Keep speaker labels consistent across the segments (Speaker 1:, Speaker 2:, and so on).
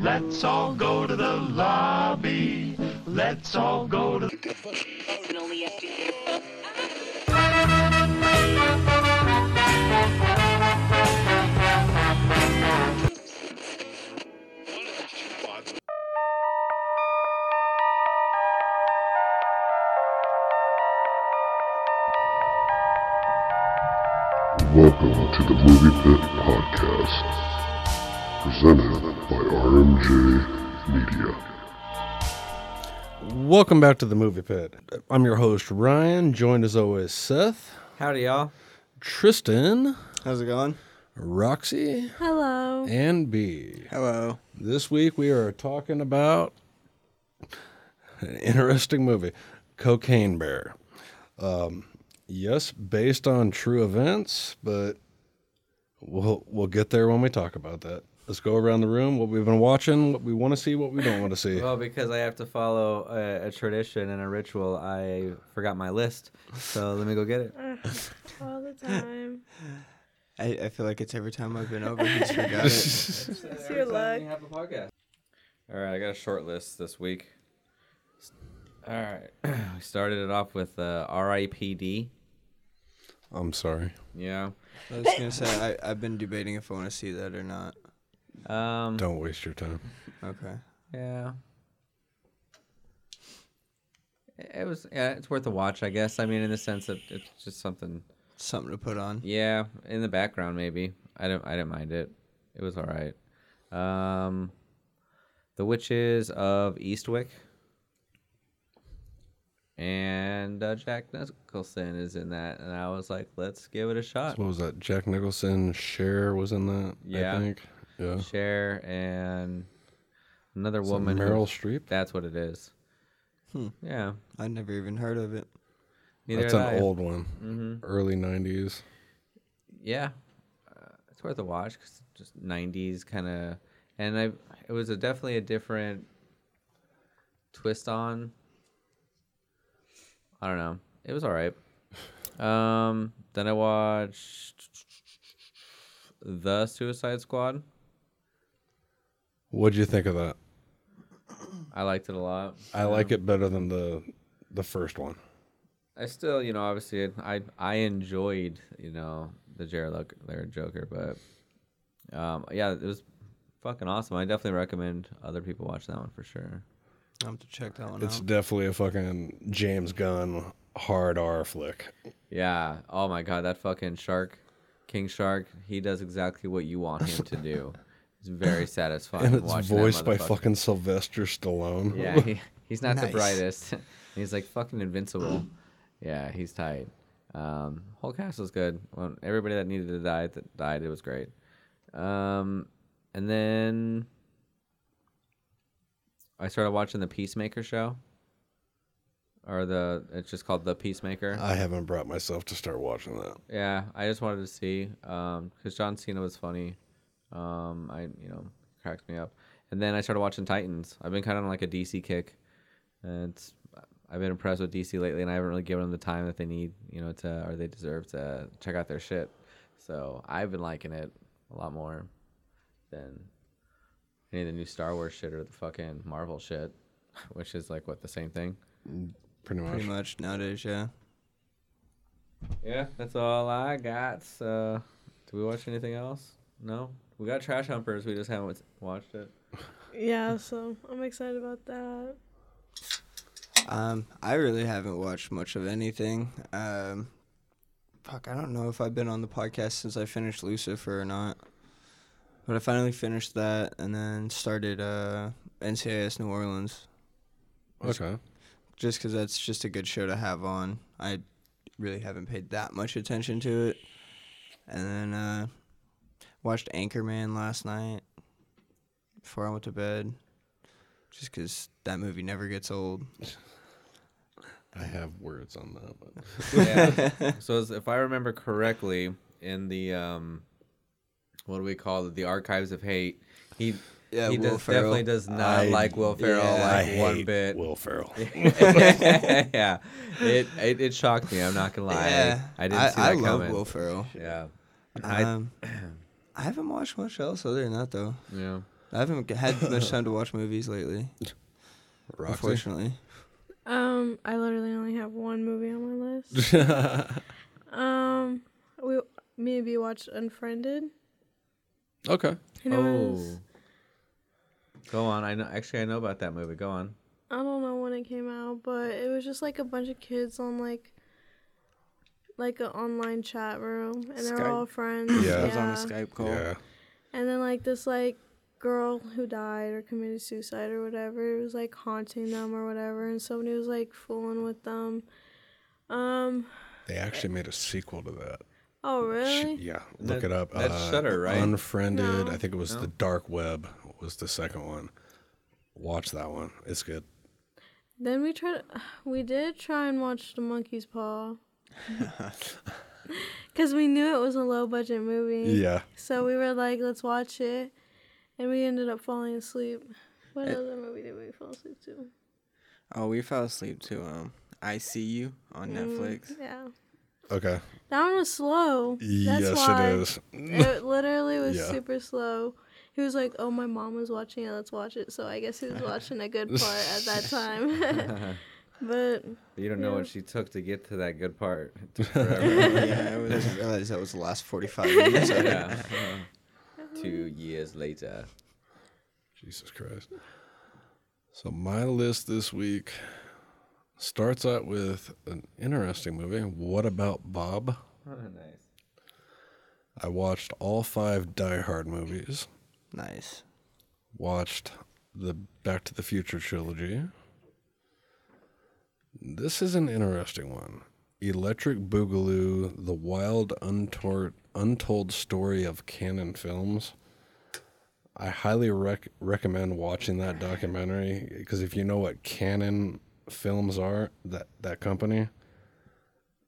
Speaker 1: Let's all go to the lobby. Let's all go to
Speaker 2: Welcome to the Movie Pit Podcast, presented by RMJ Media.
Speaker 3: Welcome back to the Movie Pit. I'm your host Ryan, joined as always Seth,
Speaker 4: Howdy, y'all.
Speaker 3: Tristan,
Speaker 4: How's it going?
Speaker 3: Roxy,
Speaker 5: Hello.
Speaker 3: and B.
Speaker 4: Hello.
Speaker 3: This week we are talking about an interesting movie, Cocaine Bear. Um, yes, based on true events, but we'll we'll get there when we talk about that. Let's go around the room. What we've been watching, what we want to see, what we don't want to see.
Speaker 4: Well, because I have to follow a, a tradition and a ritual, I forgot my list. So let me go get it.
Speaker 5: All the time.
Speaker 6: I, I feel like it's every time I've been over, he's forgot it.
Speaker 5: It's your luck.
Speaker 4: have a podcast. All right, I got a short list this week. All right. we started it off with uh, R.I.P.D.
Speaker 3: I'm sorry.
Speaker 4: Yeah.
Speaker 6: I was gonna say I, I've been debating if I want to see that or not.
Speaker 4: Um,
Speaker 3: Don't waste your time.
Speaker 6: Okay.
Speaker 4: yeah. It it was yeah, it's worth a watch, I guess. I mean, in the sense that it's just something
Speaker 6: Something to put on.
Speaker 4: Yeah, in the background maybe. I don't I didn't mind it. It was all right. Um The Witches of Eastwick. And uh, Jack Nicholson is in that and I was like, let's give it a shot.
Speaker 3: What was that? Jack Nicholson, Cher was in that. I
Speaker 4: Yeah.
Speaker 3: think. Yeah.
Speaker 4: Cher and another
Speaker 3: Is it
Speaker 4: woman who-
Speaker 3: Meryl Streep.
Speaker 4: That's what it is.
Speaker 6: Hmm.
Speaker 4: Yeah.
Speaker 6: I'd never even heard of it.
Speaker 4: Neither
Speaker 3: That's an
Speaker 4: had I.
Speaker 3: old one.
Speaker 4: Mhm.
Speaker 3: Early '90s.
Speaker 4: yeah, uh, it's worth a watch because just '90s kind of, and I it was a definitely a different twist on. I don't know. It was all right. Um, then I watched the Suicide Squad.
Speaker 3: What'd you think of that?
Speaker 4: I liked it a lot.
Speaker 3: I like it better than the the first one.
Speaker 4: I still, you know, obviously, I I enjoyed, you know, the Jared Leto Joker, but um, yeah, it was fucking awesome. I definitely recommend other people watch that one for sure.
Speaker 6: I'll have to check that one
Speaker 3: It's
Speaker 6: out.
Speaker 3: definitely a fucking James Gunn hard R flick.
Speaker 4: Yeah. Oh my god, that fucking shark, King Shark, he does exactly what you want him to do. It's very satisfying.
Speaker 3: And it's
Speaker 4: watching that
Speaker 3: voiced by
Speaker 4: motherfucker.
Speaker 3: fucking Sylvester Stallone.
Speaker 4: Yeah, he, he's not the
Speaker 6: Nice.
Speaker 4: brightest. he's like fucking invincible. yeah, he's tight. Um, whole cast was good. Well, everybody that needed to die that died, it was great. Um, and then I started watching the Peacemaker show, or the it's just called the Peacemaker.
Speaker 3: I haven't brought myself to start watching that.
Speaker 4: Yeah, I just wanted to see because John Cena was funny. Um, I you know cracked me up, and then I started watching Titans. I've been kind of on like a DC kick, and it's, I've been impressed with DC lately, and I haven't really given them the time that they need, you know, to or they deserve to check out their shit. So I've been liking it a lot more than any of the new Star Wars shit or the fucking Marvel shit, which is like what the same thing.
Speaker 3: Pretty much.
Speaker 6: Pretty much nowadays, yeah.
Speaker 4: Yeah, that's all I got. So, do we watch anything else? No, we got Trash Humpers. We just haven't watched it.
Speaker 5: Yeah, so I'm excited about that.
Speaker 6: Um, I really haven't watched much of anything. Um, fuck, I don't know if I've been on the podcast since I finished Lucifer or not. But I finally finished that and then started uh, NCIS New Orleans.
Speaker 3: Okay.
Speaker 6: just because that's just a good show to have on. I really haven't paid that much attention to it. And then uh, Watched Anchorman last night before I went to bed, just because that movie never gets old.
Speaker 3: I have words on that. But
Speaker 4: Yeah. so as, if I remember correctly, in the um, what do we call it? The archives of hate. He
Speaker 6: Yeah,
Speaker 4: he
Speaker 6: Will
Speaker 4: does,
Speaker 6: Ferrell.
Speaker 4: definitely does not
Speaker 3: I-
Speaker 4: like Will Ferrell
Speaker 6: yeah,
Speaker 4: like
Speaker 3: I
Speaker 4: one
Speaker 3: hate
Speaker 4: bit.
Speaker 3: Will Ferrell.
Speaker 4: yeah, it, it it shocked me. I'm not gonna lie. I, I didn't see that
Speaker 6: I love
Speaker 4: coming.
Speaker 6: Will Ferrell.
Speaker 4: Yeah, I-
Speaker 6: Um, I haven't watched much else other than that though.
Speaker 4: yeah.
Speaker 6: I haven't had much time to watch movies lately,
Speaker 3: Roxy.
Speaker 6: unfortunately.
Speaker 5: Um, I literally only have one movie on my list. um, we me and B watched Unfriended.
Speaker 3: Okay.
Speaker 5: And it was,
Speaker 4: Oh, go on. I know. Actually, I know about that movie. Go on.
Speaker 5: I don't know when it came out, but it was just like a bunch of kids on like like an online chat room, and they're
Speaker 7: Skype.
Speaker 5: all friends.
Speaker 3: Yeah.
Speaker 7: I was on a Skype
Speaker 4: Oh.
Speaker 7: call.
Speaker 3: Yeah.
Speaker 5: And then like this like girl who died or committed suicide or whatever, it was like haunting them or whatever, and somebody was like fooling with them. Um.
Speaker 3: They actually made a sequel to that.
Speaker 5: Oh
Speaker 3: Sh-
Speaker 5: really?
Speaker 3: Yeah, look
Speaker 4: That-
Speaker 3: it up. Uh,
Speaker 4: that's Shudder, right?
Speaker 3: Unfriended.
Speaker 5: No.
Speaker 3: I think it was the Dark Web was the second one. Watch that one. It's good.
Speaker 5: Then we tried. We did try and watch The Monkey's Paw. Because we knew it was a low budget movie.
Speaker 3: Yeah.
Speaker 5: So we were like, let's watch it. And we ended up falling asleep. What
Speaker 3: Eh.
Speaker 5: other movie did we fall asleep to?
Speaker 7: Oh, we fell asleep to um, I See You on
Speaker 6: Mm.
Speaker 7: Netflix.
Speaker 5: Yeah.
Speaker 3: Okay.
Speaker 5: That one was slow. That's
Speaker 3: yes,
Speaker 5: why.
Speaker 3: it is.
Speaker 5: It literally was
Speaker 3: Yeah.
Speaker 5: super slow. He was like, oh, my mom was watching it. Let's watch it. So I guess he was watching a good part at that time. but
Speaker 4: You don't know
Speaker 5: Yeah.
Speaker 4: what she took to get to that good part. It took forever.
Speaker 6: yeah, I didn't realize that was the last 45 minutes. of it.
Speaker 4: yeah. Two years later.
Speaker 3: Jesus Christ. So my list this week starts out with an interesting movie. What about Bob?
Speaker 4: Oh, nice.
Speaker 3: I watched all five Die Hard movies.
Speaker 6: Nice.
Speaker 3: watched the Back to the Future trilogy. This is an interesting one. Electric Boogaloo, the wild, untold, untold story of canon films. I highly rec- recommend watching that documentary because if you know what canon films are, that, that company,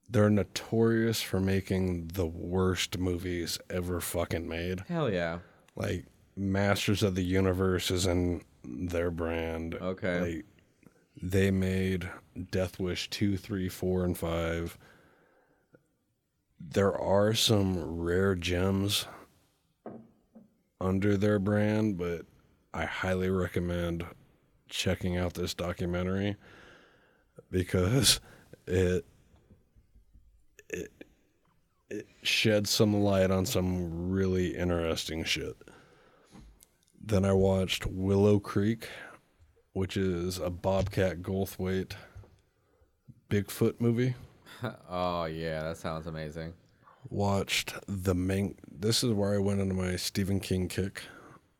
Speaker 3: they're notorious for making the worst movies ever fucking made
Speaker 4: Hell yeah.
Speaker 3: like Masters of the Universe is in their brand.
Speaker 4: Okay.
Speaker 3: Like they made Death Wish two, three, four, and five. There are some rare gems under their brand, but I highly recommend checking out this documentary because it shed some light on some really interesting shit. Then I watched Willow Creek, which is a Bobcat Goldthwait Bigfoot movie.
Speaker 4: Oh yeah, that sounds amazing.
Speaker 3: Watched The Mang. This is where I went into my Stephen King kick.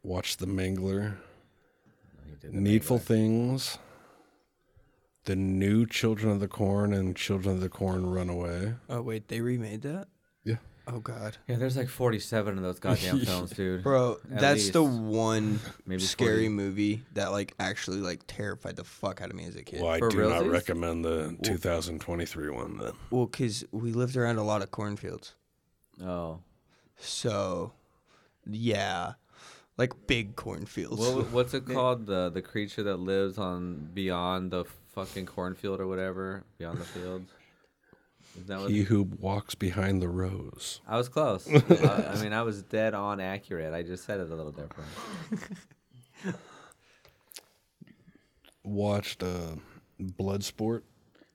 Speaker 3: Watched The Mangler, Needful Things, the new Children of the Corn and Children of the Corn Runaway.
Speaker 6: Oh, wait, they remade that?
Speaker 3: Yeah.
Speaker 6: Oh, God.
Speaker 4: Yeah, there's like 47 of those goddamn films, dude.
Speaker 6: Bro,
Speaker 4: At
Speaker 6: that's the
Speaker 4: least.
Speaker 6: one
Speaker 4: Maybe
Speaker 6: scary
Speaker 4: 40.
Speaker 6: movie that, like, actually, like, terrified the fuck out of me as a kid.
Speaker 3: Well, I
Speaker 4: For
Speaker 3: do not
Speaker 4: realsies?
Speaker 3: recommend the 2023 one then.
Speaker 6: Well, because we lived around a lot of cornfields.
Speaker 4: Oh.
Speaker 6: So, yeah. Like, big cornfields.
Speaker 4: What, what's it called? The the creature that lives on beyond the fucking cornfield or whatever, beyond the field. Is that what
Speaker 3: He who walks behind the rose.
Speaker 4: I was close. I, I mean, I was dead on accurate. I just said it a little different.
Speaker 3: Watched uh, Bloodsport,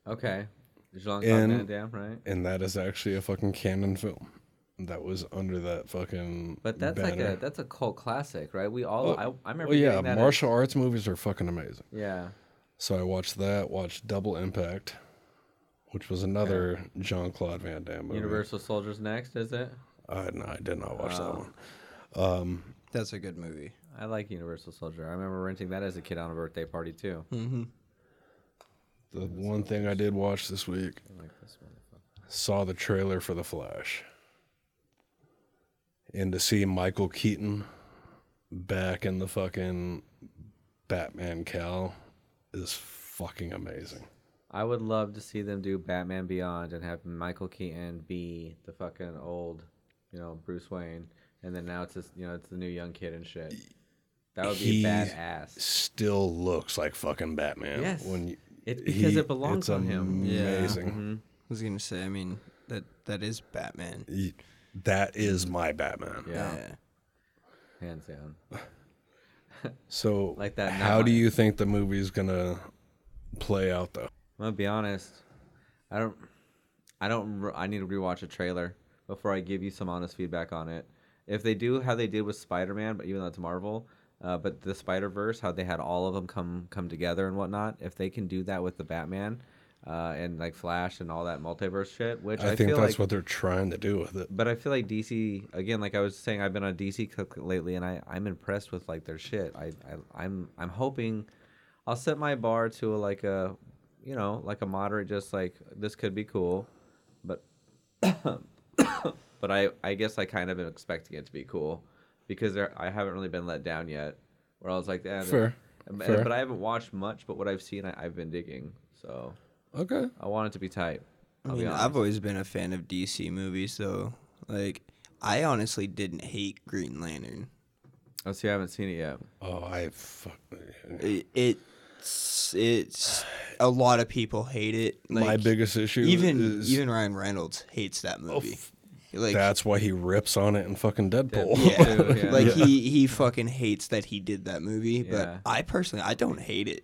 Speaker 4: Okay. Jean-Claude
Speaker 3: And-
Speaker 4: Van Damme, right?
Speaker 3: and that is actually a fucking canon film. That was under that fucking.
Speaker 4: But that's like
Speaker 3: banner.
Speaker 4: a that's a cult classic, right? We all I, I remember.
Speaker 3: Well, yeah,
Speaker 4: getting that at-
Speaker 3: martial arts movies are fucking amazing.
Speaker 4: yeah.
Speaker 3: So I watched that. Watched Double Impact, which was another Jean Claude Van Damme movie.
Speaker 4: Universal Oh. Soldiers next, is it?
Speaker 3: Uh, no, I did not watch that one.
Speaker 6: That's a good movie.
Speaker 4: I like Universal Soldier. I remember renting that as a kid on a birthday party too.
Speaker 3: Hmm. The one thing I did watch this week
Speaker 4: I like this one.
Speaker 3: saw the trailer for The Flash. and to see Michael Keaton back in the fucking Batman cowl is fucking amazing.
Speaker 4: I would love to see them do Batman Beyond and have Michael Keaton be the fucking old, you know, Bruce Wayne, and then now it's just you know it's the new young kid and shit. That would be
Speaker 3: He-
Speaker 4: badass.
Speaker 3: Still looks like fucking Batman.
Speaker 4: Yes.
Speaker 3: When you,
Speaker 4: It's because
Speaker 3: he-
Speaker 4: it
Speaker 3: it's
Speaker 4: belongs on him. Mm-hmm.
Speaker 6: Yeah.
Speaker 3: Amazing.
Speaker 6: I was gonna say. I mean, that that is Batman.
Speaker 3: Y- That is my Batman.
Speaker 4: Yeah, hands down.
Speaker 3: So
Speaker 4: Like that
Speaker 3: How
Speaker 4: now.
Speaker 3: do you think the movie's gonna play out though?
Speaker 4: I'm gonna be honest. I don't. I don't. re- I need to rewatch a trailer before I give you some honest feedback on it. If they do how they did with Spider-Man, but even though it's Marvel, uh, but the Spider-Verse, how they had all of them come come together and whatnot. If they can do that with the Batman, uh, and like Flash and all that multiverse shit, which I,
Speaker 3: I, think
Speaker 4: feel
Speaker 3: that's
Speaker 4: like,
Speaker 3: what they're trying to do with it.
Speaker 4: but I feel like DC again, like I was saying, I've been on DC click lately, and I I'm impressed with like their shit. I, I I'm I'm hoping, I'll set my bar to a, like a, you know, like a moderate, just like this could be cool, but, but I I guess I kind of been expecting it to be cool, because there, I haven't really been let down yet, where I was like, eh,
Speaker 3: Fair.
Speaker 4: But,
Speaker 3: Fair.
Speaker 4: but I haven't watched much, but what I've seen, I, I've been digging. So
Speaker 3: Okay.
Speaker 4: I want it to be tight. I'll
Speaker 6: I
Speaker 4: be
Speaker 6: mean,
Speaker 4: honest.
Speaker 6: I've always been a fan of DC movies, though. Like, I honestly didn't hate Green Lantern.
Speaker 4: oh, see, I haven't seen it yet.
Speaker 3: Oh, I fuck.
Speaker 6: It, it's it's a lot of people hate it. Like,
Speaker 3: my biggest issue
Speaker 6: even
Speaker 3: is
Speaker 6: even Ryan Reynolds hates that movie. like
Speaker 3: that's why he rips on it in fucking Deadpool.
Speaker 6: yeah,
Speaker 4: too, yeah.
Speaker 6: like he he fucking hates that he did that movie.
Speaker 4: Yeah.
Speaker 6: But I personally, I don't hate it.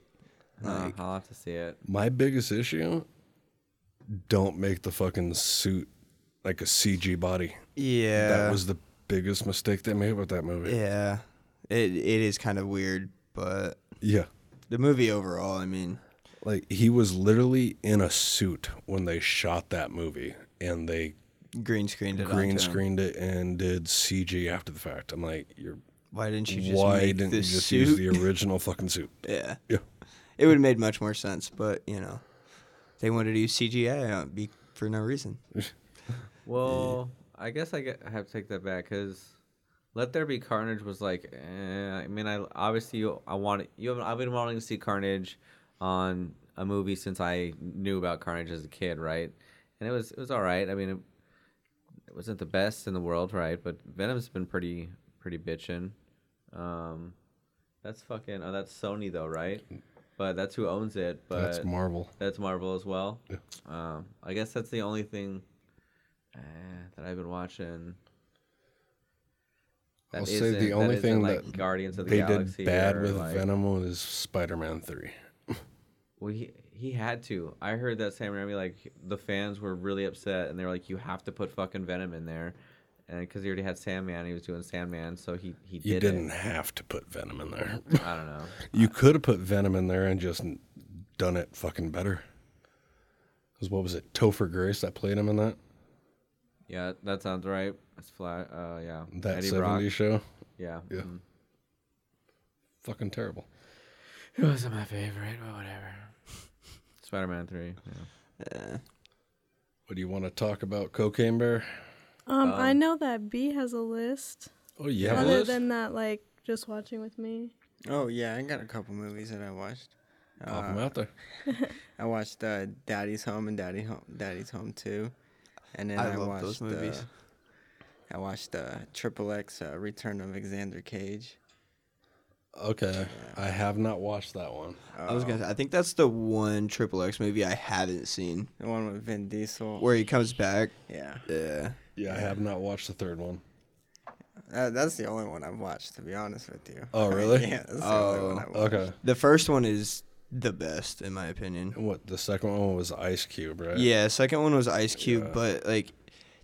Speaker 4: Uh,
Speaker 6: Like,
Speaker 4: I'll have to see it.
Speaker 3: my biggest issue don't make the fucking suit like a CG body.
Speaker 6: yeah,
Speaker 3: that was the biggest mistake they made with that movie.
Speaker 6: yeah. It it is kind of weird, but
Speaker 3: yeah.
Speaker 6: the movie overall, I mean,
Speaker 3: Like he was literally in a suit when they shot that movie and they
Speaker 6: green screened it.
Speaker 3: green
Speaker 6: onto him.
Speaker 3: screened it and did CG after the fact. I'm like, you're
Speaker 6: Why didn't you just
Speaker 3: why
Speaker 6: make
Speaker 3: didn't
Speaker 6: the
Speaker 3: you just
Speaker 6: suit?
Speaker 3: use the original fucking suit?
Speaker 6: yeah,
Speaker 3: Yeah.
Speaker 6: it would have made much more sense. But you know, they wanted to use CGI on it be for no reason.
Speaker 4: Well, I guess I, get, I have to take that back because Let There Be Carnage was like, eh, I mean, I obviously you, I want you. Have, I've been wanting to see Carnage on a movie since I knew about Carnage as a kid, right? And it was it was all right. I mean, it, it wasn't the best in the world, right? But Venom's been pretty pretty bitchin'. Um, that's fucking. Oh, that's Sony though, right? But that's who owns it. But
Speaker 3: That's Marvel.
Speaker 4: that's Marvel as well. Um, I guess that's the only thing uh, that I've been watching. That
Speaker 3: I'll say the
Speaker 4: isn't-
Speaker 3: only
Speaker 4: isn't,
Speaker 3: thing
Speaker 4: like
Speaker 3: that
Speaker 4: Guardians of the
Speaker 3: They
Speaker 4: Galaxy
Speaker 3: did bad
Speaker 4: or,
Speaker 3: with
Speaker 4: like-
Speaker 3: Venom was Spider-Man 3.
Speaker 4: Well, he, he had to. I heard that Sam Raimi like the fans were really upset and they were like, "You have to put fucking Venom in there," and because he already had Sandman, he was doing Sandman, so he he
Speaker 3: You
Speaker 4: did
Speaker 3: did not
Speaker 4: it.
Speaker 3: have to put Venom in there.
Speaker 4: I don't know.
Speaker 3: You could have put Venom in there and just done it fucking better. Because what was it, Topher Grace that played him in that
Speaker 4: Yeah, that sounds right. That's fly. Uh, yeah.
Speaker 3: that
Speaker 4: Eddie Brock.
Speaker 3: '70s show?
Speaker 4: Yeah.
Speaker 3: Yeah,
Speaker 4: mhm.
Speaker 3: fucking terrible.
Speaker 4: It wasn't my favorite, but whatever. Spider-Man Three. Yeah.
Speaker 6: Yeah.
Speaker 3: What do you want to talk about, Cocaine Bear?
Speaker 5: Um, I know that B has a list.
Speaker 3: Oh yeah,
Speaker 5: other than that, like just watching with me.
Speaker 7: Oh yeah, I got a couple movies that I watched.
Speaker 6: Uh,
Speaker 3: pop
Speaker 4: Uh,
Speaker 3: him out there.
Speaker 7: I watched uh, Daddy's Home and Daddy Home, Daddy's Home Two, and then
Speaker 6: I
Speaker 7: I,
Speaker 6: love
Speaker 7: watched
Speaker 6: those movies.
Speaker 7: uh, I watched uh, Triple X uh, Return of Alexander Cage.
Speaker 3: Okay, I have not watched that one.
Speaker 6: I was gonna. Say, I think that's the one Triple X movie I haven't seen
Speaker 7: Uh, The one with Vin Diesel.
Speaker 6: where he comes back.
Speaker 7: yeah,
Speaker 6: Yeah,
Speaker 3: Yeah, I have not watched the third one.
Speaker 7: Uh, that's the only one I've watched. To be honest with you.
Speaker 3: Oh, really?
Speaker 7: yeah. That's the
Speaker 6: Oh,
Speaker 7: only one I watched.
Speaker 3: Okay,
Speaker 6: the first one is the best in my opinion.
Speaker 3: and what the second one was Ice Cube, right?
Speaker 6: Yeah, second one was Ice Cube, but like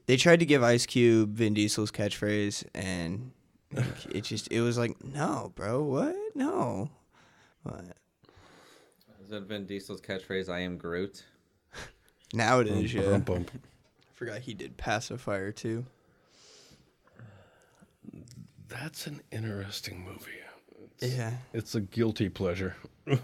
Speaker 6: they tried to give Ice Cube Vin Diesel's catchphrase, and like, it just it was like, no, bro, what? No, but
Speaker 4: Is that Vin Diesel's catchphrase? I am Groot.
Speaker 6: now it is. Yeah,
Speaker 3: Bump, bump.
Speaker 6: I forgot he did pacifier too.
Speaker 3: That's an interesting movie.
Speaker 6: Yeah,
Speaker 3: It's a guilty pleasure.
Speaker 6: have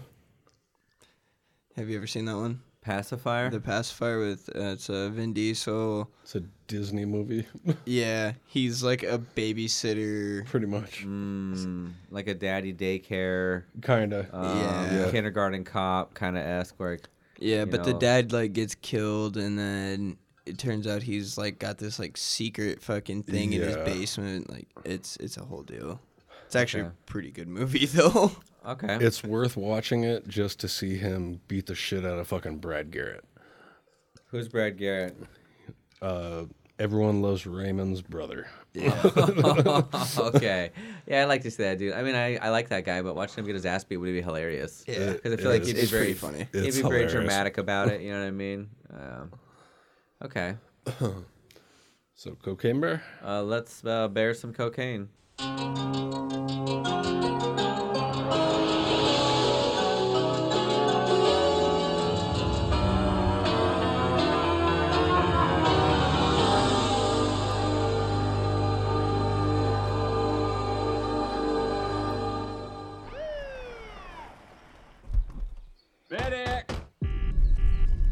Speaker 6: you ever seen that one?
Speaker 4: Pacifier.
Speaker 6: The pacifier with uh, it's uh, Vin Diesel.
Speaker 3: It's a Disney movie,
Speaker 6: Yeah, he's like a babysitter.
Speaker 3: pretty much.
Speaker 4: Mm, like a daddy daycare,
Speaker 3: Kinda.
Speaker 4: um,
Speaker 6: Yeah.
Speaker 4: kindergarten cop kind of esque. Where like,
Speaker 6: Yeah,
Speaker 4: you
Speaker 6: but the
Speaker 4: know.
Speaker 6: dad like gets killed, and then it turns out he's like got this like secret fucking thing in his
Speaker 3: Yeah.
Speaker 6: basement. Like it's it's a whole deal. It's actually
Speaker 4: Okay.
Speaker 6: a pretty good movie though.
Speaker 4: okay,
Speaker 3: It's worth watching it just to see him beat the shit out of fucking Brad Garrett.
Speaker 4: who's Brad Garrett?
Speaker 3: Uh, everyone loves Raymond's brother.
Speaker 4: okay, yeah, I like to see that dude. I mean, I, I like that guy, but watching him get his ass beat would be hilarious.
Speaker 6: Yeah.
Speaker 4: because I
Speaker 3: It
Speaker 4: feel like
Speaker 3: is.
Speaker 4: he'd be
Speaker 6: It's
Speaker 4: very
Speaker 6: pretty funny.
Speaker 4: He'd be
Speaker 3: It's
Speaker 4: very
Speaker 3: hilarious.
Speaker 4: dramatic about it. You know what I mean? Um, okay,
Speaker 3: So Cocaine Bear.
Speaker 4: uh, let's uh, bear some cocaine.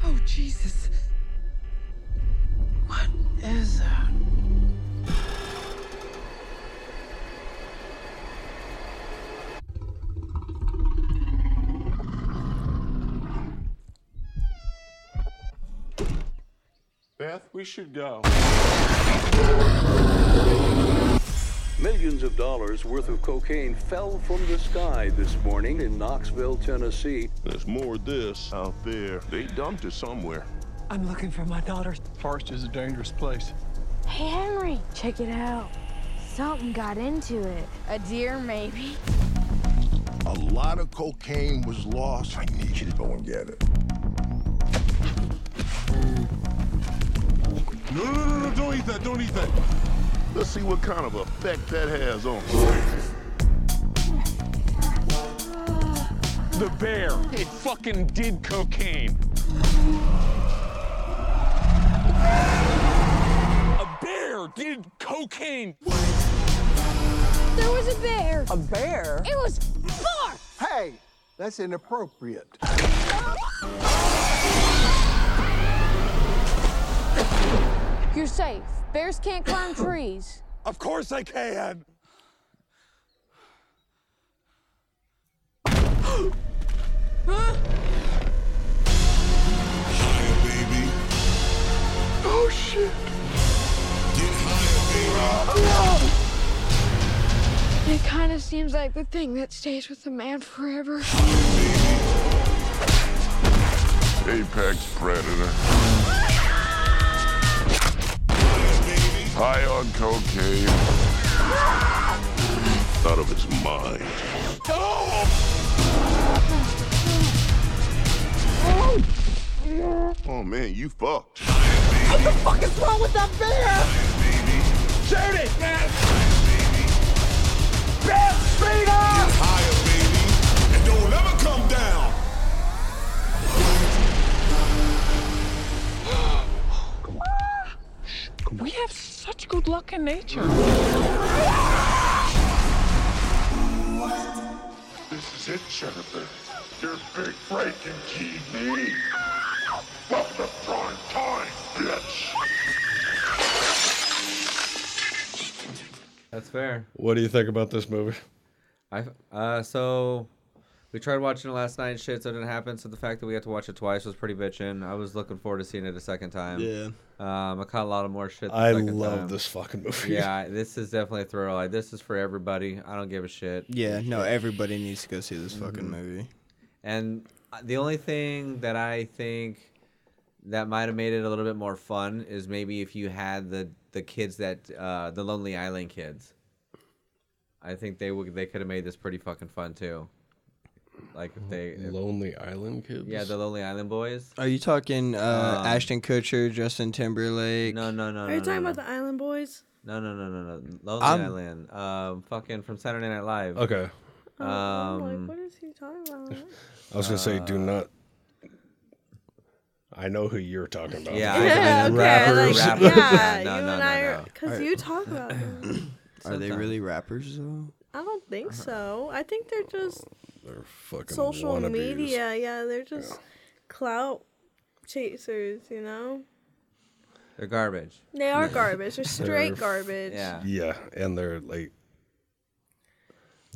Speaker 8: Oh, Jesus. What is that?
Speaker 1: Beth, we should go.
Speaker 9: Millions of dollars worth of cocaine fell from the sky this morning in Knoxville, Tennessee.
Speaker 1: There's more of this out there. They dumped it somewhere.
Speaker 8: I'm looking for my daughter.
Speaker 1: Forest is a dangerous place.
Speaker 10: Hey, Henry, check it out. Something got into it. A deer, maybe.
Speaker 11: A lot of cocaine was lost. I need you to go and get it.
Speaker 1: No, no, no, no, don't eat that, don't eat that. Let's see what kind of effect that has on The bear. It fucking did cocaine. A bear did cocaine.
Speaker 10: There was a bear.
Speaker 8: A bear?
Speaker 10: It was far.
Speaker 11: Hey, that's inappropriate.
Speaker 10: You're safe. Bears can't climb trees.
Speaker 1: Of course I can.
Speaker 11: Oh, Oh,
Speaker 10: It kind of seems like the thing that stays with a man forever.
Speaker 1: Apex predator. High on cocaine. Out of its mind. Oh man, you fucked.
Speaker 8: What is wrong with that bear?
Speaker 1: Shoot it, man!
Speaker 8: We have such good luck in nature.
Speaker 1: This is it, Jennifer. Your big breaking TV. Welcome to prime time, bitch.
Speaker 4: That's fair.
Speaker 3: What do you think about this movie?
Speaker 4: I uh so we tried watching it last night and shit, so it didn't happen. So the fact that we got to watch it twice was pretty bitchin'. I was looking forward to seeing it a second time.
Speaker 6: Yeah.
Speaker 4: Um, I caught a lot of more shit. The
Speaker 3: I
Speaker 4: second
Speaker 3: love
Speaker 4: time.
Speaker 3: this fucking movie.
Speaker 4: Yeah, I- this is definitely a thrill. Like, this is for everybody. I don't give a shit.
Speaker 6: Yeah, no, everybody needs to go see this
Speaker 4: Mm-hmm.
Speaker 6: fucking movie.
Speaker 4: And uh, the only thing that I think that might have made it a little bit more fun is maybe if you had the the kids that uh, the Lonely Island kids. I think they would they could have made this pretty fucking fun too. Like if they if
Speaker 3: Lonely Island Kids.
Speaker 4: Yeah, the Lonely Island Boys.
Speaker 6: Are you talking uh, Ashton Kutcher, Justin Timberlake?
Speaker 4: Um, No, no, no.
Speaker 5: Are
Speaker 4: no,
Speaker 5: you
Speaker 4: no,
Speaker 5: talking
Speaker 4: no.
Speaker 5: about the Island Boys?
Speaker 4: No, no, no, no, no. Lonely
Speaker 6: I'm-
Speaker 4: Island. Um, fucking from Saturday Night Live.
Speaker 3: okay.
Speaker 5: Oh, I'm
Speaker 4: Um,
Speaker 5: like, what is he talking about?
Speaker 3: I was gonna say,
Speaker 4: Uh,
Speaker 3: do not. I know who you're talking about.
Speaker 4: Yeah, I-
Speaker 5: Yeah,
Speaker 4: I
Speaker 5: okay.
Speaker 4: mean,
Speaker 5: Like,
Speaker 3: rappers.
Speaker 4: rappers.
Speaker 5: yeah,
Speaker 4: No,
Speaker 5: you
Speaker 4: no,
Speaker 5: and
Speaker 4: no,
Speaker 5: I
Speaker 4: no.
Speaker 5: are because you talk about them.
Speaker 6: Are they
Speaker 4: Sometimes.
Speaker 6: really rappers though?
Speaker 5: I don't think so. I think they're just
Speaker 3: They're fucking
Speaker 5: social
Speaker 3: wannabes.
Speaker 5: media. Yeah, they're just clout chasers, you know?
Speaker 4: They're garbage.
Speaker 5: They are garbage. They're straight
Speaker 3: They're-
Speaker 5: garbage.
Speaker 4: Yeah.
Speaker 3: Yeah, and they're like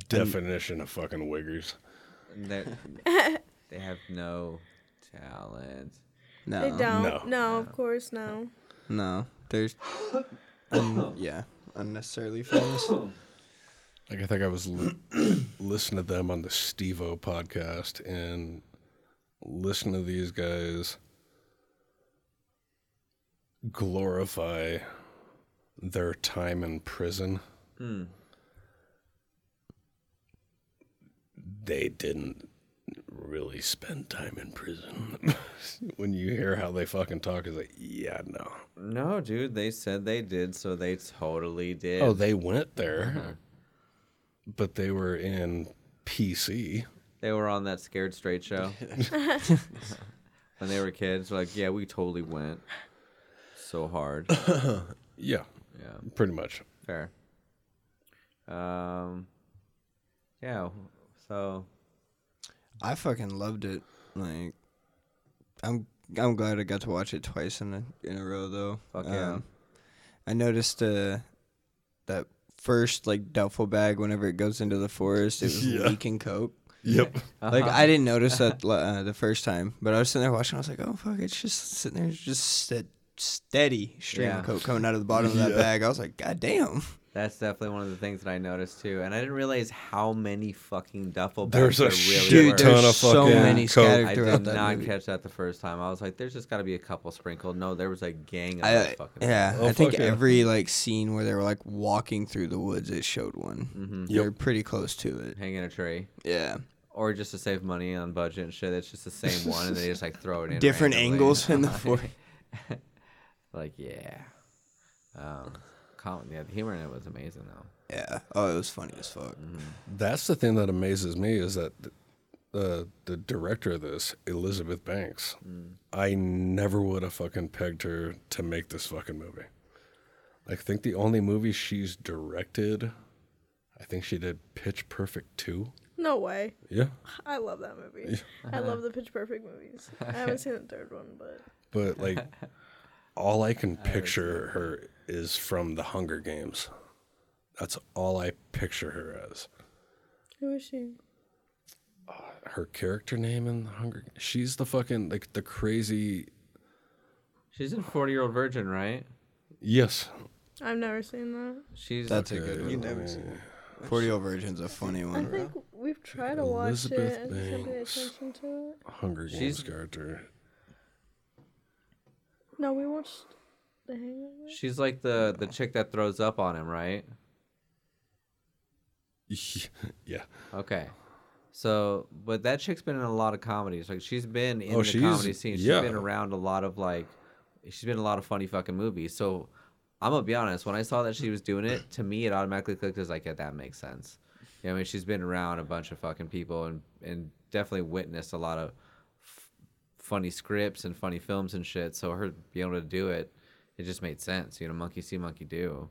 Speaker 3: definition of fucking wiggers.
Speaker 4: They they have no talent.
Speaker 5: They don't. No. of course no.
Speaker 6: No, there's, un- yeah, unnecessarily famous.
Speaker 3: Like I think I was li- listening to them on the Stevo podcast and listening to these guys glorify their time in prison.
Speaker 4: Hmm.
Speaker 3: They didn't really spend time in prison. when you hear how they fucking talk, it's like, yeah, no.
Speaker 4: No, dude. They said they did, so they totally did.
Speaker 3: Oh, they went there, but they were in PC.
Speaker 4: They were on that Scared Straight show when they were kids. Like, yeah, we totally went so hard.
Speaker 3: yeah.
Speaker 4: Yeah.
Speaker 3: Pretty much.
Speaker 4: Fair. Um. Yeah. So
Speaker 6: I fucking loved it. Like, I'm I'm glad I got to watch it twice in a in a row though. Um,
Speaker 4: Fuck yeah.
Speaker 6: I noticed uh, that first like duffel bag whenever it goes into the forest, it was
Speaker 3: Yeah.
Speaker 6: leaking coke.
Speaker 3: Yep.
Speaker 6: Like
Speaker 3: Uh-huh.
Speaker 6: I didn't notice that uh, the first time, but I was sitting there watching. I was like, "Oh fuck! It's just sitting there, just ste- steady stream
Speaker 4: Yeah.
Speaker 6: of coke coming out of the bottom of that
Speaker 4: Yeah.
Speaker 6: bag." I was like, "God damn!"
Speaker 4: That's definitely one of the things that I noticed too, and I didn't realize how many fucking duffel bags
Speaker 3: There's a
Speaker 4: there really
Speaker 3: shit
Speaker 4: were.
Speaker 3: ton of fucking coke.
Speaker 4: I
Speaker 6: throughout
Speaker 4: did
Speaker 6: that
Speaker 4: not
Speaker 6: movie.
Speaker 4: catch that the first time. I was like, "There's just got to be a couple sprinkled." No, there was a gang of those
Speaker 6: I,
Speaker 4: fucking.
Speaker 6: yeah,
Speaker 4: things.
Speaker 6: I think every like scene where they were like walking through the woods, it showed one.
Speaker 4: Mhm.
Speaker 6: They're pretty close to it.
Speaker 4: hang in a tree.
Speaker 6: Yeah.
Speaker 4: Or just to save money on budget and shit. It's just the same one, and they just like throw it in
Speaker 6: Different
Speaker 4: randomly.
Speaker 6: angles in the for-
Speaker 4: like yeah, um, Colin. Yeah, the humor in it was amazing though.
Speaker 6: Yeah. Oh, it was funny as fuck.
Speaker 4: Mm-hmm.
Speaker 3: That's the thing that amazes me is that the the director of this, Elizabeth Banks, I never would have fucking pegged her to make this fucking movie. I think the only movie she's directed, I think she did Pitch Perfect 2.
Speaker 5: No way.
Speaker 3: Yeah.
Speaker 5: I love that movie. I love the Pitch Perfect movies. I haven't seen the third one, but
Speaker 3: But like all I can picture her is from the Hunger Games. That's all I picture her as.
Speaker 5: who is she?
Speaker 3: Her character name in the Hunger She's the fucking like the crazy
Speaker 4: She's in Forty Year Old Virgin, right?
Speaker 3: Yes. Uh,
Speaker 5: I've never seen that.
Speaker 4: She's
Speaker 6: That's a good one.
Speaker 7: You've never seen
Speaker 6: Forty Year Old Virgin's a funny
Speaker 5: I
Speaker 6: one.
Speaker 5: think we've tried to watch it.
Speaker 3: Elizabeth
Speaker 5: I just haven't paid
Speaker 3: Banks.
Speaker 5: attention to it.
Speaker 3: Hunger Games
Speaker 4: She's-
Speaker 3: character.
Speaker 5: No, we watched The Hangover.
Speaker 4: She's like the the chick that throws up on him, right?
Speaker 3: Yeah.
Speaker 4: Okay. So, but that chick's been in a lot of comedies. Like she's been in
Speaker 3: Oh,
Speaker 4: the
Speaker 3: she's-
Speaker 4: comedy scene. She's been
Speaker 3: yeah.
Speaker 4: around a lot of like, she's been in a lot of funny fucking movies. So, I'm gonna be honest. When I saw that she was doing it, to me it automatically clicked as like, yeah, that makes sense. You know, what I mean, she's been around a bunch of fucking people and and definitely witnessed a lot of f- funny scripts and funny films and shit. So her being able to do it, it just made sense. You know, monkey see, monkey do.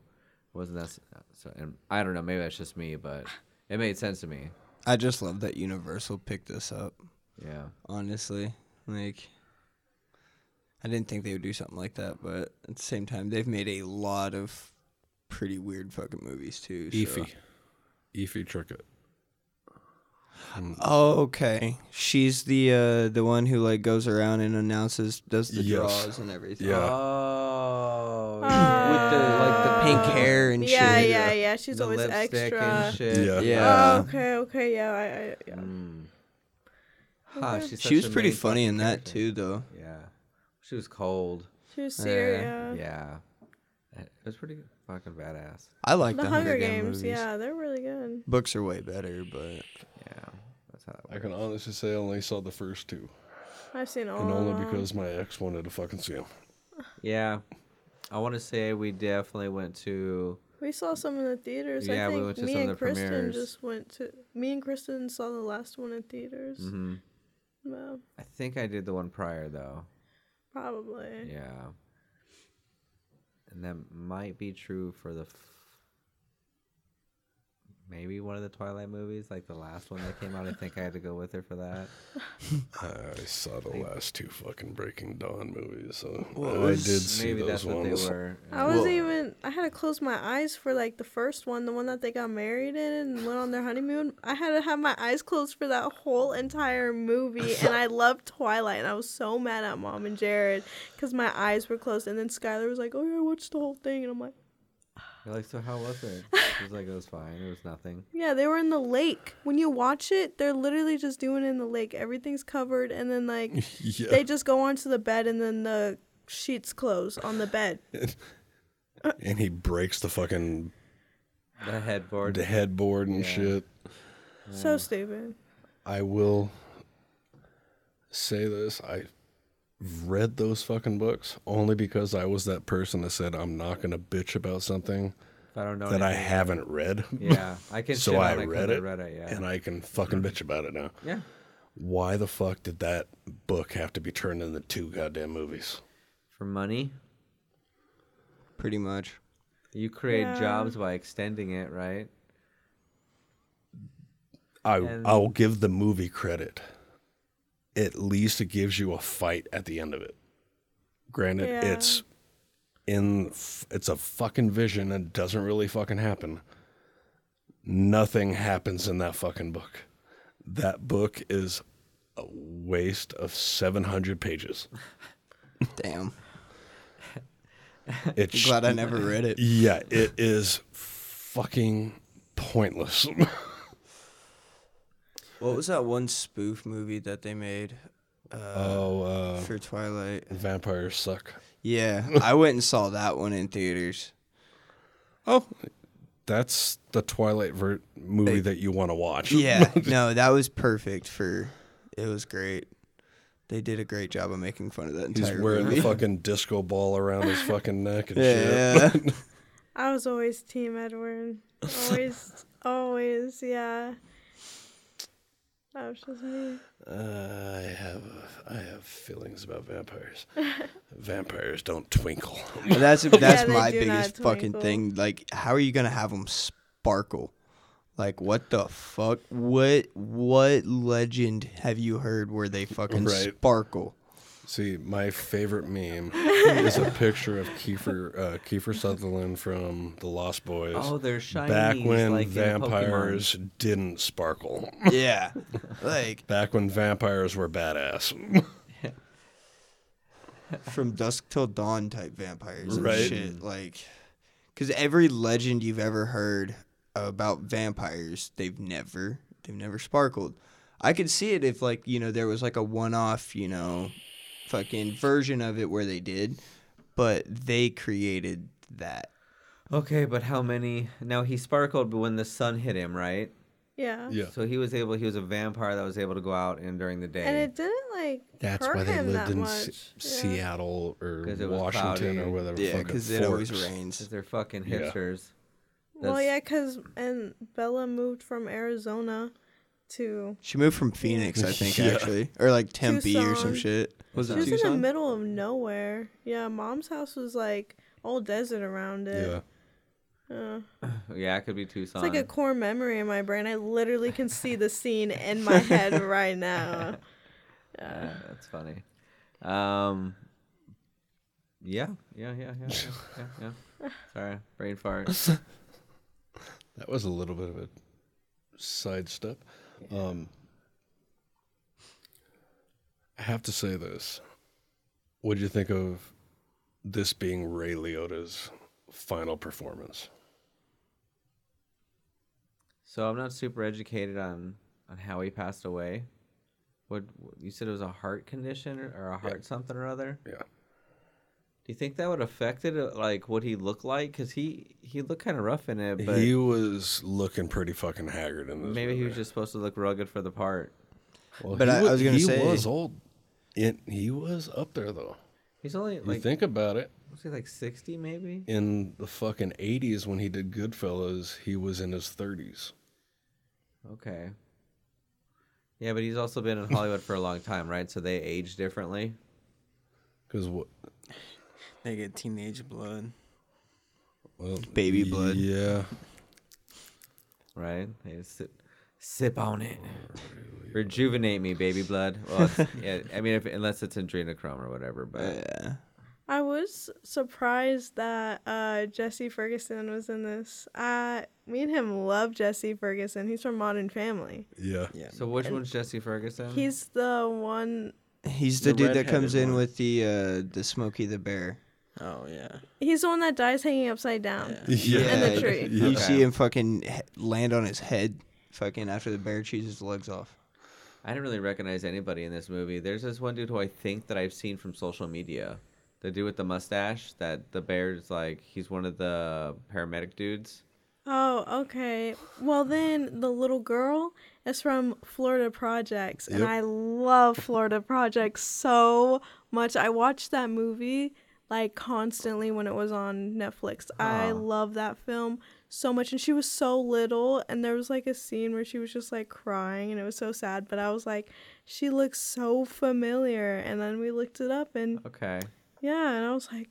Speaker 4: Wasn't that s- so? And I don't know. Maybe that's just me, but it made sense to me.
Speaker 6: I just love that Universal picked this up.
Speaker 4: Yeah.
Speaker 6: Honestly, like. I didn't think they would do something like that, but at the same time, they've made a lot of pretty weird fucking movies too. so-
Speaker 3: Efi. Efi Trickett.
Speaker 4: Uh,
Speaker 6: Oh, okay. She's the uh, the one who like goes around and announces, does the
Speaker 3: Yes.
Speaker 6: draws and everything.
Speaker 3: Yeah.
Speaker 4: Oh,
Speaker 6: With the like the pink hair and
Speaker 5: Oh. yeah,
Speaker 6: shit.
Speaker 5: yeah, yeah. She's
Speaker 4: the
Speaker 5: always
Speaker 4: lipstick
Speaker 5: extra.
Speaker 4: and shit.
Speaker 6: Yeah.
Speaker 5: Oh,
Speaker 6: Yeah.
Speaker 5: okay, okay, yeah. I, I, yeah.
Speaker 4: Ah, Hmm. she's
Speaker 6: She
Speaker 4: such
Speaker 6: was
Speaker 4: a
Speaker 6: pretty
Speaker 4: main
Speaker 6: funny in
Speaker 4: fucking
Speaker 6: that too, though.
Speaker 4: character. Yeah, she was cold.
Speaker 5: She was
Speaker 6: Yeah.
Speaker 5: Syria.
Speaker 4: Yeah, it was pretty fucking badass.
Speaker 6: I like
Speaker 5: The,
Speaker 6: the,
Speaker 5: Hunger
Speaker 6: Game
Speaker 5: Games,
Speaker 6: movies.
Speaker 5: yeah, they're really good.
Speaker 6: Books are way better, but
Speaker 4: Yeah, that's how that
Speaker 3: I
Speaker 4: works.
Speaker 3: can honestly say I only saw the first two,
Speaker 5: I've seen all
Speaker 3: and
Speaker 4: Uh,
Speaker 5: of
Speaker 3: only
Speaker 5: them.
Speaker 3: because my ex wanted to fucking see them.
Speaker 4: Yeah, I want to say we definitely went to.
Speaker 5: we saw some in the theaters.
Speaker 4: Yeah,
Speaker 5: I
Speaker 4: we
Speaker 5: think
Speaker 4: went to
Speaker 5: me
Speaker 4: some of
Speaker 5: and
Speaker 4: the
Speaker 5: Kristen
Speaker 4: premieres.
Speaker 5: just went to. Me and Kristen saw the last one in theaters.
Speaker 6: Mm-hmm.
Speaker 4: Mhm.
Speaker 5: Well,
Speaker 4: I think I did the one prior though.
Speaker 5: probably.
Speaker 4: Yeah, and that might be true for the. F- maybe one of the Twilight movies, like the last one that came out. I think I had to go with her for that.
Speaker 3: I saw the last two fucking Breaking Dawn movies, so
Speaker 4: Well,
Speaker 3: I did
Speaker 4: it's-
Speaker 3: see
Speaker 4: maybe
Speaker 3: those
Speaker 4: that's what they
Speaker 3: ones.
Speaker 4: were.
Speaker 5: I wasn't even. I had to close my eyes for like the first one, the one that they got married in and went on their honeymoon. I had to have my eyes closed for that whole entire movie, and I loved Twilight, and I was so mad at mom and Jared because my eyes were closed. And then Skylar was like, "Oh yeah, I watched the whole thing," and I'm like,
Speaker 4: You're like, so how was it? She was like, it was fine. It was nothing.
Speaker 5: "Yeah, they were in the lake. When you watch it, they're literally just doing it in the lake. Everything's covered, and then like
Speaker 3: Yeah.
Speaker 5: they just go onto the bed, and then the sheets close on the bed.
Speaker 3: and he breaks the fucking
Speaker 4: the headboard,
Speaker 3: the headboard and shit.
Speaker 5: So stupid."
Speaker 3: I will say this. I read those fucking books only because I was that person that said I'm not gonna bitch about something
Speaker 4: If I don't know
Speaker 3: that I
Speaker 4: anything."
Speaker 3: haven't read.
Speaker 4: Oh, Yeah, I can
Speaker 3: so
Speaker 4: shit on
Speaker 3: I
Speaker 4: it 'cause
Speaker 3: read
Speaker 4: I
Speaker 3: it,
Speaker 4: read it, yeah.
Speaker 3: and I can fucking bitch about it now.
Speaker 4: Yeah.
Speaker 3: Why the fuck did that book have to be turned into two goddamn movies?
Speaker 4: For money.
Speaker 6: Pretty much.
Speaker 4: You create
Speaker 6: Yeah.
Speaker 4: jobs by extending it, right?
Speaker 3: I
Speaker 4: And-
Speaker 3: I'll give the movie credit. At least it gives you a fight at the end of it. Granted,
Speaker 5: Yeah.
Speaker 3: it's in f- it's a fucking vision and it doesn't really fucking happen. Nothing happens in that fucking book. That book is a waste of 700 pages.
Speaker 6: Damn.
Speaker 3: It's
Speaker 6: glad I never read it.
Speaker 3: Yeah, it is fucking pointless.
Speaker 6: What was that one spoof movie that they made? Uh,
Speaker 3: oh, uh,
Speaker 6: for Twilight.
Speaker 3: Vampires suck.
Speaker 6: Yeah, I went and saw that one in theaters.
Speaker 3: Oh, that's the Twilight ver- movie that you want to watch.
Speaker 6: Yeah, no, that was perfect for. It was great. They did a great job of making fun of that entire
Speaker 3: He's wearing
Speaker 6: movie.
Speaker 3: the fucking disco ball around his fucking neck and
Speaker 6: Yeah.
Speaker 3: shit.
Speaker 5: I was always Team Edward. Always, always, yeah. That was just me.
Speaker 3: uh, I have I have feelings about vampires. vampires don't twinkle.
Speaker 6: But that's that's
Speaker 5: they
Speaker 6: my
Speaker 5: do
Speaker 6: biggest
Speaker 5: not
Speaker 6: fucking
Speaker 5: twinkle.
Speaker 6: thing. Like, how are you gonna have them sparkle? Like, what the fuck? What what legend have you heard where they fucking
Speaker 3: Right.
Speaker 6: sparkle?
Speaker 3: See, my favorite meme is a picture of Kiefer uh, Kiefer Sutherland from The Lost Boys.
Speaker 4: Oh, they're
Speaker 3: Back
Speaker 4: shinies,
Speaker 3: when
Speaker 4: like in Pokemon.
Speaker 3: vampires didn't sparkle.
Speaker 6: Yeah, like
Speaker 3: Back when vampires were badass.
Speaker 6: from dusk till dawn type vampires and
Speaker 3: Right.
Speaker 6: shit. Like, because every legend you've ever heard about vampires, they've never they've never sparkled. I could see it if like you know there was like a one off you know fucking version of it where they did, but they created that.
Speaker 4: Okay, but how many? Now he sparkled when the sun hit him, right?
Speaker 5: Yeah.
Speaker 4: So he was able. He was a vampire that was able to go out and during the day.
Speaker 5: And it didn't like
Speaker 3: That's
Speaker 5: hurt
Speaker 3: why they
Speaker 5: him
Speaker 3: lived
Speaker 5: that
Speaker 3: in
Speaker 5: much.
Speaker 3: Se- Seattle or
Speaker 4: 'Cause it was
Speaker 3: Washington or
Speaker 4: cloudy.
Speaker 3: whatever.
Speaker 6: Yeah,
Speaker 3: fucking
Speaker 6: 'cause it always
Speaker 3: forks.
Speaker 6: rains.
Speaker 4: 'Cause they're fucking
Speaker 3: Yeah.
Speaker 4: hipsters.
Speaker 5: well, yeah, because and Bella moved from Arizona to.
Speaker 6: She moved from Phoenix, I think,
Speaker 3: Yeah.
Speaker 6: actually, or like Tempe or
Speaker 5: Tucson.
Speaker 6: some shit. Was
Speaker 5: she was in the middle of nowhere. Yeah, mom's house was like all desert around it. Yeah.
Speaker 4: Yeah, it could be Tucson.
Speaker 5: it's like a core memory in my brain. I literally can see the scene in my head right now.
Speaker 4: Yeah, Ah, that's funny. Um, yeah, yeah, yeah, yeah, yeah, yeah. yeah. Sorry, brain fart.
Speaker 3: That was a little bit of a sidestep. Um, I have to say this. What do you think of this being Ray Liotta's final performance?
Speaker 4: So I'm not super educated on on how he passed away. What you said it was a heart condition or, or a heart something or other.
Speaker 3: Yeah.
Speaker 4: Do you think that would affect it, uh, like what he looked like? Cause he he looked kind of rough in it, but
Speaker 3: he was looking pretty fucking haggard in this.
Speaker 4: maybe he was just supposed to look rugged for the part.
Speaker 3: Well,
Speaker 6: But
Speaker 3: he
Speaker 6: I- I
Speaker 3: wa-
Speaker 6: was gonna
Speaker 3: he
Speaker 6: say-
Speaker 3: was old. It, he was up there though.
Speaker 4: He's only
Speaker 3: You
Speaker 4: like
Speaker 3: think about it.
Speaker 4: was he like sixty maybe?
Speaker 3: in the fucking 80s when he did Goodfellas, he was in his 30s.
Speaker 4: Okay. Yeah, but he's also been in Hollywood for a long time, right? So they age differently.
Speaker 3: Because what?
Speaker 7: They get teenage blood.
Speaker 3: Well,
Speaker 6: Baby blood.
Speaker 3: Yeah.
Speaker 4: right? They just sip, sip on it. Rejuvenate me, baby blood. Well, it's, yeah, I mean, if, unless it's adrenochrome or whatever, but
Speaker 5: I was surprised that uh, Jesse Ferguson was in this. Uh, me and him love Jesse Ferguson. He's from Modern Family.
Speaker 3: Yeah.
Speaker 7: Yeah.
Speaker 4: So which one's Jesse Ferguson?
Speaker 5: He's the one.
Speaker 6: He's the,
Speaker 7: The
Speaker 6: dude that comes
Speaker 7: redheaded
Speaker 6: in
Speaker 7: one.
Speaker 6: with the uh the Smokey the Bear.
Speaker 7: Oh yeah.
Speaker 5: He's the one that dies hanging upside down.
Speaker 3: Yeah.
Speaker 5: And the tree.
Speaker 6: You
Speaker 4: Okay.
Speaker 6: see him fucking he- land on his head, fucking after the bear chews his legs off.
Speaker 4: I didn't really recognize anybody in this movie. There's this one dude who I think that I've seen from social media. The dude with the mustache that the bear's like, he's one of the paramedic dudes.
Speaker 5: Oh, okay. Well, then the little girl is from Florida Projects, and I love Florida Projects so much. I watched that movie like constantly when it was on Netflix.
Speaker 4: Ah.
Speaker 5: I love that film so much. And she was so little, and there was like a scene where she was just like crying, and it was so sad. But I was like, she looks so familiar. And then we looked it up, and
Speaker 4: Okay.
Speaker 5: yeah, and I was like,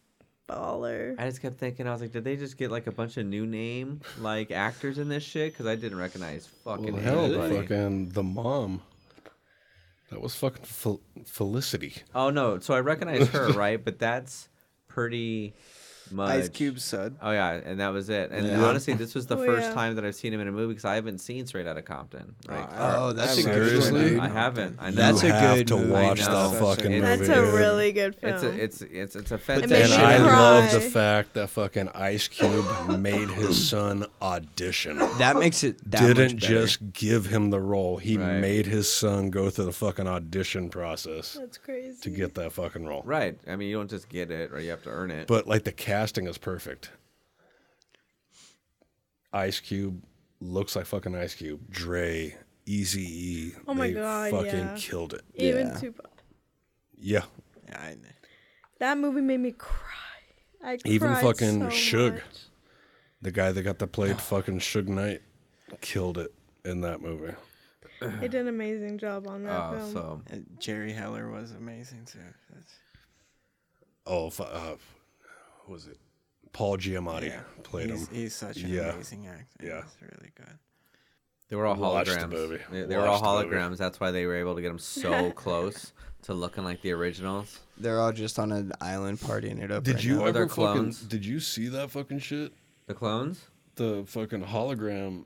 Speaker 5: baller.
Speaker 4: I just kept thinking, I was like, did they just get like a bunch of new name like actors in this shit? Because I didn't recognize fucking
Speaker 3: Well, hell,
Speaker 4: anybody.
Speaker 3: fucking the mom. That was fucking Fel- Felicity.
Speaker 4: Oh no, so I recognize her, right? But that's pretty much
Speaker 7: Ice Cube Sud.
Speaker 4: Oh yeah, and that was it. And honestly, this was the
Speaker 5: Oh,
Speaker 4: first
Speaker 5: yeah.
Speaker 4: time that I've seen him in a movie because I haven't seen Straight Outta Compton. Right?
Speaker 6: Oh, that's a
Speaker 7: I
Speaker 6: good
Speaker 7: love
Speaker 3: Seriously?
Speaker 7: it.
Speaker 4: I haven't. I know.
Speaker 6: That's
Speaker 3: you
Speaker 6: a
Speaker 3: have
Speaker 6: good
Speaker 3: to
Speaker 6: movie.
Speaker 3: watch
Speaker 4: I know.
Speaker 3: that
Speaker 4: Such a
Speaker 3: fucking
Speaker 7: good
Speaker 3: movie.
Speaker 5: That's a
Speaker 3: dude.
Speaker 5: really good film.
Speaker 4: It's a, it's it's it's
Speaker 5: It
Speaker 3: And
Speaker 5: makes
Speaker 4: offensive.
Speaker 5: you
Speaker 3: I
Speaker 5: cry.
Speaker 3: love the fact that fucking Ice Cube made his son audition.
Speaker 6: That makes it that
Speaker 3: Didn't
Speaker 6: much better.
Speaker 3: just give him the role. He
Speaker 4: Right.
Speaker 3: made his son go through the fucking audition process
Speaker 5: That's crazy.
Speaker 3: to get that fucking role.
Speaker 4: Right. I mean, you don't just get it, or you have to earn it.
Speaker 3: But like the casting is perfect. Ice Cube looks like fucking Ice Cube. Dre, Easy E.
Speaker 5: Oh my
Speaker 3: they
Speaker 5: God,
Speaker 3: Fucking
Speaker 5: yeah.
Speaker 3: killed it.
Speaker 5: Even
Speaker 6: Yeah.
Speaker 5: Tupac.
Speaker 3: Yeah.
Speaker 7: Yeah, I know.
Speaker 5: That movie made me cry. I
Speaker 3: Even
Speaker 5: cried
Speaker 3: fucking
Speaker 5: so
Speaker 3: Suge.
Speaker 5: much.
Speaker 3: The guy that got the played fucking Suge Knight killed it in that movie.
Speaker 5: They did an amazing job on that
Speaker 4: Uh,
Speaker 5: film.
Speaker 4: so
Speaker 7: Uh, Jerry Heller was amazing too. That's-
Speaker 3: Oh, fu- uh, who was it? Paul Giamatti played
Speaker 7: He's,
Speaker 3: him.
Speaker 7: he's such an
Speaker 3: Yeah.
Speaker 7: amazing actor.
Speaker 3: Yeah.
Speaker 7: He's really good.
Speaker 4: they were all
Speaker 3: Watch the
Speaker 4: holograms.
Speaker 3: movie.
Speaker 4: They, they were all
Speaker 3: Watch the movie.
Speaker 4: holograms. That's why they were able to get them so close to looking like the originals.
Speaker 6: They're all just on an island partying it up.
Speaker 3: Did
Speaker 6: right
Speaker 3: you
Speaker 6: now.
Speaker 4: Are there
Speaker 3: ever fucking?
Speaker 4: clones?
Speaker 3: Did you see that fucking shit?
Speaker 4: The clones.
Speaker 3: The fucking hologram,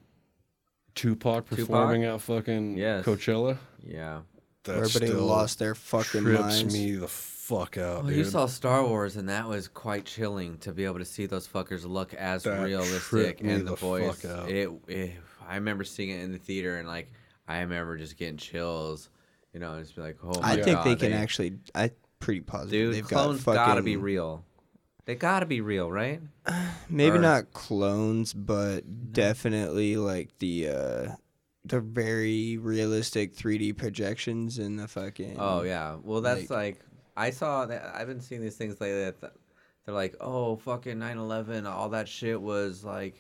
Speaker 3: Tupac performing at fucking
Speaker 4: Yes.
Speaker 3: Coachella.
Speaker 4: Yeah.
Speaker 3: That
Speaker 6: Everybody
Speaker 3: still
Speaker 6: lost their fucking
Speaker 3: trips
Speaker 6: minds.
Speaker 3: me the fuck out,
Speaker 4: Well,
Speaker 3: dude.
Speaker 4: Oh, you saw Star Wars, and that was quite chilling to be able to see those fuckers look as
Speaker 3: That
Speaker 4: realistic
Speaker 3: tripped me
Speaker 4: and the,
Speaker 3: the
Speaker 4: voice.
Speaker 3: fuck out.
Speaker 4: It, it, I remember seeing it in the theater, and like I remember just getting chills. You know, and just be like, oh my
Speaker 6: I think
Speaker 4: God,
Speaker 6: they can actually. I pretty positive.
Speaker 4: Dude,
Speaker 6: they've
Speaker 4: clones
Speaker 6: got fucking,
Speaker 4: gotta be real. They gotta be real, right?
Speaker 6: Maybe
Speaker 4: or- Mm-hmm.
Speaker 6: not clones, but definitely like the uh the very realistic 3D projections in the fucking.
Speaker 4: Oh yeah. Well, that's like, I saw that. I've been seeing these things lately. That th- they're like, oh fucking 9/11, all that shit was like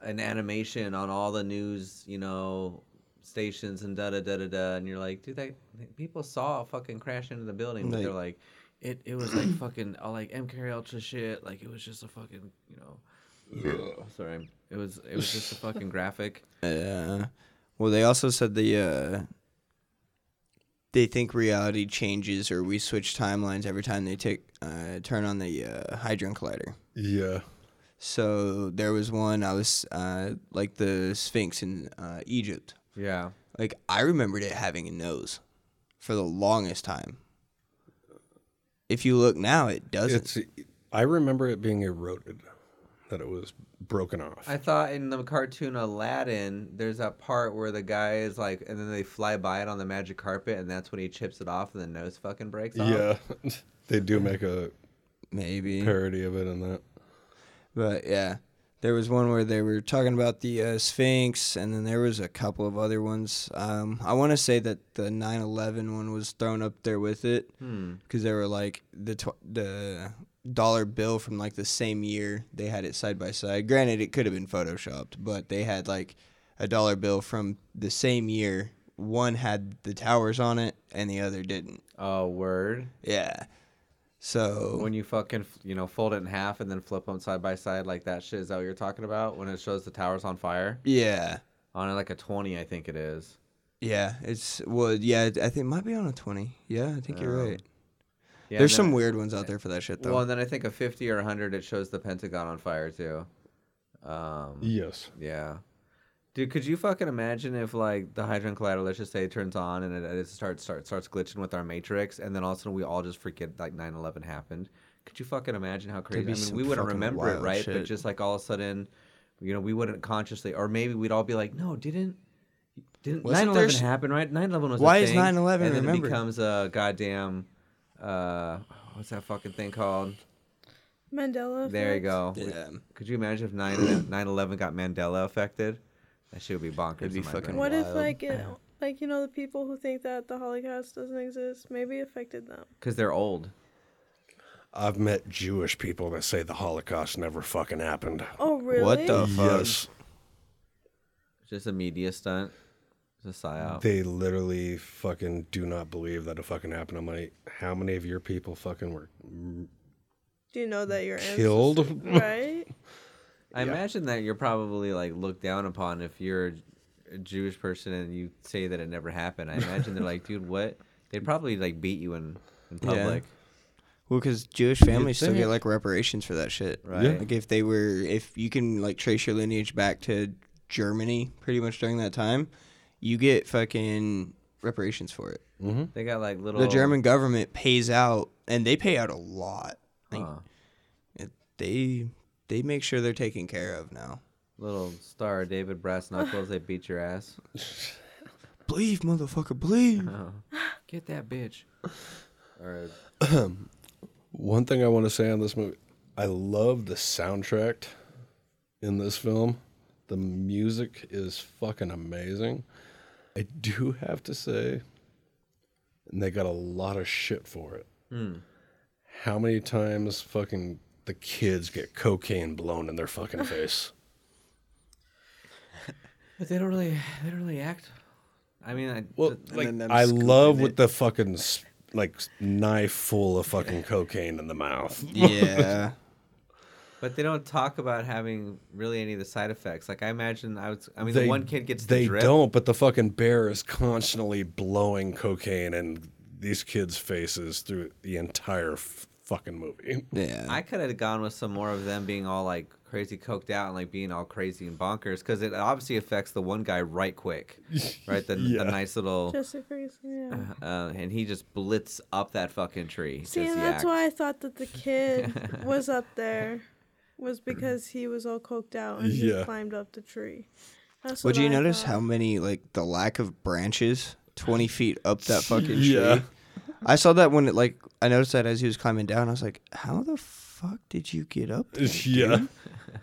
Speaker 4: an animation on all the news, you know, stations and da da da da da. And you're like, dude, that people saw a fucking crash into the building, but they're like, it it was like fucking all like MK Ultra shit. Like it was just a fucking you know. Sorry, it was it was just a fucking graphic.
Speaker 6: Uh, well, they also said the uh, they think reality changes or we switch timelines every time they take uh, turn on the uh, Hydron Collider.
Speaker 3: Yeah.
Speaker 6: So there was one I was uh, like the Sphinx in uh, Egypt.
Speaker 4: Yeah.
Speaker 6: Like I remembered it having a nose for the longest time. If you look now, it doesn't.
Speaker 3: It's. I remember it being eroded, that it was broken off.
Speaker 4: I thought in the cartoon Aladdin, there's that part where the guy is like, and then they fly by it on the magic carpet, and that's when he chips it off, and the nose fucking breaks off.
Speaker 3: yeah, they do make a
Speaker 6: Maybe,
Speaker 3: parody of it in that.
Speaker 6: but yeah. There was one where they were talking about the uh, Sphinx, and then there was a couple of other ones. Um, I want to say that the 9/11 one was thrown up there with it, because they were like the tw- the dollar bill from like the same year. They had it side by side. Granted, it could have been photoshopped, but they had like a dollar bill from the same year. One had the towers on it, and the other didn't.
Speaker 4: Oh, word.
Speaker 6: Yeah. So
Speaker 4: When you fucking, you know, fold it in half and then flip them side by side like that shit, is that what you're talking about? When it shows the towers on fire?
Speaker 6: yeah,
Speaker 4: on like a twenty, I think it is.
Speaker 6: Yeah, it's well, yeah. I think it might be on a twenty. Yeah, I think you're
Speaker 4: Um,
Speaker 6: right.
Speaker 4: yeah,
Speaker 6: There's
Speaker 4: and
Speaker 6: some
Speaker 4: then-
Speaker 6: weird ones out there for that shit though.
Speaker 4: Well, and then I think a fifty or hundred, it shows the Pentagon on fire too. Um,
Speaker 3: Yes.
Speaker 4: Yeah. Dude, could you fucking imagine if like the Hydron Collider, let's just say, it turns on and it, it starts start, starts glitching with our matrix, and then all of a sudden we all just forget like 9-11 happened. Could you fucking imagine how crazy?
Speaker 6: be
Speaker 4: I mean,
Speaker 6: some
Speaker 4: we wouldn't
Speaker 6: fucking
Speaker 4: remember it,
Speaker 6: wild
Speaker 4: right? But
Speaker 6: shit.
Speaker 4: just like all of a sudden, you know, we wouldn't consciously, or maybe we'd all be like, no, didn't. Didn't
Speaker 6: Wasn't
Speaker 4: 9/11
Speaker 6: there s-
Speaker 4: happen? Right, 9/11 was. a
Speaker 6: Why is
Speaker 4: thing,
Speaker 6: 9/11
Speaker 4: And then it
Speaker 6: remembered?
Speaker 4: becomes a goddamn, uh, what's that fucking thing called?
Speaker 5: Mandela.
Speaker 4: There you
Speaker 5: effect.
Speaker 4: go.
Speaker 6: Yeah.
Speaker 4: Could you imagine if 9 9 11 got Mandela affected? That shit would be bonkers.
Speaker 6: It'd be
Speaker 4: in my
Speaker 6: fucking
Speaker 4: brain.
Speaker 5: What if
Speaker 6: Wild.
Speaker 5: like it, like you know the people who think that the Holocaust doesn't exist maybe affected them.
Speaker 4: Because they're old.
Speaker 3: I've met Jewish people that say the Holocaust never fucking happened.
Speaker 5: Oh really?
Speaker 6: What the
Speaker 4: uh,
Speaker 6: fuck?
Speaker 3: Yes.
Speaker 4: It's just a media stunt. It's a psyop.
Speaker 3: They literally fucking do not believe that it fucking happened. I'm like, how many of your people fucking were mm,
Speaker 5: Do you know that you're
Speaker 3: killed?
Speaker 5: right?
Speaker 4: I imagine that you're probably like looked down upon if you're a Jewish person and you say that it never happened. I imagine they're like, dude, what? They'd probably like beat you in, in public.
Speaker 6: Well, because Jewish families still
Speaker 3: think.
Speaker 6: get like reparations for that shit,
Speaker 4: Right. Yeah.
Speaker 6: Like if they were, if you can like trace your lineage back to Germany, pretty much during that time, you get fucking reparations for it.
Speaker 4: They got like little.
Speaker 6: Hmm? The German government pays out, and they pay out a lot. Like,
Speaker 4: Huh.
Speaker 6: it, they they make sure they're taken care of now.
Speaker 4: Little star David Brass Knuckles, they beat your ass.
Speaker 6: Believe, motherfucker, believe.
Speaker 4: Get that bitch. Or
Speaker 3: One thing I want to say on this movie, I love the soundtrack in this film. The music is fucking amazing. I do have to say, and they got a lot of shit for it.
Speaker 7: Hmm.
Speaker 3: How many times fucking the kids get cocaine blown in their fucking face?
Speaker 4: But they don't really, they don't really act. I mean, I,
Speaker 3: Well,
Speaker 4: th-
Speaker 3: like,
Speaker 7: then them
Speaker 3: I
Speaker 7: scooping
Speaker 3: love with
Speaker 7: it.
Speaker 3: the fucking s- like s- knife full of fucking cocaine in the mouth.
Speaker 6: Yeah.
Speaker 4: but they don't talk about having really any of the side effects. Like I imagine, I was, I mean, the one kid gets the
Speaker 3: they
Speaker 4: drip.
Speaker 3: don't but the fucking bear is constantly blowing cocaine in these kids faces through the entire f- fucking movie
Speaker 6: yeah.
Speaker 4: I could have gone with some more of them being all like crazy coked out and like being all crazy and bonkers because it obviously affects the one guy right quick, right? The,
Speaker 3: Yeah.
Speaker 4: the nice little,
Speaker 5: Jesse Ferguson. Yeah.
Speaker 4: uh, and he just blitz up that fucking tree.
Speaker 5: See,
Speaker 4: just
Speaker 5: and that's
Speaker 4: yacked.
Speaker 5: why I thought that the kid was up there, was because he was all coked out and
Speaker 3: Yeah.
Speaker 5: he climbed up the tree. That's
Speaker 6: Would
Speaker 5: what
Speaker 6: you
Speaker 5: I
Speaker 6: notice
Speaker 5: thought.
Speaker 6: how many like the lack of branches twenty feet up that fucking
Speaker 3: Yeah.
Speaker 6: tree? I saw that when it like I noticed that as he was climbing down. I was like, how the fuck did you get up? There?
Speaker 3: yeah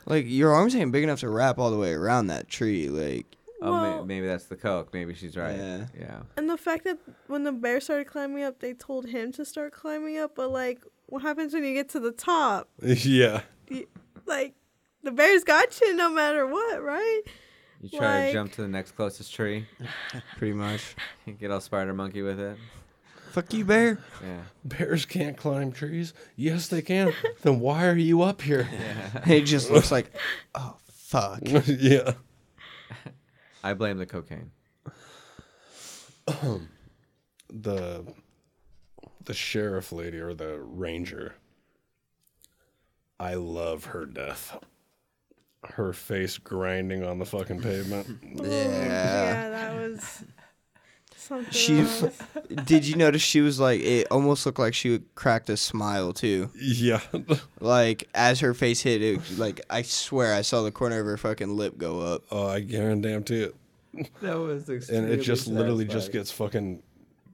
Speaker 6: Like your arms ain't big enough to wrap all the way around that tree. Like
Speaker 4: Oh, ma-
Speaker 5: Well-
Speaker 4: maybe that's the coke. Maybe she's right.
Speaker 6: Yeah.
Speaker 4: yeah.
Speaker 5: And the fact that when the bear started climbing up, they told him to start climbing up, but like, what happens when you get to the top?
Speaker 3: yeah
Speaker 5: You, like, the bear's got you no matter what, right?
Speaker 4: You try to
Speaker 5: Like-
Speaker 4: jump to the next closest tree,
Speaker 6: pretty much.
Speaker 4: get all spider monkey with it.
Speaker 6: fuck you, bear.
Speaker 4: Yeah.
Speaker 3: bears can't climb trees yes they can then why are you up here
Speaker 6: it just looks like, oh fuck.
Speaker 3: yeah
Speaker 4: I blame the cocaine.
Speaker 3: the the sheriff lady or the ranger i love her death her face grinding on the fucking pavement
Speaker 5: Yeah, that was something.
Speaker 6: She,
Speaker 5: else.
Speaker 6: f- did you notice she was like it almost looked like she cracked a smile too.
Speaker 3: yeah
Speaker 6: Like as her face hit it, like I swear I saw the corner of her fucking lip go up.
Speaker 3: oh i guarantee it
Speaker 4: That was
Speaker 3: and it just literally just gets fucking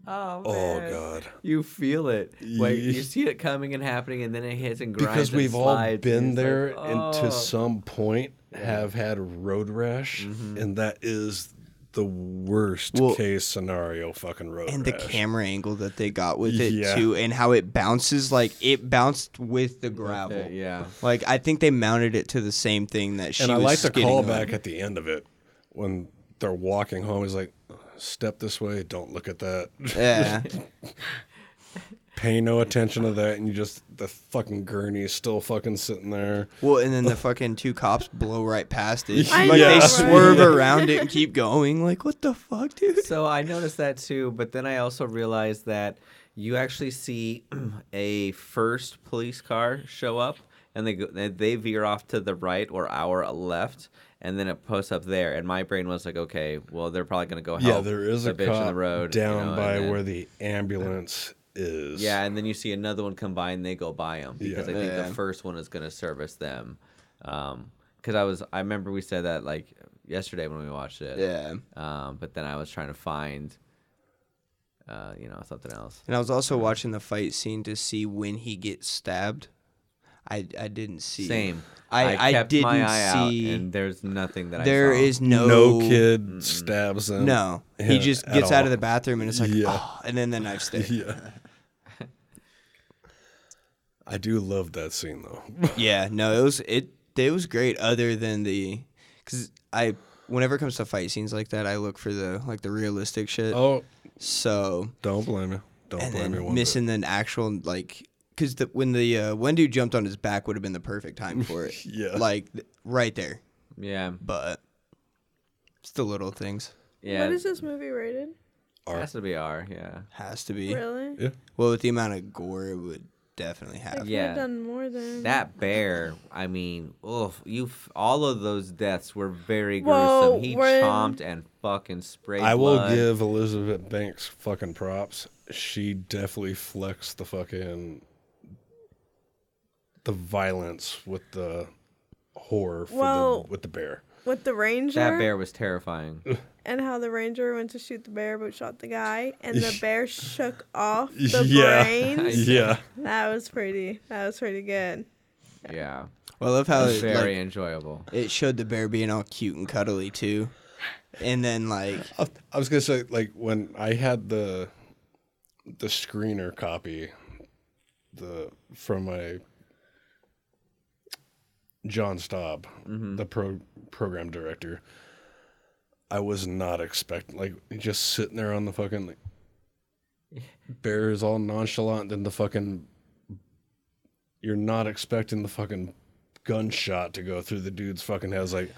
Speaker 4: Oh,
Speaker 3: oh
Speaker 4: man.
Speaker 3: god
Speaker 4: You feel it. Wait,
Speaker 3: Ye-
Speaker 4: you see it coming and happening, and then it hits and grinds.
Speaker 3: because
Speaker 4: and
Speaker 3: we've all
Speaker 4: slides, and
Speaker 3: been
Speaker 4: it's like,
Speaker 3: there and
Speaker 4: "Oh."
Speaker 3: to some point have had road rash
Speaker 4: Mm-hmm.
Speaker 3: and that is the worst
Speaker 6: Well-
Speaker 3: case scenario fucking road
Speaker 6: and the
Speaker 3: rash.
Speaker 6: camera angle that they got with it
Speaker 3: Yeah.
Speaker 6: too and how it bounces like it bounced with the gravel
Speaker 4: Uh, yeah.
Speaker 6: like i think they mounted it to the same thing that she
Speaker 3: and I
Speaker 6: was
Speaker 3: like the
Speaker 6: skidding on.
Speaker 3: callback at the end of it when they're walking home. He's like, "Step this way. Don't look at that."
Speaker 6: yeah
Speaker 3: pay no attention to that, and you just the fucking gurney is still fucking sitting there.
Speaker 6: Well, and then the fucking two cops blow right past it.
Speaker 3: I
Speaker 6: like
Speaker 3: know,
Speaker 6: they
Speaker 3: right?
Speaker 6: swerve
Speaker 3: Yeah.
Speaker 6: around it and keep going. Like what the fuck, dude?
Speaker 4: So I noticed that too, but then I also realized that you actually see a first police car show up, and they go, and they veer off to the right or our left, and then it posts up there. And my brain was like, okay, well they're probably gonna go help.
Speaker 3: yeah, there is
Speaker 4: the
Speaker 3: a
Speaker 4: bitch
Speaker 3: cop
Speaker 4: on the road you
Speaker 3: down
Speaker 4: know, and
Speaker 3: by
Speaker 4: then-
Speaker 3: where the ambulance is.
Speaker 4: Yeah, and then you see another one come by and they go by them because
Speaker 3: Yeah.
Speaker 4: I think
Speaker 3: Yeah.
Speaker 4: the first one is going to service them. Because I was, I remember we said that like yesterday when we watched it.
Speaker 6: Yeah.
Speaker 4: Um, but then I was trying to find, uh, you know, something else.
Speaker 6: And I was also watching the fight scene to see when he gets stabbed. I, I didn't see.
Speaker 4: Same.
Speaker 6: I, I,
Speaker 4: kept
Speaker 6: didn't
Speaker 4: my eye out,
Speaker 6: see.
Speaker 4: and there's nothing that
Speaker 6: There
Speaker 4: I saw.
Speaker 6: is no
Speaker 3: No kid stabs him.
Speaker 6: No, he
Speaker 3: him
Speaker 6: just
Speaker 3: at
Speaker 6: gets out of
Speaker 3: all.
Speaker 6: the bathroom and it's like,
Speaker 3: Yeah.
Speaker 6: "Oh," and then the knife stick.
Speaker 3: Yeah. I do love that scene though.
Speaker 6: yeah, no, it was it it was great. Other than the, because I whenever it comes to fight scenes like that, I look for the like the realistic shit.
Speaker 3: Oh.
Speaker 6: so
Speaker 3: Don't blame you. Don't
Speaker 6: and
Speaker 3: blame
Speaker 6: then
Speaker 3: me one bit.
Speaker 6: missing an actual like because the, when the uh, one dude jumped on his back would have been the perfect time for it.
Speaker 3: Yeah.
Speaker 6: like th- right there.
Speaker 4: Yeah.
Speaker 6: But it's the little things.
Speaker 4: Yeah.
Speaker 5: What is this movie rated?
Speaker 4: It has to be R. Yeah.
Speaker 6: Has to be.
Speaker 5: Really?
Speaker 3: Yeah.
Speaker 6: Well, with the amount of gore, it would definitely have.
Speaker 4: Yeah.
Speaker 5: I've done more than
Speaker 4: That bear, I mean, oof, you f- all of those deaths were very gruesome.
Speaker 5: Whoa,
Speaker 4: he
Speaker 5: when-
Speaker 4: chomped and fucking sprayed.
Speaker 3: I will
Speaker 4: blood.
Speaker 3: give Elizabeth Banks fucking props. She definitely flexed the fucking the violence with the horror for
Speaker 5: Well-
Speaker 3: the, with the bear.
Speaker 5: with the ranger
Speaker 4: That bear was terrifying.
Speaker 5: and how the ranger went to shoot the bear but shot the guy and the bear shook off the
Speaker 3: Yeah.
Speaker 5: brains.
Speaker 3: Yeah.
Speaker 5: That was pretty. That was pretty good.
Speaker 4: Yeah.
Speaker 6: Well, I love how it,
Speaker 4: very
Speaker 6: Oh, like,
Speaker 4: enjoyable.
Speaker 6: it showed the bear being all cute and cuddly too, and then like
Speaker 3: I I was gonna say like when I had the the screener copy the from my John Staub, the pro program director. I was not expecting like just sitting there on the fucking like, bear is all nonchalant. Then the fucking you're not expecting the fucking gunshot to go through the dude's fucking head. I was like,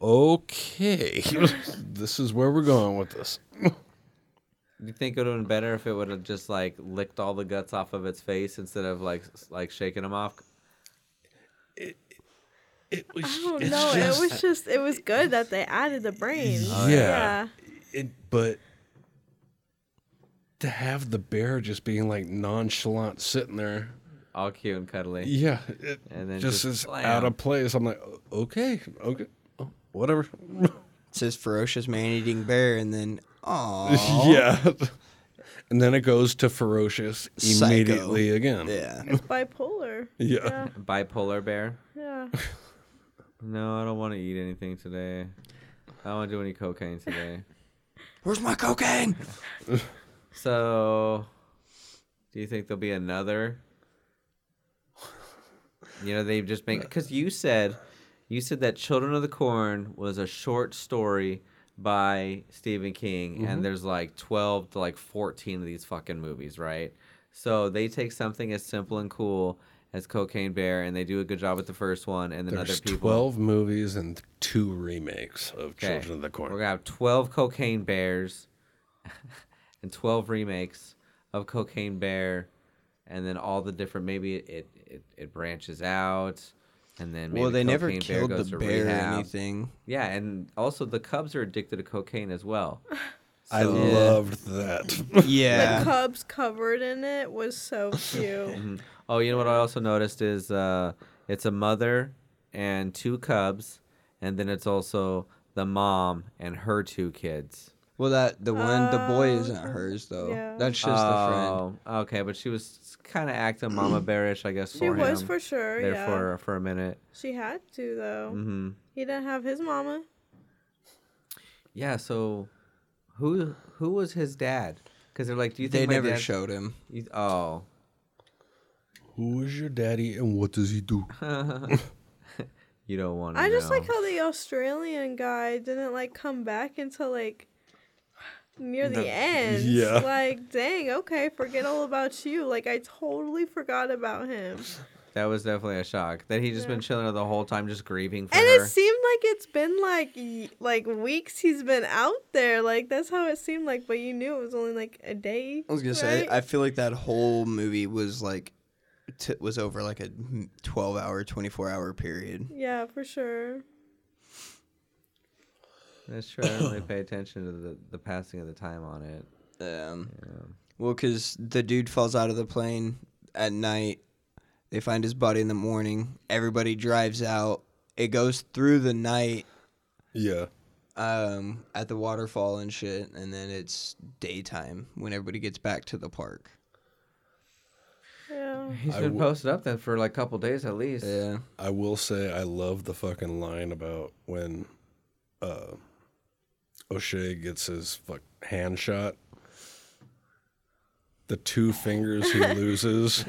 Speaker 3: okay, this is where we're going with this.
Speaker 4: You think it would have been better if it would have just like licked all the guts off of its face instead of like s- like shaking them off?
Speaker 3: It was.
Speaker 5: I don't know. it was just. It was good that they added the brains.
Speaker 3: Yeah. It, but to have the bear just being like nonchalant sitting there,
Speaker 4: All cute and cuddly.
Speaker 3: yeah, it
Speaker 4: And then
Speaker 3: just,
Speaker 4: just
Speaker 3: is
Speaker 4: slam.
Speaker 3: out of place. I'm like, "O- okay, okay, oh, whatever.
Speaker 6: it says ferocious man eating bear, and then oh
Speaker 3: yeah. And then it goes to ferocious
Speaker 6: Psycho.
Speaker 3: immediately again.
Speaker 6: yeah.
Speaker 5: Bipolar.
Speaker 3: Yeah.
Speaker 4: Bipolar bear.
Speaker 5: Yeah.
Speaker 4: No, I don't want to eat anything today. I don't want to do any cocaine today.
Speaker 6: Where's my cocaine?
Speaker 4: So, do you think there'll be another? You know, they just make because you said, you said that Children of the Corn was a short story by Stephen King, and there's like twelve to like fourteen of these fucking movies, right? So they take something as simple and cool as Cocaine Bear, and they do a good job with the first one, and then
Speaker 3: There's
Speaker 4: other people.
Speaker 3: 12 movies and two remakes of
Speaker 4: Okay.
Speaker 3: Children of the Corn.
Speaker 4: We're gonna have twelve cocaine bears and twelve remakes of Cocaine Bear, and then all the different. Maybe it it, it branches out, and then maybe
Speaker 6: Well, they never
Speaker 4: Cocaine
Speaker 6: killed
Speaker 4: goes
Speaker 6: the
Speaker 4: to
Speaker 6: bear
Speaker 4: rehab.
Speaker 6: or anything.
Speaker 4: Yeah, and also the Cubs are addicted to cocaine as well.
Speaker 3: I loved that.
Speaker 5: The
Speaker 6: Yeah,
Speaker 5: cubs covered in it was so cute.
Speaker 4: Oh, you know what I also noticed is uh, it's a mother and two cubs, and then it's also the mom and her two kids.
Speaker 6: well that the one the boy isn't hers though.
Speaker 5: Oh, yeah.
Speaker 6: That's just the friend.
Speaker 4: Oh, okay, but she was kind of acting mama bearish, I guess.
Speaker 5: she
Speaker 4: for
Speaker 5: was
Speaker 4: him
Speaker 5: for sure.
Speaker 4: there
Speaker 5: Yeah.
Speaker 4: for for a minute.
Speaker 5: She had to though.
Speaker 4: hmm
Speaker 5: He didn't have his mama.
Speaker 4: Yeah. So, who who was his dad? Because they're like, do you
Speaker 6: They
Speaker 4: think my
Speaker 6: never
Speaker 4: dad-
Speaker 6: showed him.
Speaker 4: you- oh,
Speaker 3: Who is your daddy and what does he do?
Speaker 4: you don't want to.
Speaker 5: I just like how the Australian guy didn't like come back until like near the,
Speaker 3: The-
Speaker 5: end.
Speaker 3: Yeah.
Speaker 5: Like, dang, okay, forget all about you. Like, I totally forgot about him.
Speaker 4: That was definitely a shock. That he just been chilling there the whole time, just grieving for
Speaker 5: And
Speaker 4: her.
Speaker 5: it seemed like it's been like y- like weeks he's been out there. Like that's how it seemed like, but you knew it was only like a day.
Speaker 6: I was gonna say,
Speaker 5: right?
Speaker 6: I feel like that whole movie was like, t- was over like a twelve hour, twenty four hour period.
Speaker 5: yeah, for sure.
Speaker 4: That's true. I didn't really pay attention to the, the passing of the time on it.
Speaker 6: Um, Well, because the dude falls out of the plane at night. They find his body in the morning. Everybody drives out. It goes through the night.
Speaker 3: Yeah.
Speaker 6: Um, at the waterfall and shit, and then it's daytime when everybody gets back to the park.
Speaker 5: Yeah.
Speaker 4: He's
Speaker 3: I
Speaker 4: been
Speaker 3: w-
Speaker 4: posted up then for like a couple days at least.
Speaker 6: Yeah.
Speaker 3: I will say I love the fucking line about when uh O'Shea gets his fuck hand shot. The two fingers he loses.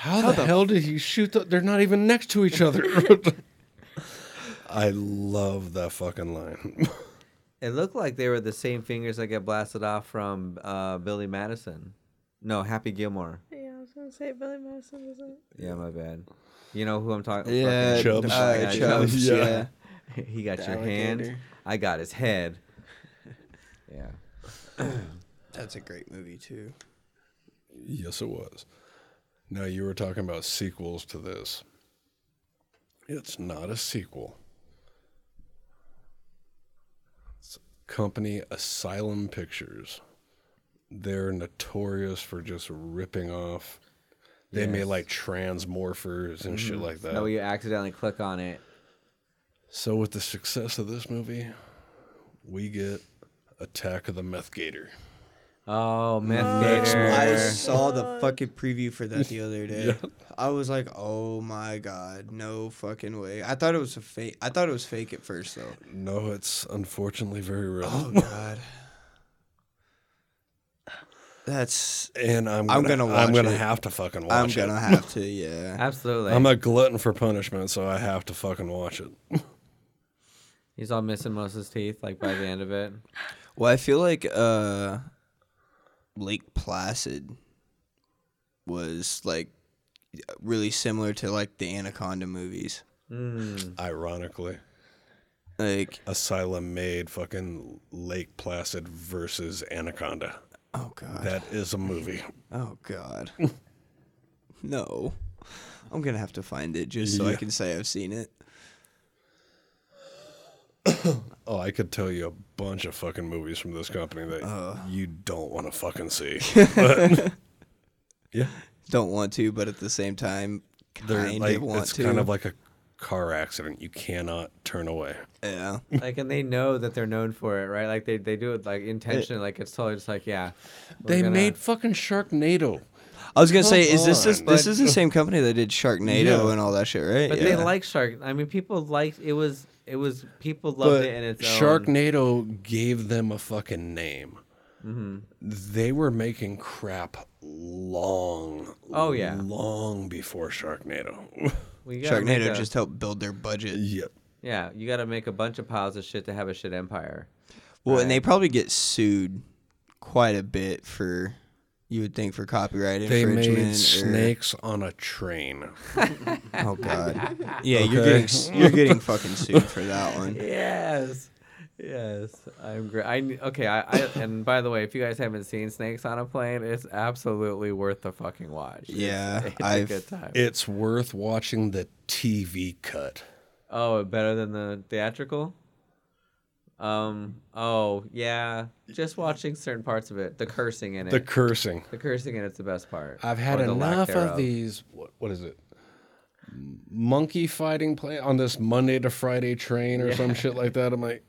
Speaker 3: How, the, hell did he shoot? The, they're not even next to each other. I love that fucking line.
Speaker 4: It looked like they were the same fingers that get blasted off from uh, Billy Madison. No, Happy Gilmore.
Speaker 5: Yeah, I was gonna say Billy Madison was like,
Speaker 4: Yeah, my bad. You know who I'm talking
Speaker 6: Yeah,
Speaker 3: Chubbs.
Speaker 6: uh,
Speaker 4: Yeah, Chubbs.
Speaker 6: Chubbs, yeah.
Speaker 4: he got
Speaker 7: The
Speaker 4: your hand.
Speaker 7: alligator.
Speaker 4: I got his head. yeah.
Speaker 6: That's a great movie too.
Speaker 3: Yes, it was. Now, you were talking about sequels to this. It's not a sequel. It's company Asylum Pictures. They're notorious for just ripping off. They made
Speaker 4: Yes.
Speaker 3: like transmorphers and shit like that.
Speaker 4: No, you accidentally click on it.
Speaker 3: So, with the success of this movie, we get Attack of the Meth Gator.
Speaker 4: Oh, Meth
Speaker 6: I
Speaker 4: Gator.
Speaker 6: saw the fucking preview for that the other day. I was like, "Oh my god, no fucking way!" I thought it was a fake. I thought it was fake at first though.
Speaker 3: No, it's unfortunately very real.
Speaker 6: Oh god, that's.
Speaker 3: and I'm
Speaker 6: I'm
Speaker 3: gonna,
Speaker 6: gonna watch
Speaker 3: I'm gonna
Speaker 6: it.
Speaker 3: have to fucking watch
Speaker 6: I'm
Speaker 3: it.
Speaker 6: gonna have to. Yeah.
Speaker 4: Absolutely.
Speaker 3: I'm a glutton for punishment, so I have to fucking watch it.
Speaker 4: He's all missing most of his teeth, like by the end of it.
Speaker 6: Well, I feel like uh, Lake Placid was like really similar to like the Anaconda movies.
Speaker 4: Mm.
Speaker 3: Ironically,
Speaker 6: Like,
Speaker 3: Asylum made fucking Lake Placid versus Anaconda.
Speaker 6: oh god.
Speaker 3: That is a movie.
Speaker 6: Oh God. no. I'm gonna have to find it just so I
Speaker 3: Yeah.
Speaker 6: can say I've seen it.
Speaker 3: Oh, I could tell you a bunch of fucking movies from this company that
Speaker 6: Uh.
Speaker 3: you don't want to fucking see. yeah,
Speaker 6: Don't want to, but at the same time,
Speaker 3: they're
Speaker 6: kind
Speaker 3: like
Speaker 6: of want
Speaker 3: it's
Speaker 6: to.
Speaker 3: kind of like a car accident. You cannot turn away.
Speaker 6: yeah.
Speaker 4: Like, and they know that they're known for it, right? Like, they, they do it like intentionally. Like, it's totally just like, yeah. we're
Speaker 3: They
Speaker 4: gonna-
Speaker 3: made fucking Sharknado.
Speaker 6: I was gonna say,
Speaker 3: Come
Speaker 6: is this this,
Speaker 3: on.
Speaker 6: this is the same company that did Sharknado
Speaker 3: Yeah.
Speaker 6: and all that shit, right?
Speaker 4: But they
Speaker 6: yeah.
Speaker 4: like Shark. I mean, people liked it. Was it was people loved it in its own.
Speaker 3: Sharknado gave them a fucking name.
Speaker 4: Mm-hmm.
Speaker 3: They were making crap long.
Speaker 4: Oh, yeah.
Speaker 3: long before Sharknado.
Speaker 4: We gotta make
Speaker 6: Sharknado
Speaker 4: a-
Speaker 6: just helped build their budget.
Speaker 3: yep.
Speaker 4: Yeah, you got to make a bunch of piles of shit to have a shit empire.
Speaker 6: Well, and they probably get sued quite a bit for, you would think, for copyright
Speaker 3: They
Speaker 6: infringement.
Speaker 3: made
Speaker 6: or-
Speaker 3: snakes on a train.
Speaker 6: Oh God. Yeah, you're
Speaker 3: Okay.
Speaker 6: getting s- you're getting fucking sued for that one.
Speaker 4: Yes, yes, I'm great. I kn- okay. I, I and by the way, if you guys haven't seen Snakes on a Plane, it's absolutely worth the fucking watch. It's-
Speaker 6: Yeah,
Speaker 4: it's,
Speaker 6: I've-
Speaker 4: a good time.
Speaker 3: It's worth watching the TV cut.
Speaker 4: oh, better than the theatrical. Um. Oh yeah, just watching certain parts of it. The cursing in it.
Speaker 3: The
Speaker 4: The,
Speaker 3: cursing.
Speaker 4: cursing in it's the best part.
Speaker 3: I've had
Speaker 4: or the lack
Speaker 3: enough of
Speaker 4: thereof.
Speaker 3: these. What, what is it? Monkey fighting play on this Monday to Friday train or some shit like that. I'm like,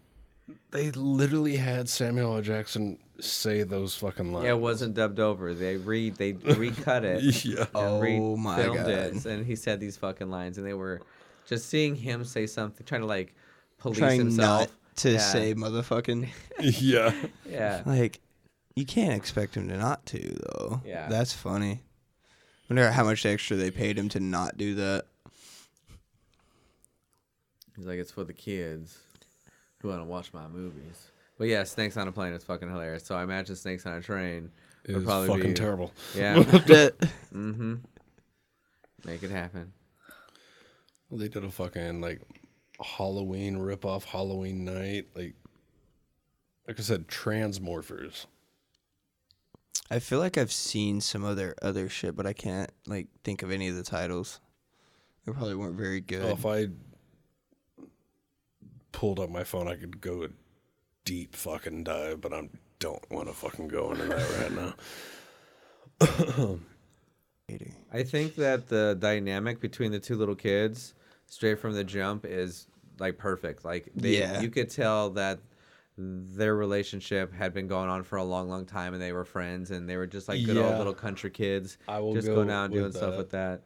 Speaker 3: they literally had Samuel L. Jackson say those fucking lines.
Speaker 4: Yeah, it wasn't dubbed over. They re they recut it.
Speaker 3: yeah.
Speaker 4: and
Speaker 6: Oh my
Speaker 4: refilmed
Speaker 6: God.
Speaker 4: It, and he said these fucking lines, and they were just seeing him say something, trying to like police
Speaker 6: trying
Speaker 4: himself.
Speaker 6: not to
Speaker 4: Yeah,
Speaker 6: say motherfucking.
Speaker 3: yeah.
Speaker 4: yeah.
Speaker 6: Like, you can't expect him to not to though.
Speaker 4: Yeah.
Speaker 6: that's funny. Wonder how much extra they paid him to not do that.
Speaker 4: He's like, it's for the kids who want to watch my movies. But yeah, snakes on a plane is fucking hilarious. So I imagine snakes on a train
Speaker 3: It
Speaker 4: would
Speaker 3: is
Speaker 4: probably
Speaker 3: fucking
Speaker 4: be-
Speaker 3: terrible.
Speaker 4: Yeah. mm-hmm. Make it happen.
Speaker 3: Well, They did a fucking like Halloween ripoff, Halloween night. Like, like I said, Transmorphers.
Speaker 6: I feel like I've seen some other other shit, but I can't like think of any of the titles. They probably weren't very good.
Speaker 3: Oh, if I pulled up my phone, I could go a deep fucking dive, but I don't want to fucking go into that right now.
Speaker 4: I think that the dynamic between the two little kids, straight from the jump, is like perfect. Like they,
Speaker 6: Yeah.
Speaker 4: you could tell that their relationship had been going on for a long, long time, and they were friends, and they were just like good old
Speaker 3: Yeah.
Speaker 4: little country kids.
Speaker 3: I will
Speaker 4: just
Speaker 3: go
Speaker 4: going out and
Speaker 3: with
Speaker 4: doing stuff
Speaker 3: that.
Speaker 4: with that.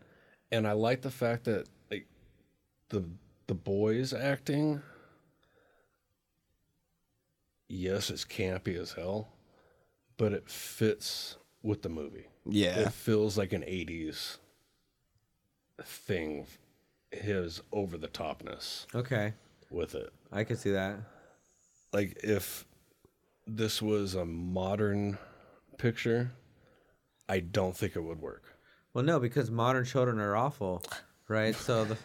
Speaker 3: And I like the fact that like the the boys acting. Yes, it's campy as hell, but it fits with the movie.
Speaker 6: Yeah.
Speaker 3: it feels like an '80s thing. His over the topness
Speaker 4: Okay,
Speaker 3: with it.
Speaker 4: I could see that.
Speaker 3: like if this was a modern picture, I don't think it would work.
Speaker 4: Well, no, because modern children are awful, right? So the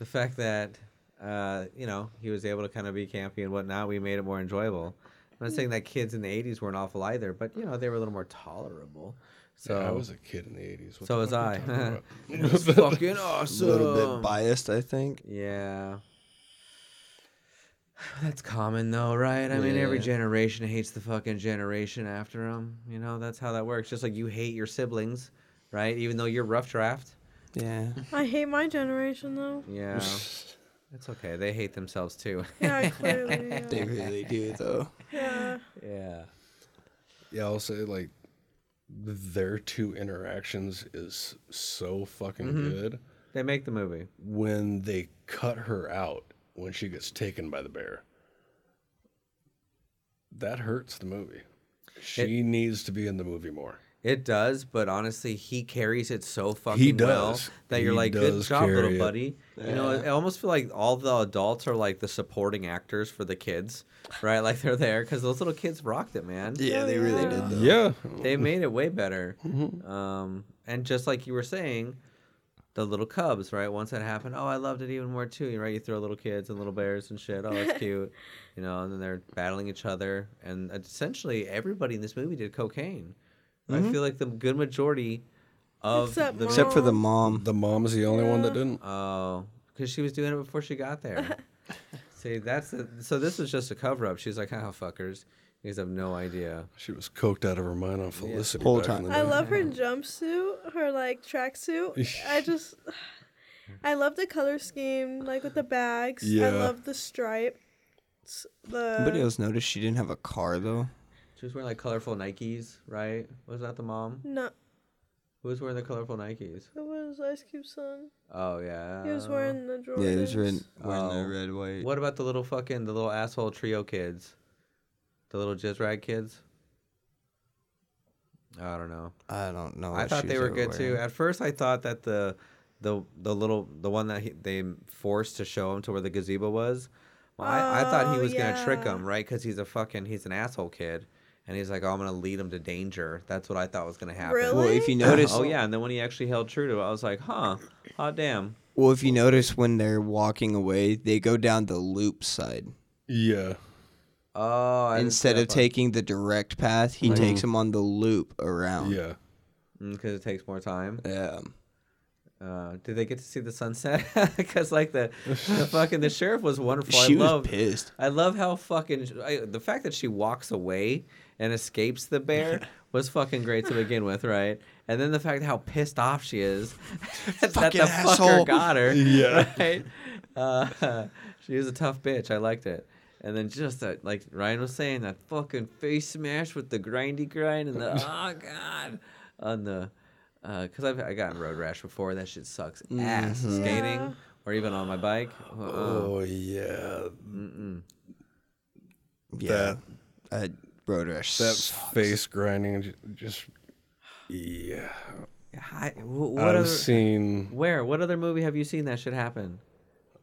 Speaker 4: the fact that uh, you know he was able to kind of be campy and whatnot, we made it more enjoyable. I'm not saying that kids in the '80s weren't awful either, but you know they were a little more tolerable. So
Speaker 3: Yeah, I was a kid in the '80s.
Speaker 4: Oh. so was
Speaker 3: the fuck
Speaker 4: I.
Speaker 3: are you talking about?
Speaker 4: it was fucking
Speaker 6: a
Speaker 4: awesome.
Speaker 6: little bit biased, I think.
Speaker 4: Yeah. That's common though, right? I mean, every
Speaker 6: Yeah.
Speaker 4: generation hates the fucking generation after them. You know, that's how that works. Just like you hate your siblings, right? Even though you're rough draft.
Speaker 6: Yeah.
Speaker 5: I hate my generation though.
Speaker 4: Yeah. That's okay. They hate themselves too.
Speaker 5: Yeah, clearly. Yeah.
Speaker 6: They really do though.
Speaker 5: Yeah.
Speaker 4: yeah.
Speaker 3: Yeah, I'll say like their two interactions is so fucking
Speaker 4: Mm-hmm.
Speaker 3: good
Speaker 4: They make the movie.
Speaker 3: when they cut her out when she gets taken by the bear. That hurts the movie. She needs to be in the movie more.
Speaker 4: It does, but honestly, he carries it so fucking well
Speaker 3: does.
Speaker 4: that you're
Speaker 3: He
Speaker 4: like, good
Speaker 3: does
Speaker 4: job, little
Speaker 3: carry it.
Speaker 4: buddy. You know, I almost feel like all the adults are like the supporting actors for the kids, right? Like they're there because those little kids rocked it, man.
Speaker 6: Yeah, they really did though.
Speaker 3: Yeah.
Speaker 4: They made it way better. Um, and just like you were saying, the little cubs, right? Once that happened, oh, I loved it even more too. You're right. You throw little kids and little bears and shit. Oh, that's cute. You know, and then they're battling each other. And essentially, everybody in this movie did cocaine. I feel like the good majority of
Speaker 5: Except
Speaker 4: the.
Speaker 5: mom.
Speaker 6: Except for the mom.
Speaker 3: The mom's the only one that didn't.
Speaker 4: Oh, because she was doing it before she got there. See, that's the, so. This was just a cover up. She's like, "Oh, fuckers, you guys have no idea."
Speaker 3: She was coked out of her mind on Felicity.
Speaker 6: Whole
Speaker 3: back in
Speaker 6: time.
Speaker 3: the
Speaker 5: I
Speaker 3: day.
Speaker 5: love her jumpsuit, her like tracksuit. I just, I love the color scheme, like with the bags.
Speaker 3: Yeah.
Speaker 5: I love the stripes. The
Speaker 6: Nobody else noticed she didn't have a car though.
Speaker 4: She was wearing like colorful Nikes, right? Was that the mom?
Speaker 5: no,
Speaker 4: Who was wearing the colorful Nikes?
Speaker 5: it was Ice Cube's son.
Speaker 4: Oh yeah.
Speaker 5: He was wearing
Speaker 4: Uh,
Speaker 5: the Jordans.
Speaker 6: Yeah, these were in, wearing
Speaker 4: Oh.
Speaker 6: the red white.
Speaker 4: What about the little fucking the little asshole trio kids? The little jizz rag kids? I don't know.
Speaker 6: I don't know.
Speaker 4: I
Speaker 6: what
Speaker 4: thought
Speaker 6: shoes
Speaker 4: they were good too.
Speaker 6: wearing.
Speaker 4: At first I thought that the the the little the one that he, they forced to show him to where the gazebo was. Well, I, I thought he
Speaker 5: Oh,
Speaker 4: was gonna trick
Speaker 5: yeah.
Speaker 4: him, right? Because he's a fucking he's an asshole kid, and he's like, oh, I'm gonna lead him to danger. That's what I thought was gonna happen.
Speaker 5: Really?
Speaker 6: Well, if you notice,
Speaker 4: Oh yeah, and then when he actually held true to it, I was like, huh, oh damn.
Speaker 6: Well, if you notice when they're walking away, they go down the loop side.
Speaker 3: Yeah.
Speaker 4: Oh, I
Speaker 6: Instead of taking the direct path, he takes them on the loop around.
Speaker 3: Yeah.
Speaker 4: because mm, it takes more time.
Speaker 6: Yeah.
Speaker 4: Uh, did they get to see the sunset? Because like the, the fucking the sheriff was wonderful.
Speaker 6: she
Speaker 4: I
Speaker 6: was
Speaker 4: love
Speaker 6: pissed.
Speaker 4: I love how fucking I, the fact that she walks away and escapes the bear was fucking great to begin with, right? And then the fact how pissed off she is that
Speaker 6: Fucking
Speaker 4: the
Speaker 6: asshole.
Speaker 4: fucker got her.
Speaker 3: Yeah.
Speaker 4: Right? Uh, she was a tough bitch. I liked it. And then just that, like Ryan was saying, that fucking face smash with the grindy grind and the oh god on the because I've I gotten road rash before. That shit sucks ass
Speaker 6: Mm-hmm.
Speaker 4: skating
Speaker 5: Yeah.
Speaker 4: or even on my bike. Uh-uh.
Speaker 3: Oh yeah.
Speaker 6: Yeah. Uh, That, road rash.
Speaker 3: That
Speaker 6: sucked.
Speaker 3: face grinding, j- just yeah.
Speaker 4: Hi, wh- what
Speaker 3: I've
Speaker 4: other,
Speaker 3: seen.
Speaker 4: Where? What other movie have you seen that should happen?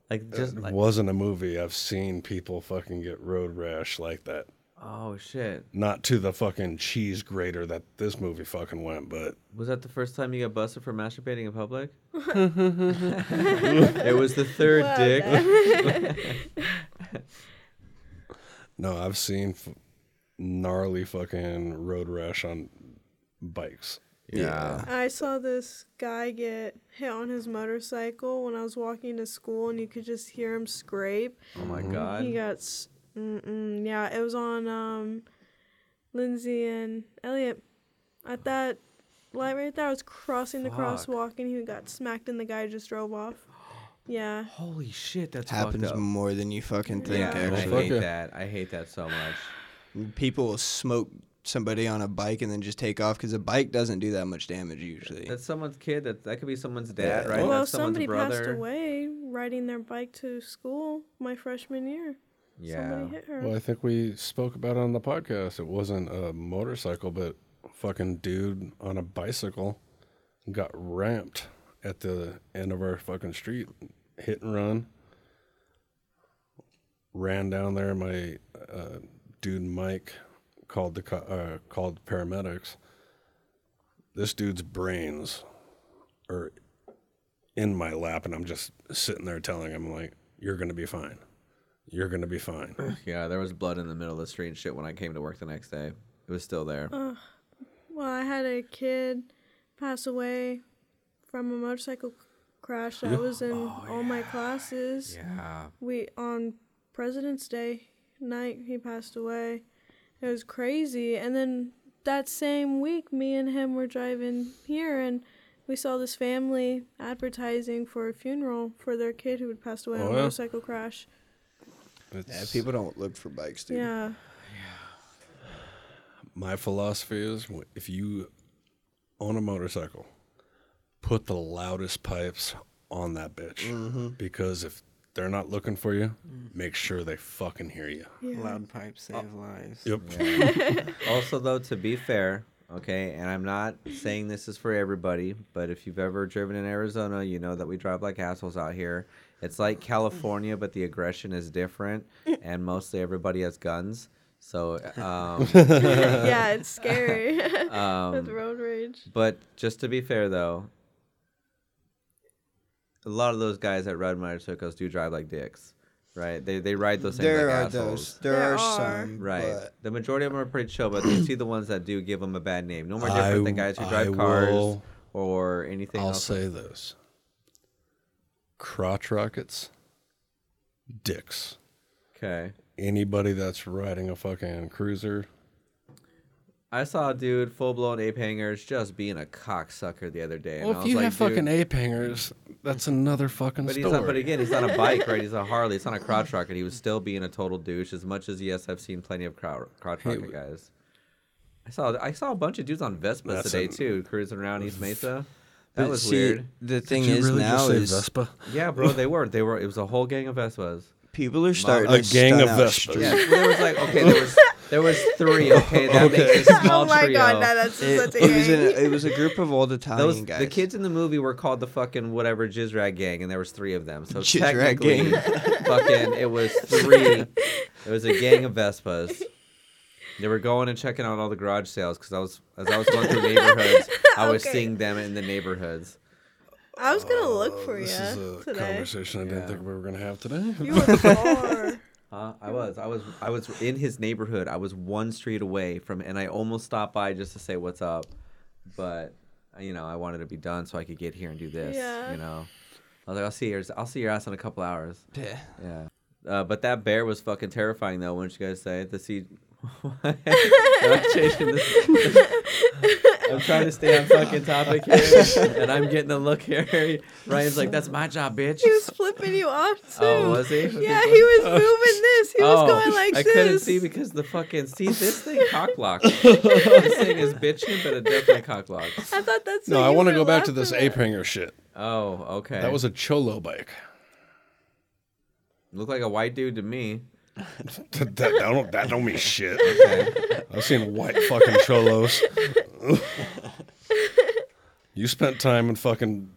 Speaker 4: Like just
Speaker 3: It
Speaker 4: like,
Speaker 3: wasn't a movie. I've seen people fucking get road rash like that.
Speaker 4: Oh shit!
Speaker 3: Not to the fucking cheese grater that this movie fucking went, but
Speaker 4: Was that the first time you got busted for masturbating in public? it was the third
Speaker 5: Well
Speaker 4: dick.
Speaker 3: no, I've seen f- gnarly fucking road rash on bikes.
Speaker 4: Yeah.
Speaker 5: I saw this guy get hit on his motorcycle when I was walking to school, and you could just hear him scrape.
Speaker 4: Oh my god.
Speaker 5: He got, s- mm-mm, yeah, it was on um, Lindsay and Elliot. At that light right there, I was crossing the
Speaker 4: Fuck.
Speaker 5: crosswalk, and he got smacked, and the guy just drove off. Yeah.
Speaker 4: Holy shit! That's
Speaker 6: Happens
Speaker 4: fucked up.
Speaker 6: more than you fucking think,
Speaker 4: Yeah, I
Speaker 6: actually.
Speaker 4: hate that. I hate that so much.
Speaker 6: People will smoke somebody on a bike and then just take off because a bike doesn't do that much damage usually.
Speaker 4: That's someone's kid. That that could be someone's dad,
Speaker 6: Yeah.
Speaker 4: right?
Speaker 5: Well,
Speaker 4: That's someone's
Speaker 5: somebody
Speaker 4: brother.
Speaker 5: passed away riding their bike to school my freshman year.
Speaker 4: Yeah.
Speaker 5: Somebody hit her.
Speaker 3: Well, I think we spoke about it on the podcast. It wasn't a motorcycle, but fucking dude on a bicycle got ramped at the end of our fucking street, hit and run. Ran down there. My uh, dude Mike called the co- uh, called paramedics. This dude's brains are in my lap, and I'm just sitting there telling him like, "You're gonna be fine. You're gonna be fine."
Speaker 4: Yeah, there was blood in the middle of the street and shit when I came to work the next day. It was still there.
Speaker 5: Well, I had a kid pass away from a motorcycle c- crash that was in all my classes.
Speaker 4: Yeah.
Speaker 5: We on President's Day night he passed away. It was crazy. And then that same week me and him were driving here and we saw this family advertising for a funeral for their kid who had passed away
Speaker 3: Oh,
Speaker 5: in a
Speaker 3: yeah?
Speaker 5: motorcycle crash.
Speaker 6: yeah,
Speaker 3: It's-
Speaker 6: people don't look for bikes, dude.
Speaker 5: Yeah.
Speaker 3: my philosophy is wh- if you own a motorcycle, put the loudest pipes on that bitch. Because if they're not looking for you, make sure they fucking hear you.
Speaker 5: Yeah.
Speaker 7: Loud pipes save lives.
Speaker 3: Yep.
Speaker 4: also, though, to be fair, okay, and I'm not saying this is for everybody, but if you've ever driven in Arizona, you know that we drive like assholes out here. It's like California, but the aggression is different, and mostly everybody has guns. So, um,
Speaker 5: yeah, it's scary. With road rage.
Speaker 4: But just to be fair, though, a lot of those guys that ride motorcycles do drive like dicks, right? They they ride those things
Speaker 6: There
Speaker 4: like
Speaker 6: are
Speaker 4: assholes.
Speaker 6: those. There,
Speaker 5: There
Speaker 6: are
Speaker 5: are.
Speaker 6: some.
Speaker 4: Right.
Speaker 6: But
Speaker 4: The majority of them are pretty chill, but you see the ones that do give them a bad name. No more different than
Speaker 3: I-
Speaker 4: guys who
Speaker 3: I
Speaker 4: drive cars
Speaker 3: will-
Speaker 4: or anything
Speaker 3: I'll
Speaker 4: else.
Speaker 3: say this crotch rockets, dicks.
Speaker 4: Okay.
Speaker 3: Anybody that's riding a fucking cruiser,
Speaker 4: I saw a dude full blown ape hangers just being a cocksucker the other day. and
Speaker 3: well,
Speaker 4: I
Speaker 3: if
Speaker 4: was
Speaker 3: you
Speaker 4: like,
Speaker 3: have
Speaker 4: dude-
Speaker 3: fucking ape hangers, that's another fucking
Speaker 4: But he's
Speaker 3: story.
Speaker 4: not, but again, he's on a bike, right? He's on a Harley. It's not a crotch rocket. He was still being a total douche. As much as yes, I've seen plenty of crowd, crotch rocket guys. I saw I saw a bunch of dudes on Vespas
Speaker 3: That's
Speaker 4: today
Speaker 3: a-
Speaker 4: too, cruising around East Mesa. That
Speaker 6: but
Speaker 4: was
Speaker 6: see,
Speaker 4: weird.
Speaker 6: The
Speaker 3: Did
Speaker 6: thing
Speaker 3: you
Speaker 6: is
Speaker 3: really just
Speaker 6: now
Speaker 3: say
Speaker 6: is
Speaker 3: Vespa?
Speaker 4: Yeah, bro, they were. They were. It was a whole gang of Vespas.
Speaker 6: people are starting
Speaker 3: A
Speaker 6: to
Speaker 3: gang
Speaker 6: stun
Speaker 3: of
Speaker 6: out
Speaker 3: Vespas.
Speaker 6: streets.
Speaker 4: Yeah, well, there was like okay, there was there was three. Okay, that makes a small
Speaker 5: Oh my
Speaker 4: trio.
Speaker 5: god, no, that's
Speaker 6: It,
Speaker 5: such a
Speaker 6: it was
Speaker 5: gang.
Speaker 6: an, it was a group of old Italian
Speaker 4: Those
Speaker 6: guys.
Speaker 4: the kids in the movie were called the fucking whatever jizz rag gang, and there was three of them. So
Speaker 6: Jizz rag
Speaker 4: technically, fucking, it was three. It was a gang of Vespas. They were going and checking out all the garage sales because I was as I was going through neighborhoods, I was
Speaker 5: Okay.
Speaker 4: seeing them in the neighborhoods.
Speaker 5: I was gonna
Speaker 4: Oh,
Speaker 5: look for
Speaker 3: This
Speaker 5: you
Speaker 3: is a
Speaker 5: today.
Speaker 3: conversation I didn't think we were going to have today.
Speaker 5: You were far.
Speaker 4: Huh? I was, I was, I was in his neighborhood. I was one street away from, and I almost stopped by just to say what's up, but you know, I wanted to be done so I could get here and do this.
Speaker 5: Yeah.
Speaker 4: You know, I was like, I'll see yours. I'll see your ass in a couple hours.
Speaker 6: Yeah.
Speaker 4: Yeah. Uh, but that bear was fucking terrifying, though. Wouldn't you guys say to see? I'm changing this. I'm trying to stay on fucking topic here, and I'm getting a look here. Ryan's like, "That's my job, bitch."
Speaker 5: he was flipping you off too.
Speaker 4: Oh, was he? Oh.
Speaker 5: Yeah, he was moving this. He was going like
Speaker 4: I
Speaker 5: this.
Speaker 4: couldn't see because the fucking see this thing cocklocked. this thing is bitching, but it definitely cocklocked.
Speaker 5: I thought that's
Speaker 3: No,
Speaker 5: what
Speaker 3: I
Speaker 5: want to
Speaker 3: go back to this ape hanger shit.
Speaker 4: Oh, okay.
Speaker 3: That was a cholo bike.
Speaker 4: looked like a white dude to me.
Speaker 3: that, that don't that don't mean shit. I've seen white fucking cholos. you spent time in fucking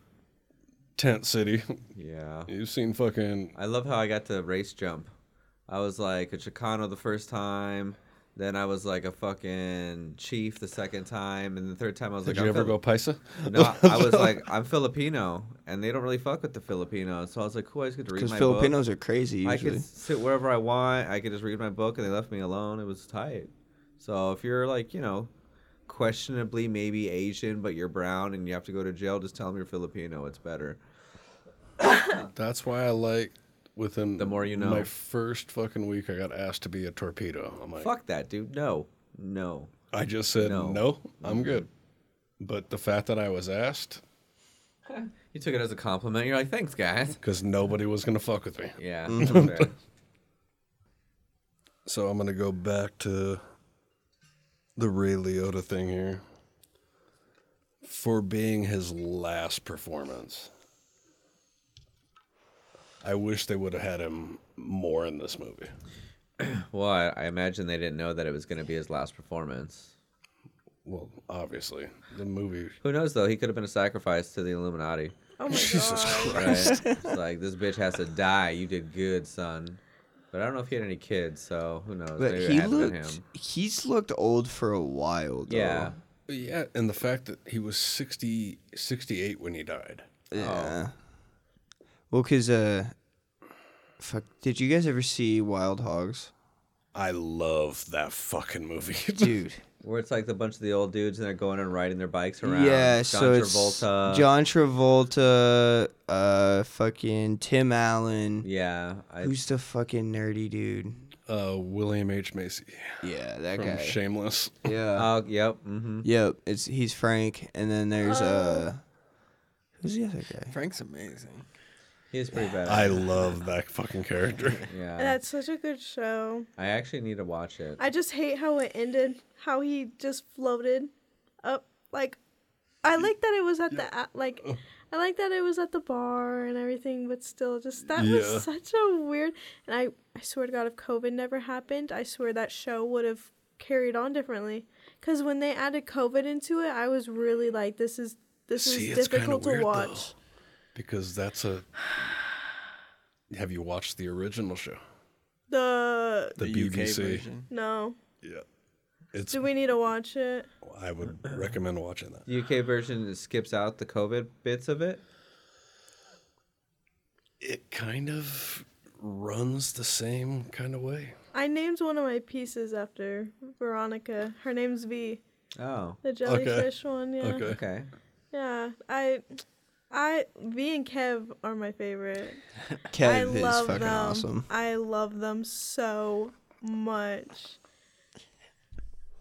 Speaker 3: tent city.
Speaker 4: Yeah.
Speaker 3: You've seen fucking
Speaker 4: I love how I got to race jump. I was like a Chicano the first time. Then I was like a fucking chief the second time, and the third time I was
Speaker 3: Did
Speaker 4: like,
Speaker 3: you
Speaker 4: I'm
Speaker 3: ever go
Speaker 4: Fili-
Speaker 3: paisa?
Speaker 4: No, I was like, I'm Filipino, and they don't really fuck with the Filipinos. So I was like, cool, I just get to read my
Speaker 6: 'Cause
Speaker 4: book.
Speaker 6: Filipinos are crazy
Speaker 4: I
Speaker 6: usually.
Speaker 4: could sit wherever I want. I could just read my book, and they left me alone. It was tight. So if you're like, you know, questionably maybe Asian, but you're brown and you have to go to jail, just tell them you're Filipino. It's better.
Speaker 3: That's why I like within the
Speaker 4: more you know.
Speaker 3: My first fucking week, I got asked to be a torpedo. I'm like,
Speaker 4: Fuck that, dude. No, no.
Speaker 3: I just said
Speaker 4: No. Mm-hmm.
Speaker 3: no. I'm good. But the fact that I was asked,
Speaker 4: You took it as a compliment. You're like, thanks, guys.
Speaker 3: because nobody was gonna fuck with me.
Speaker 4: Yeah. that's fair.
Speaker 3: So I'm gonna go back to the Ray Liotta thing here for being his last performance. I wish they would have had him more in this movie.
Speaker 4: well, I, I imagine they didn't know that it was going to be his last performance.
Speaker 3: Well, obviously, the movie.
Speaker 4: Who knows though? He could have been a sacrifice to the Illuminati.
Speaker 5: Oh my
Speaker 3: Jesus
Speaker 5: god.
Speaker 4: Right?
Speaker 3: Christ.
Speaker 4: it's like this bitch has to die. You did good, son. But I don't know if he had any kids, so who knows?
Speaker 6: But
Speaker 4: Maybe it
Speaker 6: he
Speaker 4: had been
Speaker 6: looked Oh.
Speaker 4: him.
Speaker 6: he's looked old for a while though.
Speaker 4: Yeah.
Speaker 3: Yeah, and the fact that he was 60, 68 when he died.
Speaker 4: Oh.
Speaker 6: Yeah. Well, cause uh, fuck. Did you guys ever see Wild Hogs?
Speaker 3: I love that fucking movie.
Speaker 6: Dude.
Speaker 4: Where it's like the bunch of the old dudes and they're going and riding their bikes around.
Speaker 6: yeah.
Speaker 4: John
Speaker 6: so it's
Speaker 4: Travolta.
Speaker 6: John Travolta, uh, fucking Tim Allen.
Speaker 4: Yeah. I,
Speaker 6: Who's the fucking nerdy dude?
Speaker 3: uh, William H. Macy
Speaker 6: Yeah, that
Speaker 3: from
Speaker 6: guy.
Speaker 3: Shameless.
Speaker 6: yeah.
Speaker 4: oh, yep. Mm-hmm.
Speaker 6: yep. It's he's Frank, and then there's uh, who's the other guy?
Speaker 7: Frank's amazing.
Speaker 4: He is pretty bad.
Speaker 3: I love that fucking character.
Speaker 4: yeah.
Speaker 5: That's such a good show.
Speaker 4: I actually need to watch it.
Speaker 5: I just hate how it ended. How he just floated up. Like, I like that it was at the a- like.
Speaker 3: Oh.
Speaker 5: I like that it was at the bar and everything, but still, just that
Speaker 3: Yeah.
Speaker 5: was such a weird. And I, I swear to God, if COVID never happened, I swear that show would have carried on differently. Because when they added COVID into it, I was really like, this is this
Speaker 3: See,
Speaker 5: is
Speaker 3: it's kind
Speaker 5: difficult
Speaker 3: of weird
Speaker 5: to
Speaker 3: though,
Speaker 5: watch.
Speaker 3: because that's a. Have you watched the original show?
Speaker 5: The
Speaker 3: The, BBC.
Speaker 5: no,
Speaker 3: Yeah, it's.
Speaker 5: do we need to watch it?
Speaker 3: I would recommend watching that.
Speaker 4: The UK version skips out the COVID bits of it.
Speaker 3: It kind of runs the same kind of way.
Speaker 5: I named one of my pieces after Veronica. Her name's V,
Speaker 4: Oh.
Speaker 5: the jellyfish one. Yeah,
Speaker 3: Okay.
Speaker 4: Okay.
Speaker 5: yeah. I, I V and Kev are my favorite.
Speaker 6: Kev
Speaker 5: I
Speaker 6: is
Speaker 5: love
Speaker 6: fucking
Speaker 5: them.
Speaker 6: awesome.
Speaker 5: I love them so much.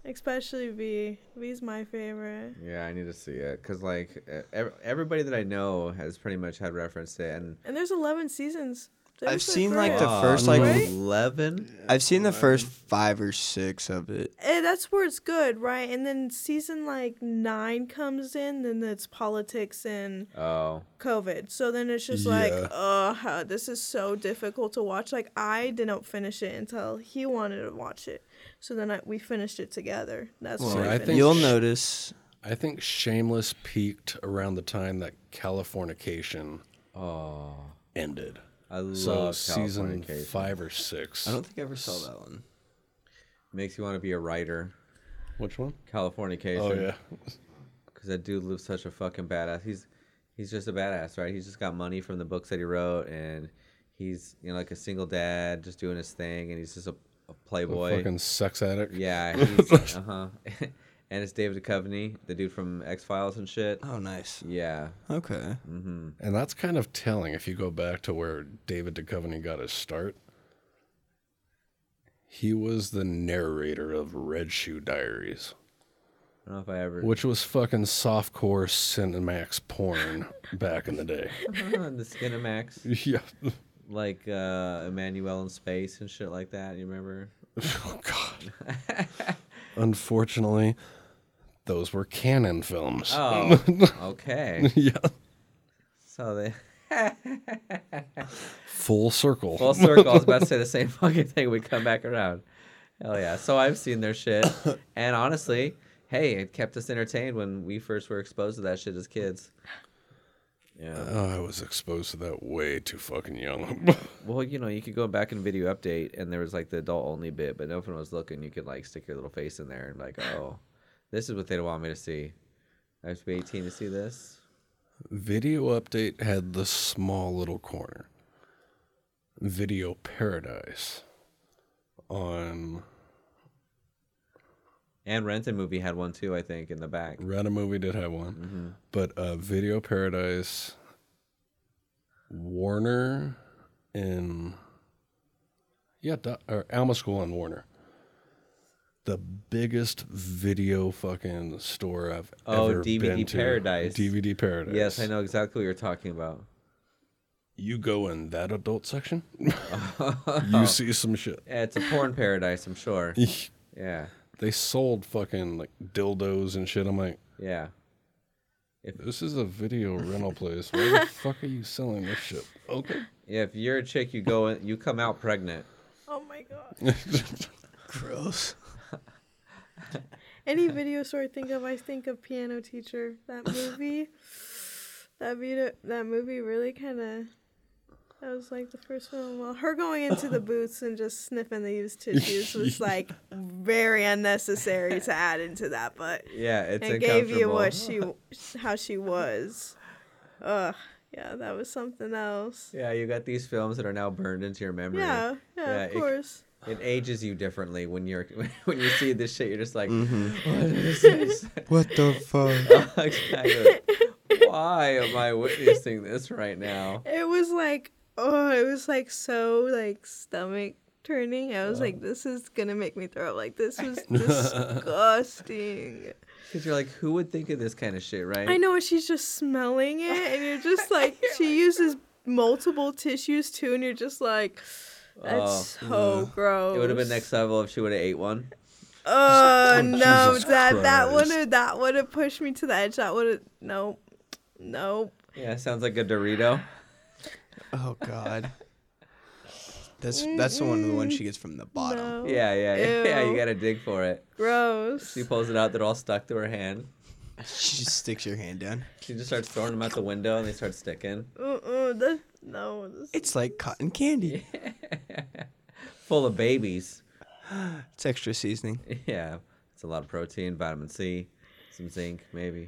Speaker 5: Especially V. V's my favorite.
Speaker 4: Yeah, I need to see it because like e- ev- everybody that I know has pretty much had reference to it, and uh,
Speaker 5: And there's 11 seasons. They're
Speaker 6: I've
Speaker 5: so
Speaker 6: seen, like,
Speaker 5: great.
Speaker 6: the first, like-
Speaker 5: Right?
Speaker 4: eleven.
Speaker 6: I've seen the first five or six of it.
Speaker 5: Eh, that's where it's good, right? And then season like nine comes in, then it's politics and
Speaker 4: Oh,
Speaker 5: COVID. So then it's just like,
Speaker 3: Yeah.
Speaker 5: oh, how- this is so difficult to watch. Like I didn't finish it until he wanted to watch it. So then I, we finished it together. That's
Speaker 3: Well,
Speaker 5: when
Speaker 3: I
Speaker 5: I
Speaker 3: think-
Speaker 5: finished.
Speaker 6: You'll
Speaker 3: sh-
Speaker 6: notice.
Speaker 3: I think Shameless peaked around the time that Californication
Speaker 4: oh,
Speaker 3: ended.
Speaker 4: I love
Speaker 3: So season
Speaker 4: season
Speaker 3: five or six.
Speaker 6: I don't think I ever saw that one.
Speaker 4: Makes you want to be a writer.
Speaker 3: Which one?
Speaker 4: Californication.
Speaker 3: Oh yeah.
Speaker 4: because that dude lives such a fucking badass. He's he's just a badass, right? He's just got money from the books that he wrote, and he's you know like a single dad, just doing his thing, and he's just a, a playboy.
Speaker 3: Fucking sex addict.
Speaker 4: Yeah, he's, uh huh. and it's David Duchovny, the dude from X Files and shit.
Speaker 6: Oh, nice.
Speaker 4: Yeah, mm-hmm.
Speaker 6: Okay.
Speaker 3: And that's kind of telling if you go back to where David Duchovny got his start. He was the narrator of Red Shoe Diaries,
Speaker 4: I don't know if I ever.
Speaker 3: which was fucking softcore Cinemax porn back in the day.
Speaker 4: the Skinamax,
Speaker 3: Yeah.
Speaker 4: like uh, Emmanuel in space and shit like that. You remember?
Speaker 3: Oh, God. Unfortunately, those were canon films.
Speaker 4: Oh, okay.
Speaker 3: Yeah.
Speaker 4: So they
Speaker 3: Full circle.
Speaker 4: full circle. I was about to say the same fucking thing. We come back around. Hell yeah. So I've seen their shit, and honestly, hey, it kept us entertained when we first were exposed to that shit as kids. Yeah.
Speaker 3: Oh, I was exposed to that way too fucking young.
Speaker 4: Well, you know, you could go back in video update and there was like the adult only bit, but no one was looking. You could like stick your little face in there and be like, oh, this is what they want me to see. I have to be 18 to see this.
Speaker 3: Video update had the small little corner. Video Paradise on
Speaker 4: And Rent a Movie had one too, I think, in the back.
Speaker 3: Rent a Movie did have one,
Speaker 4: Mm-hmm.
Speaker 3: but uh, Video Paradise, Warner, and yeah, Do- or Alma School and Warner. The biggest video fucking store I've
Speaker 4: Oh,
Speaker 3: ever
Speaker 4: DVD
Speaker 3: been to.
Speaker 4: Paradise.
Speaker 3: DVD Paradise.
Speaker 4: Yes, I know exactly what you're talking about.
Speaker 3: You go in that adult section, you see some shit.
Speaker 4: Yeah, it's a porn paradise, I'm sure. yeah,
Speaker 3: They sold fucking like dildos and shit. I'm like,
Speaker 4: yeah.
Speaker 3: this is a video rental place. Why the fuck are you selling this shit? Okay.
Speaker 4: Yeah, if you're a chick, you go in, you come out pregnant.
Speaker 5: Oh my god.
Speaker 6: Gross.
Speaker 5: Any video store I think of, I think of Piano Teacher. That movie, that video, that movie really kind of. That was like the first one. Well, her going into the booths and just sniffing the used tissues was like very unnecessary to add into that, but
Speaker 4: Yeah, it's
Speaker 5: it gave you what she,
Speaker 4: uncomfortable.
Speaker 5: how she was. Ugh, yeah, that was something else.
Speaker 4: Yeah, you got these films that are now burned into your memory.
Speaker 5: Yeah, yeah, of
Speaker 4: it-
Speaker 5: course.
Speaker 4: It, ages you differently when you're when you see this shit. You're just like, what is
Speaker 6: What the fuck?
Speaker 4: this? Why am I witnessing this right now?
Speaker 5: It was like, oh, it was like so like stomach turning. I was like, this is gonna make me throw up. Like this was disgusting.
Speaker 4: Because you're like, who would think of this kind of shit, right?
Speaker 5: I know she's just smelling it, and you're just like, she uses multiple tissues too, and you're just like, that's so gross.
Speaker 4: Oh, It would have been next level if she would have ate one.
Speaker 5: Oh no,
Speaker 3: Jesus
Speaker 5: that that would
Speaker 3: Christ.
Speaker 5: have that would have pushed me to the edge. That would have no, no.
Speaker 4: Yeah, sounds like a Dorito.
Speaker 6: Oh God. That's that's the one the one she gets from the bottom.
Speaker 5: No.
Speaker 4: Yeah, yeah, yeah, yeah. You
Speaker 5: Ew.
Speaker 4: gotta dig for it.
Speaker 5: Gross.
Speaker 4: She pulls it out; they're all stuck to her hand.
Speaker 6: She just sticks your hand down.
Speaker 4: She just starts throwing them out the window, and they start sticking.
Speaker 5: Uh-uh, that, no. This,
Speaker 6: It's like cotton candy.
Speaker 4: Full of babies.
Speaker 6: It's extra seasoning.
Speaker 4: Yeah, it's a lot of protein, vitamin C, some zinc, maybe.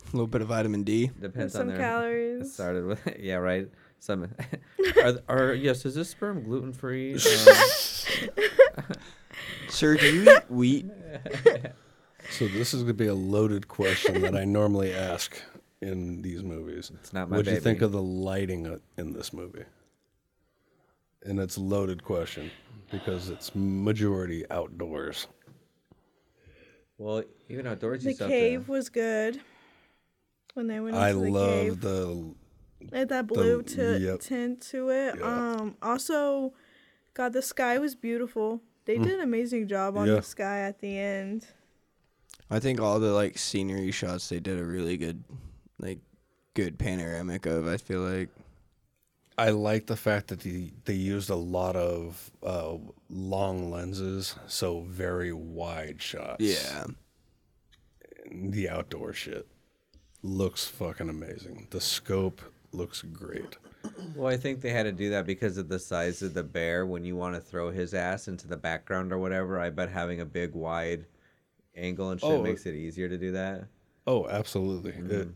Speaker 6: A little bit of vitamin D.
Speaker 4: Depends on
Speaker 5: some
Speaker 4: their. It
Speaker 5: calories.
Speaker 4: started with yeah, right. Some are, th- are yes. Is this sperm gluten free? Um,
Speaker 6: Sir, do you eat wheat?
Speaker 3: So this is going to be a loaded question that I normally ask in these movies. It's
Speaker 4: not my
Speaker 3: What'd you think
Speaker 4: baby.
Speaker 3: of the lighting uh, in this movie? And it's a loaded question because it's majority outdoors.
Speaker 4: well, even outdoors, you
Speaker 5: The
Speaker 4: still
Speaker 5: cave
Speaker 4: have to,
Speaker 5: was good. When they went into
Speaker 3: I
Speaker 5: the
Speaker 3: love
Speaker 5: cave,
Speaker 3: the
Speaker 5: it had that blue
Speaker 3: the-
Speaker 5: to,
Speaker 3: yep.
Speaker 5: tint to it.
Speaker 3: Yeah.
Speaker 5: Um, also, God, the sky was beautiful. They did an amazing job on
Speaker 3: Mm. Yeah.
Speaker 5: the sky at the end.
Speaker 6: I think all the like scenery shots they did a really good, like, good panoramic of. I feel like
Speaker 3: I like the fact that the, they used a lot of uh, long lenses, so very wide shots.
Speaker 6: yeah,
Speaker 3: The outdoor shit looks fucking amazing. The scope looks great.
Speaker 4: Well, I think they had to do that because of the size of the bear. When you want to throw his ass into the background or whatever, I bet having a big wide angle and shit
Speaker 3: Oh.
Speaker 4: makes it easier to do that.
Speaker 3: Oh, absolutely.
Speaker 4: Mm-hmm.
Speaker 3: It,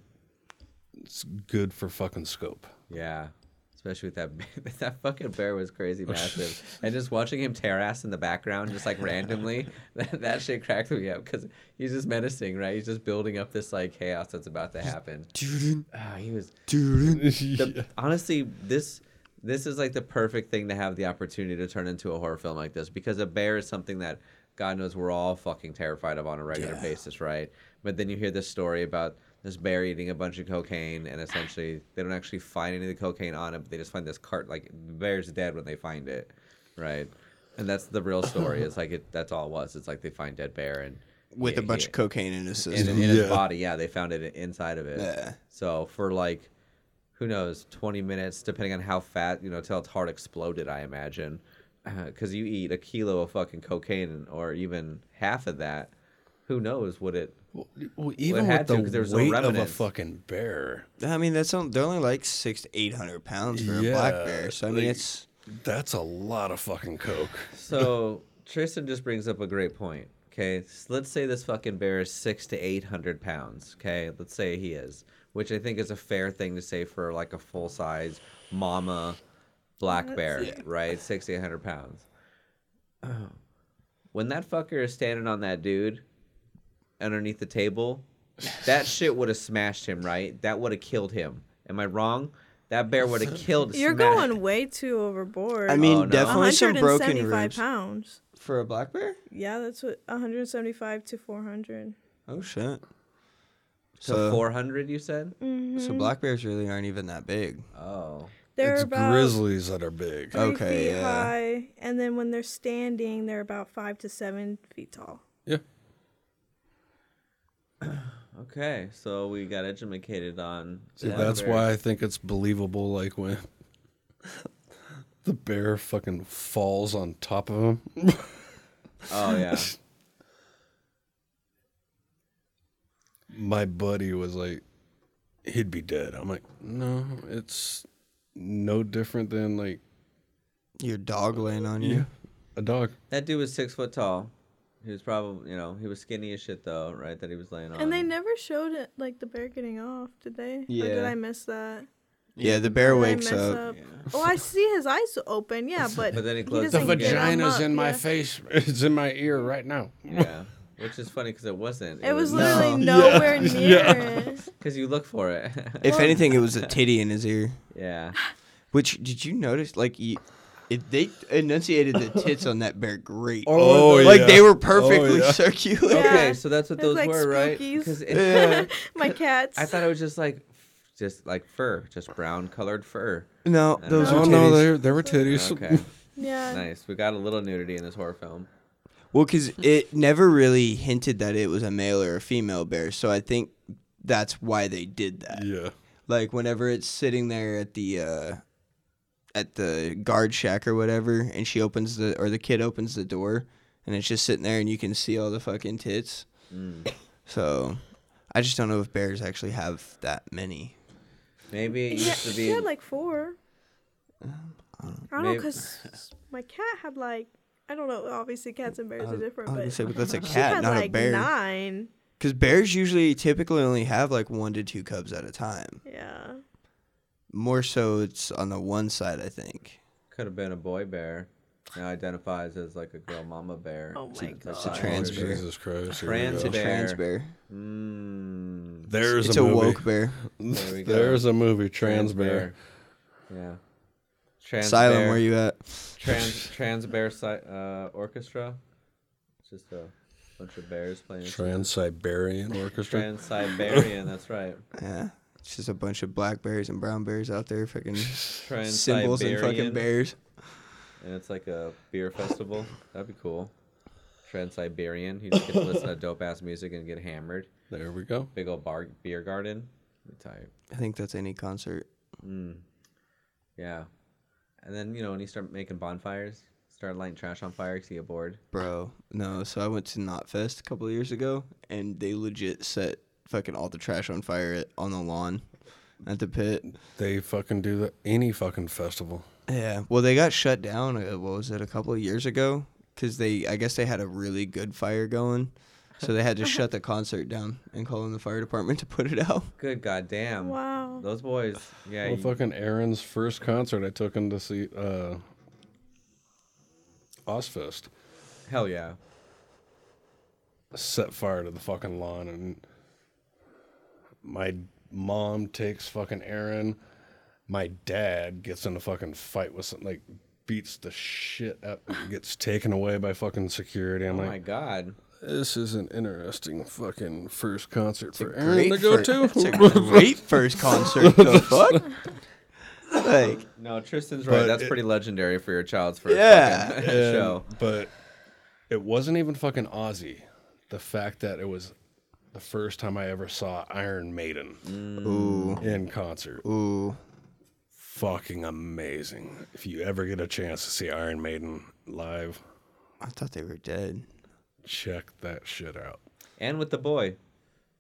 Speaker 3: it's good for fucking scope.
Speaker 4: Yeah. Especially with that bear- that fucking bear was crazy massive, and just watching him tear ass in the background, just like randomly, that, that shit cracked me up because he's just menacing, right? He's just building up this like chaos that's about to happen. Ah, he was the, honestly this this is like the perfect thing to have the opportunity to turn into a horror film like this because a bear is something that God knows we're all fucking terrified of on a regular basis, right? But then you hear this story about this bear eating a bunch of cocaine and essentially they don't actually find any of the cocaine on it, but they just find this cart like the bear's dead when they find it, right? And that's the real story. It's like it, that's all it was. It's like they find dead bear and
Speaker 6: with a
Speaker 4: yeah,
Speaker 6: bunch
Speaker 4: yeah
Speaker 6: of cocaine in his
Speaker 4: in,
Speaker 6: system.
Speaker 4: in his
Speaker 3: Yeah.
Speaker 4: body. Yeah, they found it inside of it.
Speaker 6: Yeah.
Speaker 4: So for like, who knows, 20 minutes, depending on how fat, you know, till its heart exploded, I imagine. Because you eat a kilo of fucking cocaine or even half of that, who knows what it.
Speaker 3: Well,
Speaker 4: it
Speaker 3: even with
Speaker 4: had to,
Speaker 3: the
Speaker 4: 'cause there was no
Speaker 3: weight of a
Speaker 4: remnants.
Speaker 3: fucking bear,
Speaker 6: I mean, that's on, they're only like six to eight hundred pounds for a black bear. So I mean,
Speaker 3: like,
Speaker 6: it's
Speaker 3: that's a lot of fucking coke.
Speaker 4: So Tristan just brings up a great point. Okay, S- let's say this fucking bear is six to eight hundred pounds. Okay, let's say he is, which I think is a fair thing to say for like a full size mama black
Speaker 5: Let's
Speaker 4: bear,
Speaker 5: see.
Speaker 4: right? Six to eight hundred pounds. When that fucker is standing on that dude underneath the table, that shit would have smashed him, right? That would have killed him. Am I wrong? That bear would have killed.
Speaker 5: You're
Speaker 4: smashed
Speaker 5: going way too overboard.
Speaker 6: I mean,
Speaker 4: Oh, no.
Speaker 6: definitely some broken
Speaker 5: 175
Speaker 6: ribs
Speaker 5: pounds.
Speaker 6: for a black bear.
Speaker 5: Yeah, that's what 175 to 400.
Speaker 6: Oh shit!
Speaker 4: to
Speaker 6: So-
Speaker 4: 400. You said.
Speaker 5: Mm.
Speaker 6: So
Speaker 5: Mm-hmm.
Speaker 6: black bears really aren't even that big.
Speaker 4: Oh.
Speaker 5: They're
Speaker 3: it's
Speaker 5: about
Speaker 3: grizzlies that are big.
Speaker 5: three
Speaker 6: Okay,
Speaker 5: feet
Speaker 6: yeah.
Speaker 5: high, and then when they're standing, they're about five to seven feet tall.
Speaker 3: Yeah.
Speaker 4: Okay, so we got edumacated on.
Speaker 3: See,
Speaker 4: that
Speaker 3: that's
Speaker 4: very-
Speaker 3: why I think it's believable. Like when the bear fucking falls on top of him.
Speaker 4: Oh yeah.
Speaker 3: My buddy was like, he'd be dead. I'm like, no, it's no different than like
Speaker 6: Your dog laying on you.
Speaker 3: a dog.
Speaker 4: that dude was six foot tall. He was probably, you know, he was skinny as shit though, right? That he was laying on.
Speaker 5: And they never showed it, like the bear getting off, did they? Or did
Speaker 6: Yeah.
Speaker 5: I miss that?
Speaker 6: Yeah, the bear
Speaker 5: Did I
Speaker 6: wakes
Speaker 5: mess
Speaker 6: up.
Speaker 5: Oh, I see his eyes open. Yeah, but,
Speaker 4: But then he
Speaker 5: he
Speaker 4: closed
Speaker 5: doesn't
Speaker 4: The
Speaker 5: get 'em
Speaker 4: vagina's
Speaker 5: up, yeah.
Speaker 3: face. It's in my ear right now.
Speaker 4: yeah, which is funny because it wasn't.
Speaker 5: It was
Speaker 4: because
Speaker 5: literally nowhere near it.
Speaker 4: you look for it.
Speaker 6: If anything, it was a titty in his ear.
Speaker 4: yeah.
Speaker 6: Which did you notice? Like, you, it, they enunciated the tits on that bear great.
Speaker 3: Oh,
Speaker 6: like
Speaker 3: yeah.
Speaker 6: they were
Speaker 3: Oh,
Speaker 6: perfectly
Speaker 3: yeah.
Speaker 6: circular.
Speaker 4: Okay, so that's what
Speaker 5: It was
Speaker 4: those
Speaker 5: like
Speaker 4: were, right?
Speaker 5: spookies.
Speaker 4: Because
Speaker 5: My cats.
Speaker 4: I thought it was just like, just like fur, just brown colored fur.
Speaker 6: No,
Speaker 4: I
Speaker 6: those
Speaker 4: don't
Speaker 3: Oh
Speaker 6: were titties.
Speaker 3: no, there there were titties.
Speaker 4: Okay,
Speaker 5: yeah.
Speaker 4: nice. We got a little nudity in this horror film.
Speaker 6: Well, because it never really hinted that it was a male or a female bear, so I think that's why they did that.
Speaker 3: Yeah.
Speaker 6: Like whenever it's sitting there at the uh, at the guard shack or whatever, and she opens the or the kid opens the door, and it's just sitting there, and you can see all the fucking tits. So, I just don't know if bears actually have that many.
Speaker 4: Maybe it
Speaker 5: Yeah,
Speaker 4: used to
Speaker 5: she
Speaker 4: be.
Speaker 5: had like four. I don't know
Speaker 4: Maybe-
Speaker 5: because my cat had like I don't know. Obviously, cats and
Speaker 4: Uh,
Speaker 5: bears are different,
Speaker 6: I was gonna
Speaker 5: but
Speaker 6: say, but that's a
Speaker 5: she
Speaker 6: cat,
Speaker 5: had
Speaker 6: not
Speaker 5: like
Speaker 6: a bear.
Speaker 5: nine.
Speaker 6: Because bears usually typically only have like one to two cubs at a time.
Speaker 5: Yeah,
Speaker 6: More so, it's on the one side, I think.
Speaker 4: Could have been a boy bear. Now identifies as like a girl mama bear.
Speaker 5: Oh my
Speaker 4: That's
Speaker 5: God.
Speaker 6: It's a
Speaker 4: fine.
Speaker 6: trans bear.
Speaker 3: Jesus Christ. here we
Speaker 4: Trans
Speaker 3: go.
Speaker 6: It's a trans
Speaker 4: Bear.
Speaker 6: bear.
Speaker 4: Mm,
Speaker 3: There's
Speaker 6: it's
Speaker 3: a,
Speaker 6: a,
Speaker 3: movie.
Speaker 6: woke bear.
Speaker 4: there we go.
Speaker 3: There's a movie, Trans, Bear.
Speaker 4: Yeah. Trans
Speaker 6: Silent,
Speaker 4: bear,
Speaker 6: where you at?
Speaker 4: Trans Trans Bear si- uh, Orchestra. It's just a bunch of bears playing.
Speaker 3: Trans Siberian Orchestra.
Speaker 4: Trans Siberian. that's right.
Speaker 6: Yeah. It's just a bunch of black bears and brown bears out there, fucking
Speaker 4: Trans
Speaker 6: symbols and fucking
Speaker 4: Siberian,
Speaker 6: bears.
Speaker 4: And it's like a beer festival. That'd be cool. Trans Siberian. You just get to listen to dope ass music and get hammered.
Speaker 3: There we go.
Speaker 4: Big old bar beer garden. Be tight.
Speaker 6: I think that's any concert.
Speaker 4: Yeah. And then, you know, when you start making bonfires, start lighting trash on fire because you get bored.
Speaker 6: Bro, no. So I went to Knotfest a couple of years ago, and they legit set fucking all the trash on fire at, on the lawn at the pit.
Speaker 3: They fucking do the any fucking festival.
Speaker 6: Yeah. Well, they got shut down. Uh, what was it? A couple of years ago, because they, I guess they had a really good fire going, so they had to shut the concert down and call in the fire department to put it out.
Speaker 4: Good goddamn.
Speaker 5: Wow.
Speaker 4: Those boys, yeah.
Speaker 3: Well,
Speaker 4: you-
Speaker 3: fucking Aaron's first concert, I took him to see uh, Ozfest.
Speaker 4: hell yeah.
Speaker 3: Set fire to the fucking lawn, and my mom takes fucking Aaron. My dad gets in a fucking fight with some, like beats the shit out, gets taken away by fucking security. I'm
Speaker 4: Oh my
Speaker 3: like,
Speaker 4: god.
Speaker 3: this is an interesting fucking first concert for
Speaker 6: a
Speaker 3: Aaron to
Speaker 6: great
Speaker 3: go
Speaker 6: fir-
Speaker 3: to.
Speaker 6: It's a great first concert. the fuck? Like,
Speaker 4: No, Tristan's right.
Speaker 3: But
Speaker 4: That's
Speaker 3: it-
Speaker 4: pretty legendary for your child's first
Speaker 6: Yeah.
Speaker 4: fucking
Speaker 3: And-
Speaker 4: show.
Speaker 3: But it wasn't even fucking Aussie. The fact that it was the first time I ever saw Iron Maiden in concert.
Speaker 6: ooh,
Speaker 3: Fucking amazing. If you ever get a chance to see Iron Maiden live,
Speaker 6: I thought they were dead.
Speaker 3: check that shit out.
Speaker 4: and with the boy.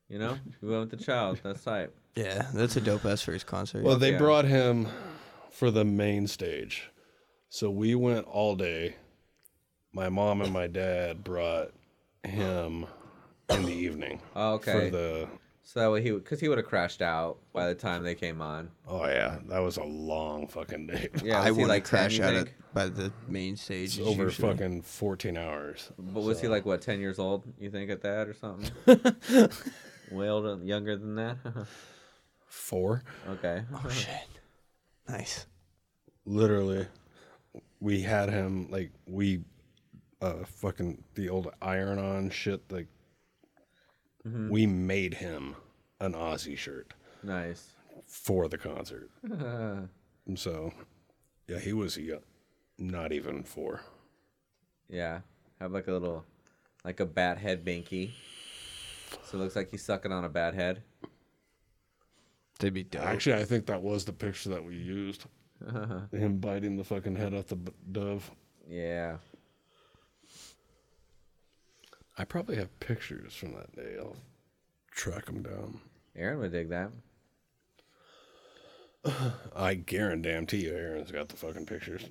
Speaker 4: You know, we went with the child. That's tight.
Speaker 6: Yeah, that's a dope ass first concert.
Speaker 3: Well, they brought him for the main stage. So we went all day. My mom and my dad brought him in the evening.
Speaker 4: Oh,
Speaker 3: For
Speaker 4: okay.
Speaker 3: the
Speaker 4: So that way he, because he would have crashed out by the time they came on.
Speaker 3: oh yeah, that was a long fucking day.
Speaker 4: Yeah,
Speaker 6: I
Speaker 4: was he
Speaker 6: want to
Speaker 4: like 10,
Speaker 6: crash
Speaker 4: you
Speaker 6: out
Speaker 4: think?
Speaker 6: at, by the main stage.
Speaker 3: It's
Speaker 6: is
Speaker 3: over
Speaker 6: usually-
Speaker 3: fucking fourteen hours.
Speaker 4: But was he
Speaker 3: So-
Speaker 4: like what, ten years old? You think at that or something? Way older, younger than that.
Speaker 3: four?
Speaker 4: okay.
Speaker 6: Oh shit! Nice.
Speaker 3: literally we had him like we uh fucking the old iron on shit like we made him an Aussie shirt
Speaker 4: Nice.
Speaker 3: for the concert. And so yeah, he was young, not even 4.
Speaker 4: Yeah, have like a little, like a bat head binky. So it looks like he's sucking on a bat head.
Speaker 6: They'd be dope.
Speaker 3: Actually, I think that was the picture that we used. him biting the fucking head off the b- dove.
Speaker 4: Yeah.
Speaker 3: I probably have pictures from that day. I'll track them down.
Speaker 4: Aaron would dig that.
Speaker 3: I guarantee you Aaron's got the fucking pictures.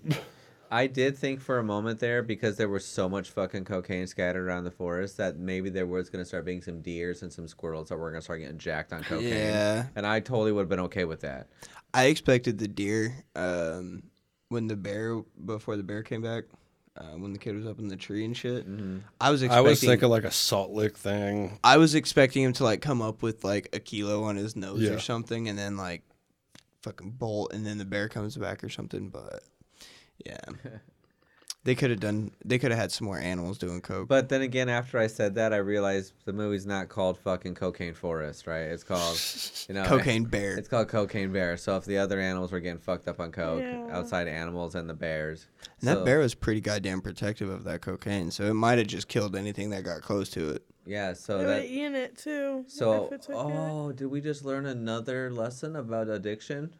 Speaker 4: I did think for a moment there because there was so much fucking cocaine scattered around the forest that maybe there was gonna start being some deers and some squirrels that were gonna start getting jacked on cocaine.
Speaker 6: Yeah.
Speaker 4: And I totally would have been okay with that.
Speaker 6: I expected the deer um, when the bear before the bear came back. Uh, when the kid was up in the tree and shit, Mm-hmm. I was
Speaker 3: I
Speaker 6: expecting.
Speaker 3: was thinking like a salt lick thing.
Speaker 6: I was expecting him to like come up with like a kilo on his nose
Speaker 3: Yeah.
Speaker 6: or something, and then like fucking bolt, and then the bear comes back or something. But yeah, they could have done. They could have had some more animals doing coke.
Speaker 4: But then again, after I said that, I realized the movie's not called fucking Cocaine Forest, right? It's called, you know,
Speaker 6: Cocaine Bear.
Speaker 4: It's called Cocaine Bear. So if the other animals were getting fucked up on coke,
Speaker 5: Yeah.
Speaker 4: outside animals and the bears,
Speaker 6: and that
Speaker 4: so-
Speaker 6: bear was pretty goddamn protective of that cocaine, so it might have just killed anything that got close to it.
Speaker 4: yeah. So
Speaker 5: They would have
Speaker 4: that
Speaker 5: eaten it too.
Speaker 4: so
Speaker 5: if it took it.
Speaker 4: oh, did we just learn another lesson about addiction?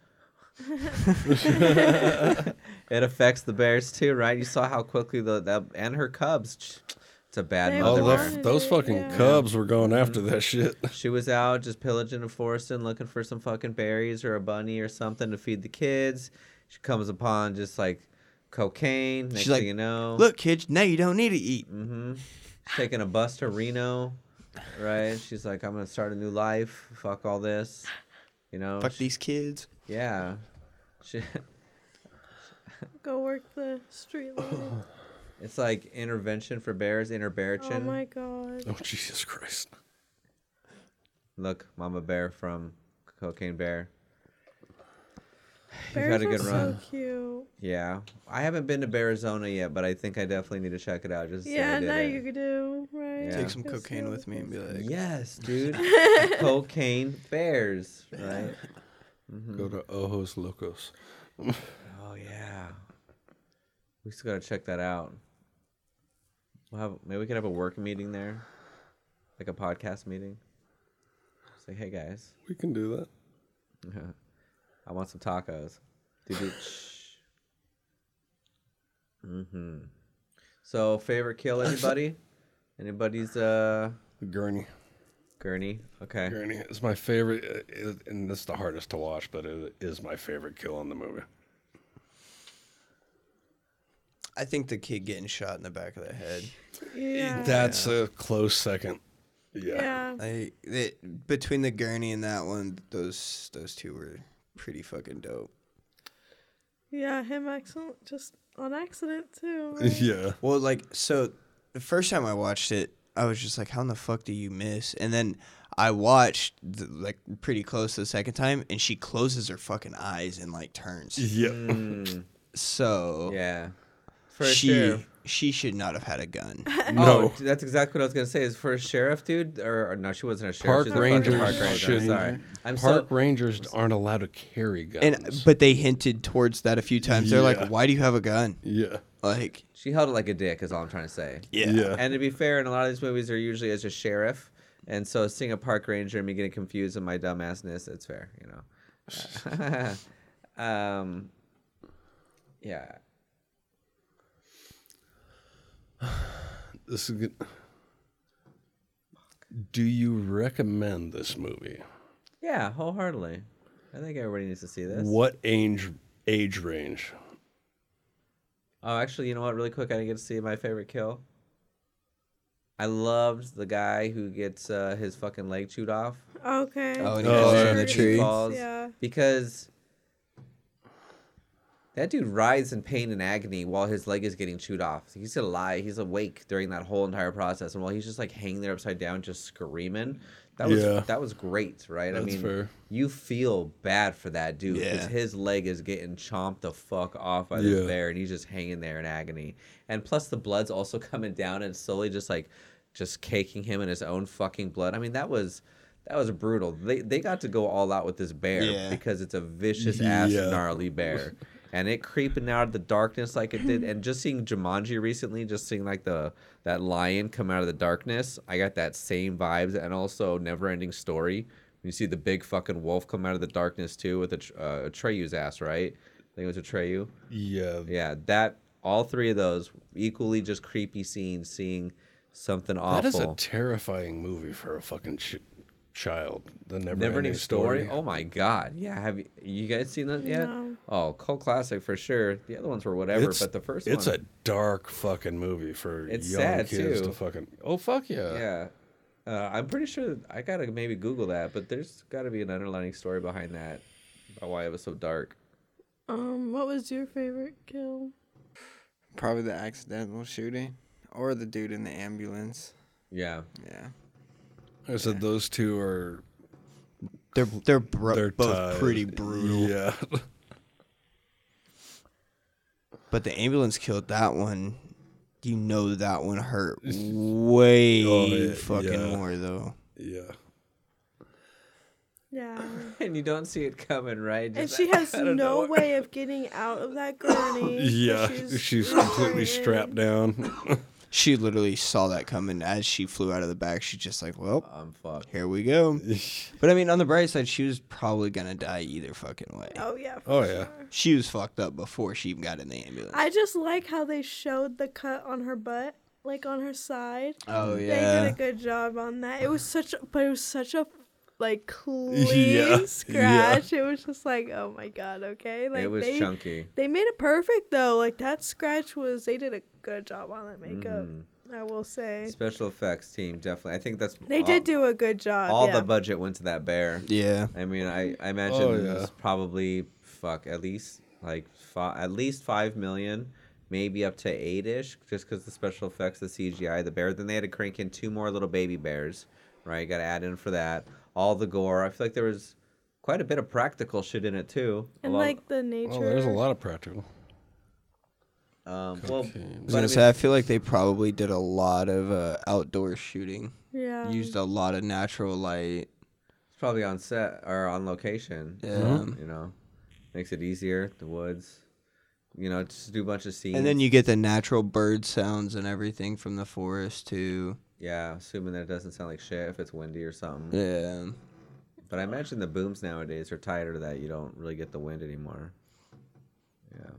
Speaker 4: it affects the bears too, right? You saw how quickly the that, and her cubs. It's a bad
Speaker 5: They
Speaker 4: mother.
Speaker 3: Oh,
Speaker 5: Oh,
Speaker 4: bear.
Speaker 3: those,
Speaker 5: they're-
Speaker 3: those fucking
Speaker 5: yeah.
Speaker 3: cubs were going
Speaker 4: Mm-hmm.
Speaker 3: after that shit.
Speaker 4: She was out just pillaging and foresting, looking for some fucking berries or a bunny or something to feed the kids. She comes upon just like cocaine. Next
Speaker 6: She's like,
Speaker 4: thing you know,
Speaker 6: Look, kids, now you don't need to eat.
Speaker 4: Mm-hmm. taking a bus to Reno, right? She's like, I'm gonna start a new life. Fuck all this, you know?
Speaker 6: Fuck
Speaker 4: she-
Speaker 6: these kids.
Speaker 4: Yeah. She,
Speaker 5: Go work the street Oh, light.
Speaker 4: it's like intervention for bears, inner bear
Speaker 5: oh
Speaker 4: chin.
Speaker 5: my god.
Speaker 3: Oh Jesus Christ!
Speaker 4: Look, Mama Bear from Cocaine Bear.
Speaker 5: Bears
Speaker 4: had a
Speaker 5: are
Speaker 4: good
Speaker 5: so
Speaker 4: run.
Speaker 5: cute.
Speaker 4: Yeah, I haven't been to Arizona yet, but I think I definitely need to check it out. Just to say I
Speaker 5: yeah,
Speaker 4: did
Speaker 5: now
Speaker 4: it.
Speaker 5: you could do right.
Speaker 4: Yeah.
Speaker 6: Take some
Speaker 5: That's
Speaker 6: cocaine
Speaker 5: so
Speaker 6: with me and be like,
Speaker 4: Yes, dude. Cocaine bears, right? Mm-hmm.
Speaker 3: Go to Ojos Locos.
Speaker 4: Oh yeah. We still gotta check that out. We'll have maybe we could have a work meeting there, like a podcast meeting. Say, hey guys,
Speaker 3: We can do that.
Speaker 4: I want some tacos. Mm-hmm. Mm-hmm. So favorite kill, anybody? Anybody's uh
Speaker 3: Gurney.
Speaker 4: gurney? Okay.
Speaker 3: Gurney is my favorite, uh, it- and this is the hardest to watch, but it is my favorite kill in the movie.
Speaker 6: I think the kid getting shot in the back of the head.
Speaker 5: Yeah.
Speaker 3: That's a close second. Yeah.
Speaker 5: yeah.
Speaker 6: I it, between the gurney and that one, those those two were pretty fucking dope.
Speaker 5: Yeah, him accident just on accident too. right?
Speaker 3: Yeah.
Speaker 6: Well, like so, the first time I watched it, I was just like, "How in the fuck do you miss?" And then I watched the, like pretty close the second time, and she closes her fucking eyes and like turns.
Speaker 3: Yeah.
Speaker 4: Mm.
Speaker 6: So
Speaker 4: Yeah. For
Speaker 6: she
Speaker 4: sure.
Speaker 6: she should not have had a gun.
Speaker 4: Oh, d- that's exactly what I was gonna say. Is for a sheriff, dude, or, or no, she wasn't a sheriff.
Speaker 3: Park
Speaker 4: she was a fucking
Speaker 3: rangers
Speaker 4: Park ranger.
Speaker 3: shouldn't.
Speaker 4: Sorry, I'm
Speaker 3: park
Speaker 4: so.
Speaker 3: rangers aren't allowed to carry guns.
Speaker 6: and but they hinted towards that a few times. They're
Speaker 3: Yeah.
Speaker 6: like, "Why do you have a gun?"
Speaker 3: yeah.
Speaker 6: Like,
Speaker 4: she held it like a dick. Is all I'm trying to say.
Speaker 3: Yeah.
Speaker 4: And to be fair, in a lot of these movies, they're usually as a sheriff, and so seeing a park ranger and me getting confused in my dumbassness, it's fair, you know. um, yeah.
Speaker 3: This is good. Do you recommend this movie?
Speaker 4: Yeah, wholeheartedly. I think everybody needs to see this.
Speaker 3: What age age range?
Speaker 4: Oh, actually, you know what? Really quick, I didn't get to see my favorite kill. I loved the guy who gets uh, his fucking leg chewed off.
Speaker 5: Okay.
Speaker 6: Oh, and he Oh, yeah. in the
Speaker 4: He
Speaker 6: tree.
Speaker 4: falls
Speaker 5: Yeah.
Speaker 4: Because that dude writhes in pain and agony while his leg is getting chewed off. He's alive. He's awake during that whole entire process, and while he's just like hanging there upside down, just screaming. That was
Speaker 3: Yeah.
Speaker 4: that was great, right? I
Speaker 3: That's
Speaker 4: mean,
Speaker 3: fair.
Speaker 4: you feel bad for that dude because
Speaker 6: Yeah.
Speaker 4: his leg is getting chomped the fuck off by this
Speaker 3: Yeah.
Speaker 4: bear, and he's just hanging there in agony. And plus, the blood's also coming down and slowly just like just caking him in his own fucking blood. I mean, that was that was brutal. They they got to go all out with this bear
Speaker 6: Yeah.
Speaker 4: because it's a vicious ass
Speaker 3: Yeah.
Speaker 4: gnarly bear. And it creeping out of the darkness like it did, and just seeing Jumanji recently, just seeing like the that lion come out of the darkness, I got that same vibes, and also Never Ending Story. When you see the big fucking wolf come out of the darkness too, with a tr- uh, Atreyu's ass, right? I think it was Atreyu.
Speaker 3: Yeah.
Speaker 4: Yeah, that all three of those equally just creepy scenes, seeing something awful.
Speaker 3: That is a terrifying movie for a fucking ch- child. The never,
Speaker 4: Never
Speaker 3: ending
Speaker 4: Ending Story.
Speaker 3: story.
Speaker 4: Oh my god! Yeah, have you, you guys seen that yet?
Speaker 5: No.
Speaker 4: Oh, cult classic for sure. The other ones were whatever, but the first
Speaker 3: it's
Speaker 4: one,
Speaker 3: a dark fucking movie for
Speaker 4: It's
Speaker 3: young
Speaker 4: sad,
Speaker 3: kids
Speaker 4: too.
Speaker 3: to fucking. Oh fuck yeah.
Speaker 4: yeah. Uh, I'm pretty sure I gotta maybe Google that, but there's gotta be an underlying story behind that about why it was so dark.
Speaker 5: Um, what was your favorite kill?
Speaker 7: Probably the accidental shooting or the dude in the ambulance.
Speaker 4: Yeah,
Speaker 7: Yeah.
Speaker 3: I said those two are
Speaker 6: They're they're, bro-
Speaker 3: they're
Speaker 6: both
Speaker 3: tied.
Speaker 6: pretty brutal.
Speaker 3: Yeah.
Speaker 6: But the ambulance killed that one. You know that one hurt way
Speaker 3: Oh, yeah,
Speaker 6: fucking
Speaker 3: yeah.
Speaker 6: more though.
Speaker 3: yeah.
Speaker 5: Yeah.
Speaker 4: and you don't see it coming, right?
Speaker 5: And
Speaker 4: Just
Speaker 5: she
Speaker 4: like,
Speaker 5: has
Speaker 4: I don't
Speaker 5: no
Speaker 4: know.
Speaker 5: way of getting out of that gurney. 'cause
Speaker 3: Yeah. She's, completely
Speaker 5: really-
Speaker 3: strapped down.
Speaker 6: She literally saw that coming as she flew out of the back. She's just like, "Well,
Speaker 4: I'm fucked.
Speaker 6: here we go." but I mean, on the bright side, she was probably gonna die either fucking way.
Speaker 5: Oh yeah. for
Speaker 3: Oh yeah.
Speaker 5: sure.
Speaker 6: She was fucked up before she even got in the ambulance.
Speaker 5: I just like how they showed the cut on her butt, like on her side.
Speaker 6: oh
Speaker 5: They did
Speaker 6: yeah,
Speaker 5: a good job on that. It was such, a, but it was such a like clean scratch. It was just like, oh my god, okay. Like
Speaker 4: it was
Speaker 5: they
Speaker 4: chunky.
Speaker 5: they made it perfect though. Like that scratch was. They did a good job on that makeup. I will say
Speaker 4: Special effects team definitely. I think that's
Speaker 5: they
Speaker 4: all-
Speaker 5: did do a good job.
Speaker 4: Um, all
Speaker 5: yeah.
Speaker 4: the budget went to that bear.
Speaker 6: yeah.
Speaker 4: I mean, I, I imagine
Speaker 3: Oh,
Speaker 4: it
Speaker 3: yeah.
Speaker 4: was probably fuck at least like fi- at least five million, maybe up to eight ish, just because the special effects, the CGI, the bear. Then they had to crank in two more little baby bears, right? Got to add in for that all the gore. I feel like there was quite a bit of practical shit in it too. A
Speaker 5: and
Speaker 4: lot-
Speaker 5: like the nature.
Speaker 3: Oh, there's a lot of practical.
Speaker 4: um, well,
Speaker 6: I was
Speaker 4: but I
Speaker 6: gonna
Speaker 4: mean,
Speaker 6: say, I feel like they probably did a lot of uh, outdoor shooting.
Speaker 5: Yeah.
Speaker 6: Used a lot of natural light.
Speaker 4: it's probably on set or on location.
Speaker 6: Yeah.
Speaker 4: You know, makes it easier. The woods. You know, just do a bunch of scenes.
Speaker 6: And then you get the natural bird sounds and everything from the forest too.
Speaker 4: yeah, assuming that it doesn't sound like shit if it's windy or something.
Speaker 6: Yeah.
Speaker 4: But I imagine the booms nowadays are tighter that you don't really get the wind anymore. Yeah.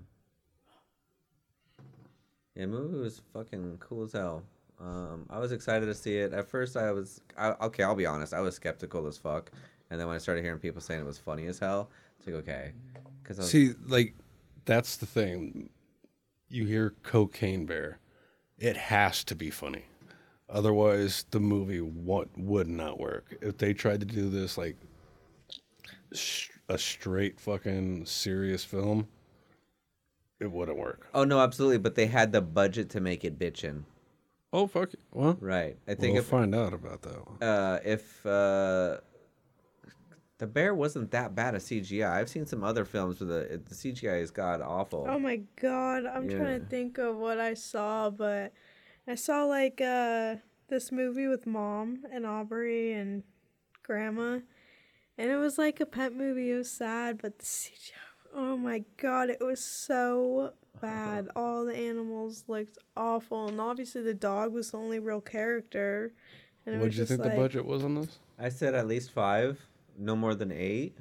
Speaker 4: Yeah, movie was fucking cool as hell. Um, I was excited to see it. At first, I was I, okay. I'll be honest. I was skeptical as fuck, and then when I started hearing people saying it was funny as hell, it's like okay, because I was
Speaker 3: See, like, that's the thing. You hear Cocaine Bear, it has to be funny. Otherwise, the movie would, would not work. If they tried to do this, like, sh- a straight fucking serious film, it wouldn't work.
Speaker 4: oh no, absolutely. But they had the budget to make it bitchin'.
Speaker 3: Oh, fuck it. Well,
Speaker 4: Right. I think
Speaker 3: we'll
Speaker 4: if
Speaker 3: find out about that one.
Speaker 4: uh, if uh, the bear wasn't that bad a CGI. I've seen some other films where the the CGI is god awful.
Speaker 5: Oh my god, I'm trying
Speaker 4: Yeah.
Speaker 5: to think of what I saw, but I saw like uh this movie with mom and Aubrey and grandma, and it was like a pet movie. It was sad, but the CGI. Oh my god, it was so bad. All the animals looked awful, and obviously the dog was the only real character. And it
Speaker 3: What
Speaker 5: was
Speaker 3: did you
Speaker 5: just
Speaker 3: think
Speaker 5: like,
Speaker 3: the budget was on this?
Speaker 4: I said at least five, no more than eight.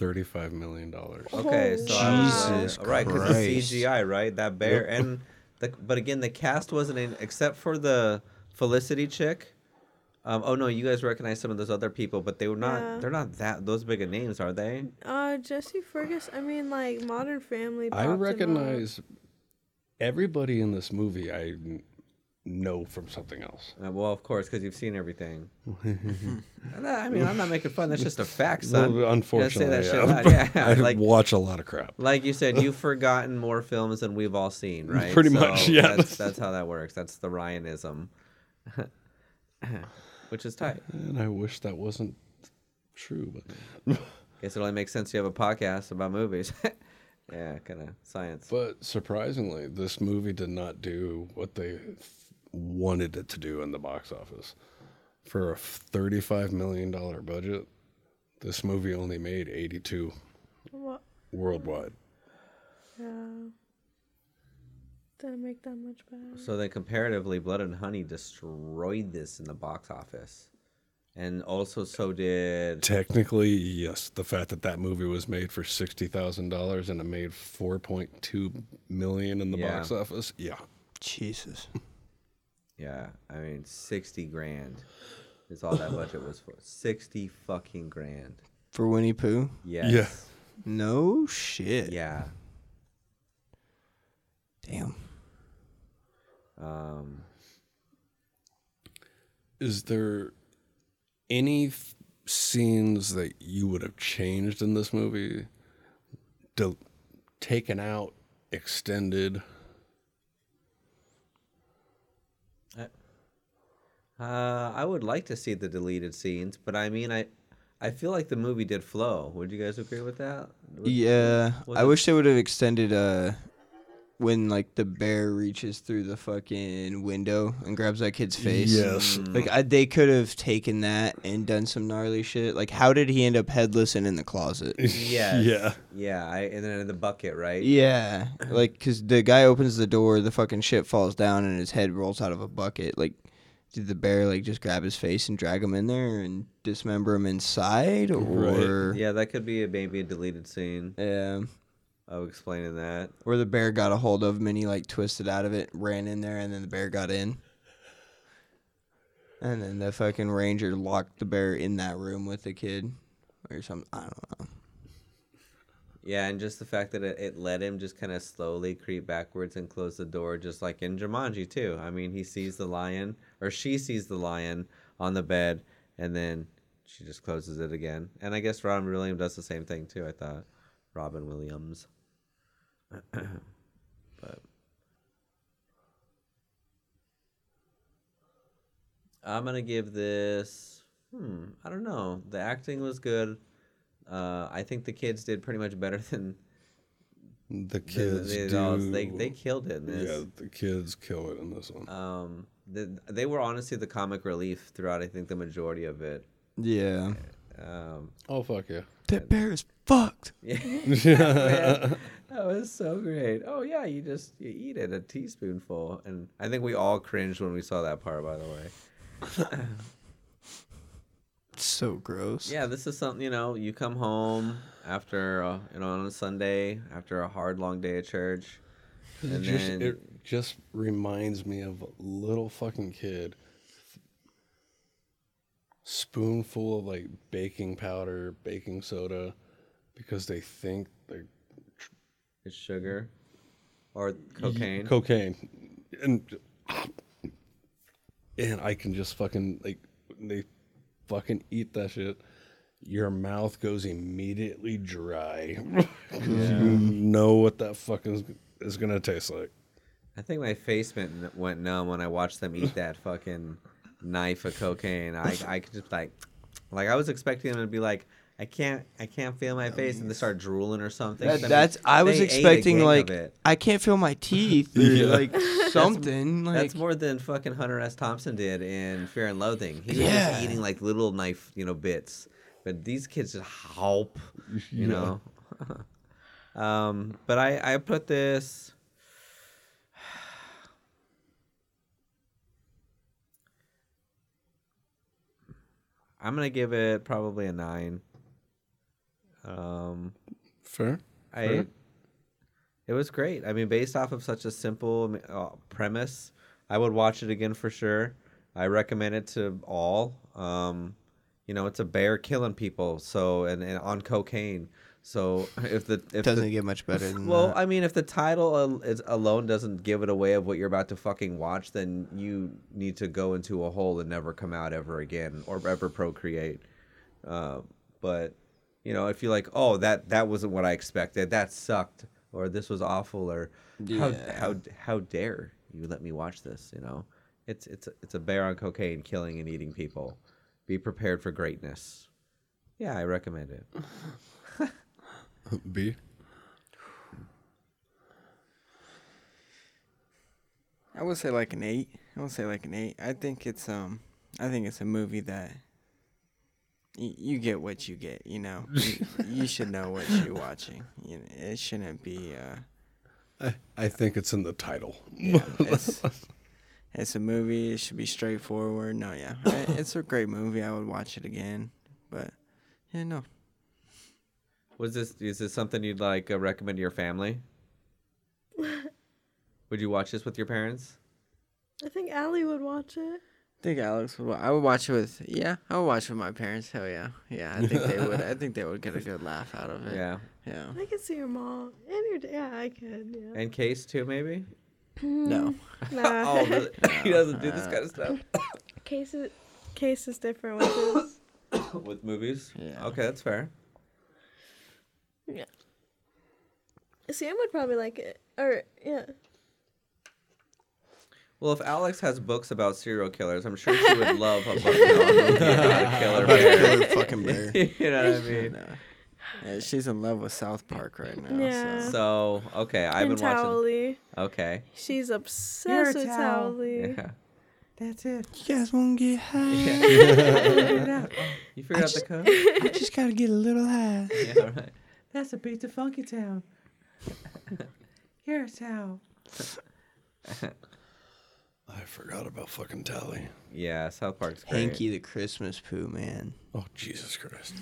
Speaker 3: $35 million. Oh,
Speaker 4: Okay, so I was-
Speaker 6: Jesus
Speaker 4: right because
Speaker 6: Christ.
Speaker 4: the CGI, right? That bear and the but again the cast wasn't in except for the Felicity chick. Um, oh no, you guys recognize some of those other people, but they were not.
Speaker 5: Yeah.
Speaker 4: They're not that those big of names, are they?
Speaker 5: Uh, Jesse Fergus. I mean, like Modern Family.
Speaker 3: I
Speaker 5: popped him up.
Speaker 3: recognize everybody in this movie. I n- know from something else.
Speaker 4: Uh, well, of course, because you've seen everything. And uh, I I mean, I'm not making fun. That's just a fact, son.
Speaker 3: Well, unfortunately,
Speaker 4: you gotta say
Speaker 3: yeah.
Speaker 4: that shit loud. yeah.
Speaker 3: I
Speaker 4: like,
Speaker 3: watch a lot of crap.
Speaker 4: like you said, you've forgotten more films than we've all seen, right?
Speaker 3: Pretty much, yeah.
Speaker 4: That's, that's how that works. That's the Ryanism, which is tight.
Speaker 3: And I wish that wasn't true, but
Speaker 4: Guess it only makes sense you have a podcast about movies. yeah, kind of science.
Speaker 3: but surprisingly, this movie did not do what they f- wanted it to do in the box office. For a thirty-five million dollar budget, this movie only made eighty-two
Speaker 5: What?
Speaker 3: worldwide.
Speaker 5: Yeah. Didn't make that much better.
Speaker 4: So then, comparatively, Blood and Honey destroyed this in the box office, and also so did
Speaker 3: Technically, yes. The fact that that movie was made for sixty thousand dollars and it made four point two million in the
Speaker 4: Yeah.
Speaker 3: box office, yeah.
Speaker 6: Jesus.
Speaker 4: yeah. I mean, sixty grand is all that budget was for. Sixty fucking grand.
Speaker 6: For Winnie Pooh?
Speaker 4: Yes.
Speaker 6: No shit.
Speaker 4: Yeah.
Speaker 6: Damn.
Speaker 4: Um,
Speaker 3: Is there any f- scenes that you would have changed in this movie? Del- taken out, extended?
Speaker 4: uh, I would like to see the deleted scenes, but I mean, I, I feel like the movie did flow. Would you guys agree with that? Would-
Speaker 6: Yeah.
Speaker 4: was
Speaker 6: I
Speaker 4: it-
Speaker 6: wish they would have extended uh when like the bear reaches through the fucking window and grabs that kid's face.
Speaker 3: Yes.
Speaker 6: Like I, they could have taken that and done some gnarly shit. Like how did he end up headless and in the closet?
Speaker 4: Yes.
Speaker 3: Yeah.
Speaker 4: Yeah. I, and then in the bucket, right?
Speaker 6: yeah. Like cuz the guy opens the door, the fucking shit falls down and his head rolls out of a bucket. Like did the bear like just grab his face and drag him in there and dismember him inside or
Speaker 4: Yeah, that could be a, maybe a deleted scene
Speaker 6: yeah.
Speaker 4: of explaining that.
Speaker 6: Or the bear got a hold of him and he like twisted out of it, ran in there, and then the bear got in. And then the fucking ranger locked the bear in that room with the kid or something. I don't know.
Speaker 4: Yeah, and just the fact that it, it let him just kind of slowly creep backwards and close the door, just like in Jumanji too. I mean, he sees the lion, or she sees the lion on the bed, and then she just closes it again. And I guess Robin Williams does the same thing too. I thought Robin Williams, but I'm gonna give this. Hmm, I don't know. The acting was good. Uh, I think the kids did pretty much better than
Speaker 3: The
Speaker 4: the- the-
Speaker 3: kids
Speaker 4: the adults.
Speaker 3: do.
Speaker 4: They they killed it in
Speaker 3: yeah,
Speaker 4: this.
Speaker 3: the kids kill it in this one.
Speaker 4: Um, the, they were honestly the comic relief throughout. I think the majority of it.
Speaker 6: Yeah.
Speaker 4: Um,
Speaker 3: oh fuck yeah!
Speaker 6: That bear is fucked.
Speaker 4: yeah, man, that was so great. Oh yeah, you just you eat it a teaspoonful, and I think we all cringed when we saw that part. By the way,
Speaker 6: so gross.
Speaker 4: yeah, this is something you know. You come home after uh, you know on a Sunday after a hard long day at church,
Speaker 3: It
Speaker 4: and
Speaker 3: just,
Speaker 4: then
Speaker 3: it just reminds me of a little fucking kid. Spoonful of like baking powder, baking soda, because they think they're
Speaker 4: it's sugar or cocaine.
Speaker 3: cocaine, and and I can just fucking like they fucking eat that shit. Your mouth goes immediately dry 'Cause you know what that fucking is, is gonna taste like.
Speaker 4: I think my face went, went numb when I watched them eat that fucking knife of cocaine. I, I could just like, like I was expecting them to be like, I can't, I can't feel my face, and they start drooling or something.
Speaker 6: That,
Speaker 4: I mean,
Speaker 6: that's I was
Speaker 4: they ate a
Speaker 6: expecting
Speaker 4: gang of
Speaker 6: like
Speaker 4: it.
Speaker 6: I can't feel my teeth or like something like
Speaker 4: that's more than fucking Hunter S. Thompson did in Fear and Loathing. He was
Speaker 6: Yeah.
Speaker 4: just eating like little knife, you know, bits. But these kids just help, you know. um, but I, I put this. I'm gonna give it probably a nine. Um,
Speaker 3: Fair.
Speaker 4: I. It was great. I mean, based off of such a simple uh, premise, I would watch it again for sure. I recommend it to all. Um, you know, it's a bear killing people, so and, and on cocaine. So if the if
Speaker 6: Doesn't
Speaker 4: the,
Speaker 6: get much better than uh,
Speaker 4: well,
Speaker 6: that.
Speaker 4: I mean, if the title al- is alone doesn't give it away of what you're about to fucking watch, then you need to go into a hole and never come out ever again or ever procreate. Uh, but you know, if you're like, oh, that that wasn't what I expected. That sucked, or this was awful, or
Speaker 6: Yeah.
Speaker 4: how how how dare you let me watch this? You know, it's it's it's a bear on cocaine killing and eating people. Be prepared for greatness. Yeah, I recommend it.
Speaker 3: B.
Speaker 7: I would say like an eight. I would say like an eight. I think it's um, I think it's a movie that y- you get what you get. You know, you, you should know what you're watching. You know, it shouldn't be. Uh,
Speaker 3: I, I think it's in the title.
Speaker 7: yeah, it's, it's a movie. It should be straightforward. No, yeah, I- it's a great movie. I would watch it again. But yeah, no,
Speaker 4: Was this is this something you'd like uh, recommend to your family? Would you watch this with your parents?
Speaker 5: I think Allie would watch it.
Speaker 7: I think Alex would. wa- I would watch it with. Yeah, I would watch it with my parents. Hell yeah, yeah. I think they would. I think they would get a good laugh out of it.
Speaker 4: Yeah.
Speaker 7: yeah.
Speaker 5: I could see your mom and your dad. Yeah, I could. Yeah.
Speaker 4: And Case too, maybe.
Speaker 7: No.
Speaker 5: Nah.
Speaker 4: Oh, really? he doesn't do this kind of stuff
Speaker 5: Case is case is different with this.
Speaker 4: with movies. Yeah. Okay, that's fair.
Speaker 5: Yeah. Sam would probably like it. Or yeah.
Speaker 4: Well, if Alex has books about serial killers, I'm sure she would love a book about a killer bear.
Speaker 6: Killer fucking bear.
Speaker 4: you know what I mean?
Speaker 7: Yeah, she's in love with South Park right now.
Speaker 5: Yeah.
Speaker 4: So okay, I've
Speaker 5: and
Speaker 4: been watching.
Speaker 5: Towley.
Speaker 4: Okay.
Speaker 5: She's obsessed with Towley.
Speaker 4: Yeah.
Speaker 7: That's it. You guys won't get high.
Speaker 4: Uh, You figured out the code.
Speaker 7: I just gotta get a little high.
Speaker 4: Yeah, all right.
Speaker 8: That's a beat to Funky Town. Here's how.
Speaker 3: I forgot about fucking Tally.
Speaker 4: Yeah, South Park's great.
Speaker 6: Hanky the Christmas poo man.
Speaker 3: Oh Jesus Christ!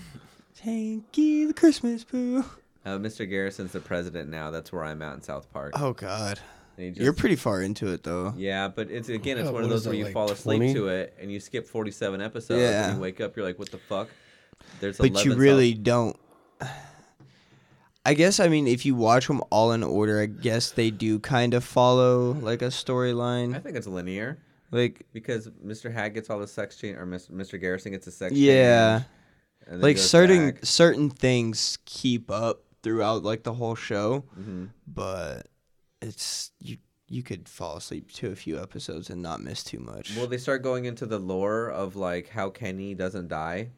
Speaker 6: Hanky the Christmas poo.
Speaker 4: Uh, Mr. Garrison's the president now. That's where I'm at in South Park.
Speaker 6: Oh God.
Speaker 4: And he
Speaker 6: You're Oh
Speaker 4: just-
Speaker 6: pretty far into it though.
Speaker 4: Yeah, but it's again, it's
Speaker 3: God,
Speaker 4: one of
Speaker 3: what is
Speaker 4: those where
Speaker 3: that,
Speaker 4: you
Speaker 3: like
Speaker 4: fall asleep
Speaker 3: 20?
Speaker 4: to it and you skip 47 episodes
Speaker 6: Yeah.
Speaker 4: and you wake up, you're like, what the fuck? There's
Speaker 6: but
Speaker 4: 11
Speaker 6: you
Speaker 4: songs.
Speaker 6: really don't. I guess I mean if you watch them all in order, I guess they do kind of follow like a
Speaker 4: I
Speaker 6: storyline.
Speaker 4: think it's linear
Speaker 6: Like
Speaker 4: because Mr. Hag gets all the sex change, or Mis- Mr. Garrison gets the sex
Speaker 6: yeah,
Speaker 4: change. and then
Speaker 6: like
Speaker 4: goes
Speaker 6: certain
Speaker 4: back.
Speaker 6: certain things keep up throughout like the whole show,
Speaker 4: Mm-hmm.
Speaker 6: but it's you you could fall asleep to a few episodes and not miss too much.
Speaker 4: Well, they start going into the lore of like how Kenny doesn't die,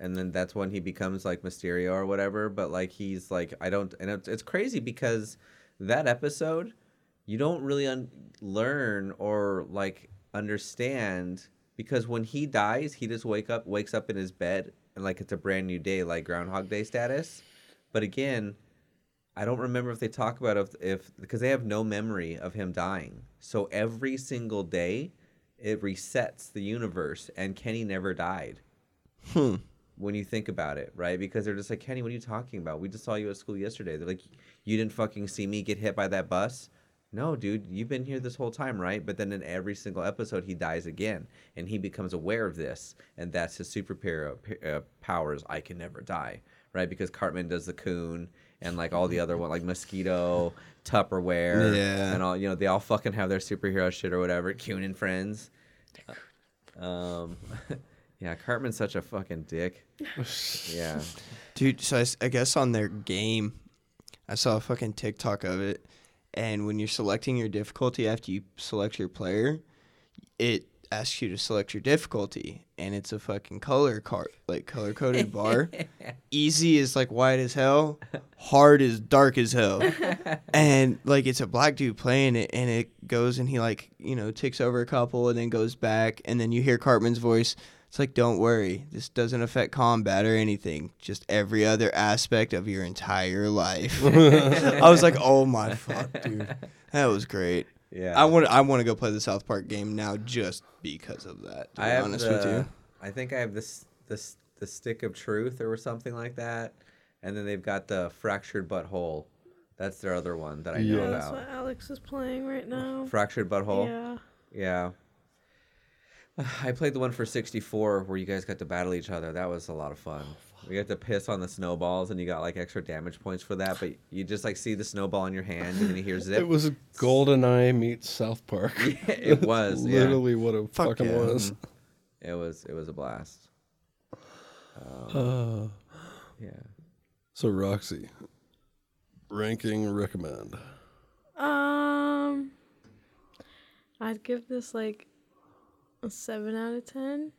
Speaker 4: and then that's when he becomes like Mysterio or whatever. But like he's like I don't, and it's, it's crazy because that episode you don't really un- learn or like understand because when he dies, he just wake up wakes up in his bed and like it's a brand new day, like Groundhog Day status. But again, I don't remember if they talk about if if because they have no memory of him dying. So every single day, it resets the universe, and Kenny never died. When you think about it, right? Because they're just like Kenny, what are you talking about? We just saw you at school yesterday. They're like, you didn't fucking see me get hit by that bus. No, dude, you've been here this whole time, right? But then in every single episode, he dies again, and he becomes aware of this, and that's his superpower uh, powers. I can never die, right? Because Cartman does the coon, and like all the other one, like mosquito, Tupperware,
Speaker 6: Yeah.
Speaker 4: and all you know, they all fucking have their superhero shit or whatever. Coon and friends. Um, yeah, Cartman's such a fucking dick. Yeah,
Speaker 6: Dude, so I, s- I guess on their game, I saw a fucking TikTok of it, and when you're selecting your difficulty after you select your player, it asks you to select your difficulty, and it's a fucking color card, like color coded bar. Easy is like white as hell, hard is dark as hell, and like it's a black dude playing it, and it goes and he like you know ticks over a couple and then goes back, and then you hear Cartman's voice. It's like, don't worry, this doesn't affect combat or anything. Just every other aspect of your entire life. I was like, oh my fuck, dude, that was great.
Speaker 4: yeah.
Speaker 6: I want I want to go play the South Park game now just because of that. To
Speaker 4: I
Speaker 6: be
Speaker 4: have
Speaker 6: honest
Speaker 4: the,
Speaker 6: with you,
Speaker 4: I think I have this this the stick of truth or something like that, and then they've got the fractured butthole. That's their other one that I know
Speaker 5: Yeah, Oh, That's
Speaker 4: about.
Speaker 5: what Alex is playing right now.
Speaker 4: Fractured butthole.
Speaker 5: Yeah.
Speaker 4: Yeah. I played the one for 64 where you guys got to battle each other. That was a lot of fun. We got to piss on the snowballs, and you got like extra damage points for that. But you just like see the snowball in your hand, and then you hear zip.
Speaker 3: It was a Golden Eye meets South Park.
Speaker 4: it was, yeah.
Speaker 3: literally what it fucking was.
Speaker 4: It was it was a blast.
Speaker 3: Uh,
Speaker 4: Yeah.
Speaker 3: so Roxy, ranking recommend.
Speaker 5: Um, I'd give this like a seven out of ten,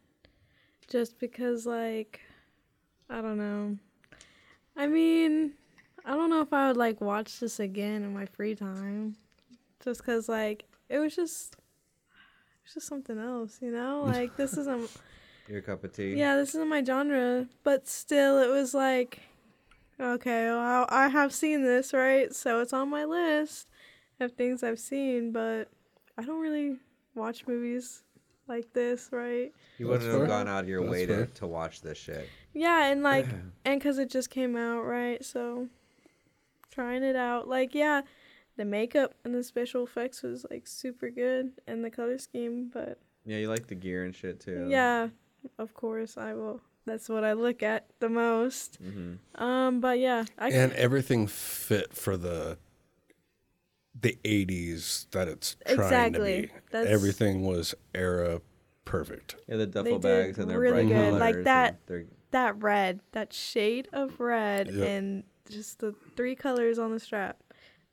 Speaker 5: just because like I don't know. I mean, I don't know if I would like watch this again in my free time, just because like it was just it's just something else, you know. Like this isn't
Speaker 4: Your cup of tea.
Speaker 5: yeah, this isn't my genre, but still, it was like, okay, well, I I have seen this, right? So it's on my list of things I've seen, but I don't really watch movies like this, right?
Speaker 4: You
Speaker 3: That's
Speaker 4: wouldn't have
Speaker 3: fair.
Speaker 4: gone out of your
Speaker 3: That's
Speaker 4: way
Speaker 3: fair.
Speaker 4: to, to watch this shit.
Speaker 5: Yeah, and like, and because it just came out, right? So trying it out, like, yeah, the makeup and the special effects was like super good, and the color scheme, but
Speaker 4: Yeah, you like the gear and shit too.
Speaker 5: yeah, of course, I will. That's what I look at the most.
Speaker 4: hmm
Speaker 6: Mm-hmm.
Speaker 5: Um, but yeah, I
Speaker 3: and everything fit for the the 80s that it's trying to
Speaker 5: Exactly.
Speaker 3: be.
Speaker 5: That's-
Speaker 3: Everything was era perfect.
Speaker 4: Yeah, the duffel
Speaker 5: did
Speaker 4: bags and their
Speaker 5: really
Speaker 4: bright
Speaker 5: good.
Speaker 4: colors.
Speaker 5: Like
Speaker 4: and
Speaker 5: that-
Speaker 4: their-
Speaker 5: that red, that shade of red,
Speaker 3: Yep.
Speaker 5: and just the three colors on the strap.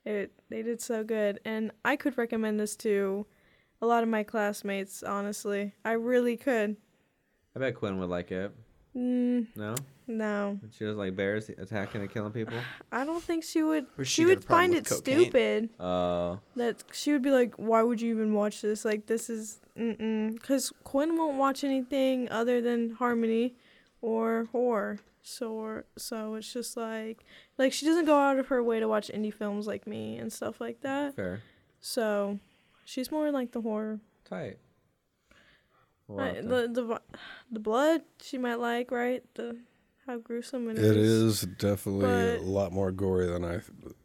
Speaker 5: It they did so good, and I could recommend this to a lot of my classmates. Honestly, I really could.
Speaker 4: I bet Quinn would like it.
Speaker 5: Mm,
Speaker 4: No,
Speaker 5: no,
Speaker 4: she was like bears attacking and killing people.
Speaker 5: I don't think she would.
Speaker 6: Or
Speaker 5: She,
Speaker 6: she got a
Speaker 5: would
Speaker 6: problem
Speaker 5: find
Speaker 6: with
Speaker 5: it
Speaker 6: cocaine.
Speaker 5: stupid.
Speaker 4: Uh,
Speaker 5: That she would be like, "Why would you even watch this? Like, this is mm Because Quinn won't watch anything other than Harmony or horror. So, so it's just like, like she doesn't go out of her way to watch indie films like me and stuff like that.
Speaker 4: fair,
Speaker 5: So, she's more in, like the horror.
Speaker 4: tight. We'll
Speaker 5: Right,
Speaker 4: have to-
Speaker 5: the the vi- the blood she might like, right? The how gruesome it
Speaker 3: It
Speaker 5: is.
Speaker 3: is definitely a
Speaker 5: But-
Speaker 3: lot more gory than I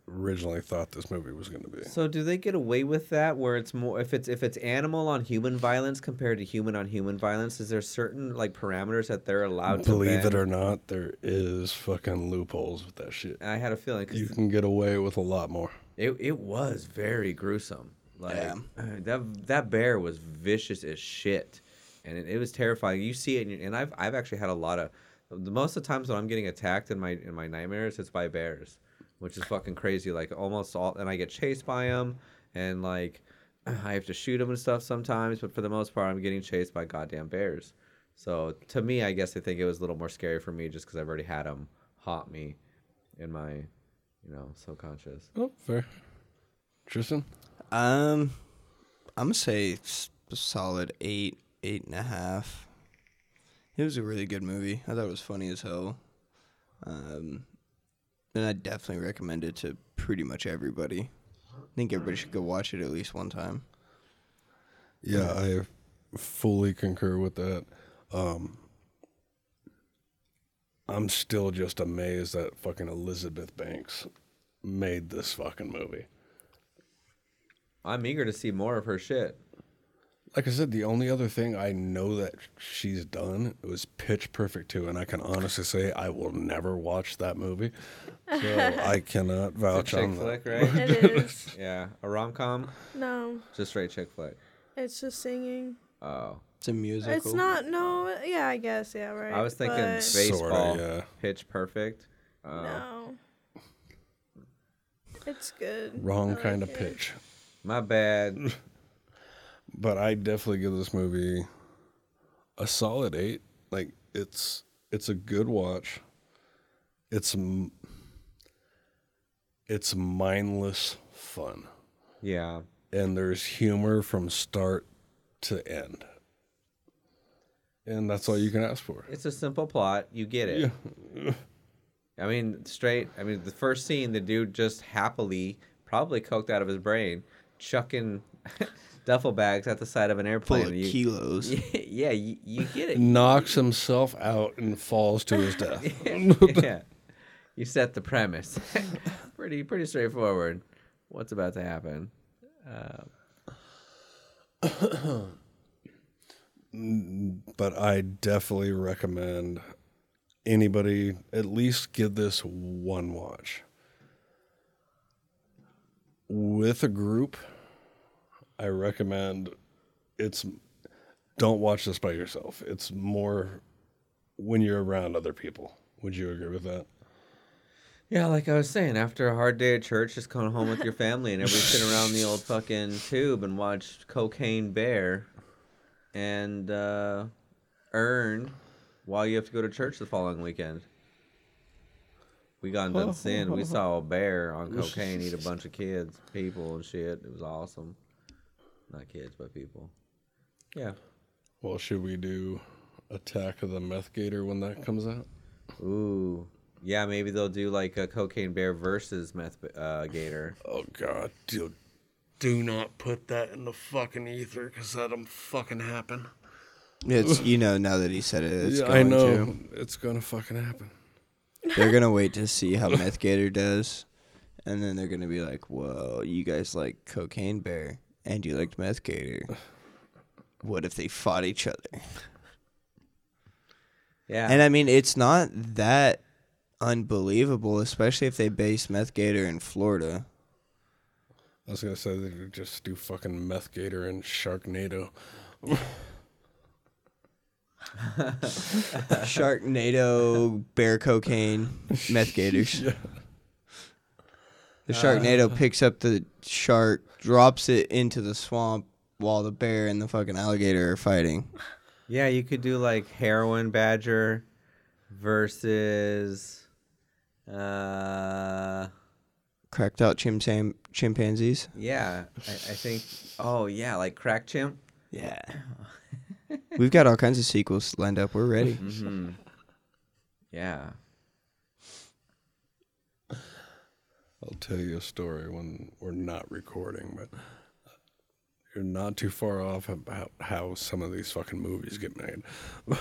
Speaker 3: originally thought this movie was going to be.
Speaker 4: So do they get away with that where it's more if it's if it's animal on human violence compared to human on human violence is there certain like parameters that they're allowed
Speaker 3: Believe
Speaker 4: to
Speaker 3: it or not, there is fucking loopholes with that shit.
Speaker 4: I had a feeling 'cause
Speaker 3: You can get away with a lot more.
Speaker 4: it it was very gruesome. Like uh,
Speaker 6: Yeah.
Speaker 4: that that bear was vicious as shit, and it, it was terrifying. You see it, and, you- and I've I've actually had a lot of the most of the times when I'm getting attacked in my in my nightmares, it's by bears, which is fucking crazy. Like almost all, and I get chased by them, and like I have to shoot them and stuff sometimes. But for the most part, I'm getting chased by goddamn bears. So to me, I guess I think it was a little more scary for me just because I've already had them haunt me in my, you know, subconscious.
Speaker 3: Oh, fair. Tristan?
Speaker 6: Um, I'm gonna say s- a solid eight, eight and a half. It was a really good movie. I thought it was funny as hell. Um, and I definitely recommend it to pretty much everybody. I think everybody should go watch it at least one time.
Speaker 3: Yeah, I fully concur with that. Um, I'm still just amazed that fucking Elizabeth Banks made this fucking movie.
Speaker 4: I'm eager to see more of her shit.
Speaker 3: Like I said, the only other thing I know that she's done was Pitch Perfect 2, and I can honestly say I will never watch that movie. So I cannot
Speaker 4: It's a
Speaker 3: vouch
Speaker 4: chick
Speaker 3: Oh, on that.
Speaker 4: flick, right?
Speaker 5: It is
Speaker 4: yeah, a rom com,
Speaker 5: no,
Speaker 4: just straight chick flick.
Speaker 5: it's just singing.
Speaker 4: Oh,
Speaker 6: It's a musical.
Speaker 5: It's not no. Yeah, I guess. Yeah, right.
Speaker 4: I was thinking
Speaker 5: but-
Speaker 4: baseball,
Speaker 3: yeah.
Speaker 4: Pitch Perfect. Oh,
Speaker 5: No. It's good.
Speaker 3: Wrong
Speaker 5: I
Speaker 3: kind of
Speaker 5: like it.
Speaker 3: pitch.
Speaker 4: my bad.
Speaker 3: but I definitely give this movie a solid eight. Like it's it's a good watch. It's m- it's mindless fun,
Speaker 4: Yeah,
Speaker 3: and there's humor from start to end, and that's all you can ask for.
Speaker 4: it's a simple plot. You get it. I mean, straight. I mean, the first scene, the dude just happily, probably coked out of his brain, chucking duffel bags at the side of an
Speaker 6: full
Speaker 4: airplane.
Speaker 6: of
Speaker 4: You-
Speaker 6: kilos.
Speaker 4: yeah, you, you get it.
Speaker 3: Knocks himself out and falls to his death.
Speaker 4: yeah. You set the premise. pretty pretty straightforward. What's about to happen?
Speaker 3: but I definitely recommend anybody at least give this one watch. With a group, I recommend it's don't watch this by yourself. It's more when you're around other people. Would you agree with that?
Speaker 4: Yeah, like I was saying, after a hard day at church, just come home with your family and everybody sit around the old fucking tube and watch Cocaine Bear and uh, earn while you have to go to church the following weekend. We got in done sin. We saw a bear on cocaine eat a bunch of kids, people, and shit. It was awesome. Not kids, but people. Yeah.
Speaker 3: Well, should we do Attack of the Meth Gator when that comes out?
Speaker 4: Ooh. Yeah, maybe they'll do like a cocaine bear versus meth uh, gator.
Speaker 3: Oh god, dude. Do not put that in the fucking ether because that'll fucking happen.
Speaker 6: It's you know now that he said it, it's
Speaker 3: yeah, I
Speaker 6: going
Speaker 3: know.
Speaker 6: to.
Speaker 3: It's gonna fucking happen.
Speaker 6: They're gonna wait to see how Meth Gator does, and then they're gonna be like, "Whoa, you guys like Cocaine Bear, and you liked Meth Gator. What if they fought each other?"
Speaker 4: Yeah.
Speaker 6: And I mean, it's not that unbelievable, especially if they base Meth Gator in Florida.
Speaker 3: I was gonna say they could just do fucking Meth Gator and Sharknado.
Speaker 6: Sharknado, bear cocaine, meth gators. The Sharknado picks up the shark, drops it into the swamp while the bear and the fucking alligator are fighting.
Speaker 4: Yeah, you could do like heroin badger versus uh
Speaker 6: Cracked out chimsam- chimpanzees.
Speaker 4: yeah, I, I think oh yeah, like crack chimp.
Speaker 6: Yeah. We've got all kinds of sequels lined up. We're ready.
Speaker 4: hmm Yeah.
Speaker 3: I'll tell you a story when we're not recording, but you're not too far off about how some of these fucking movies get made.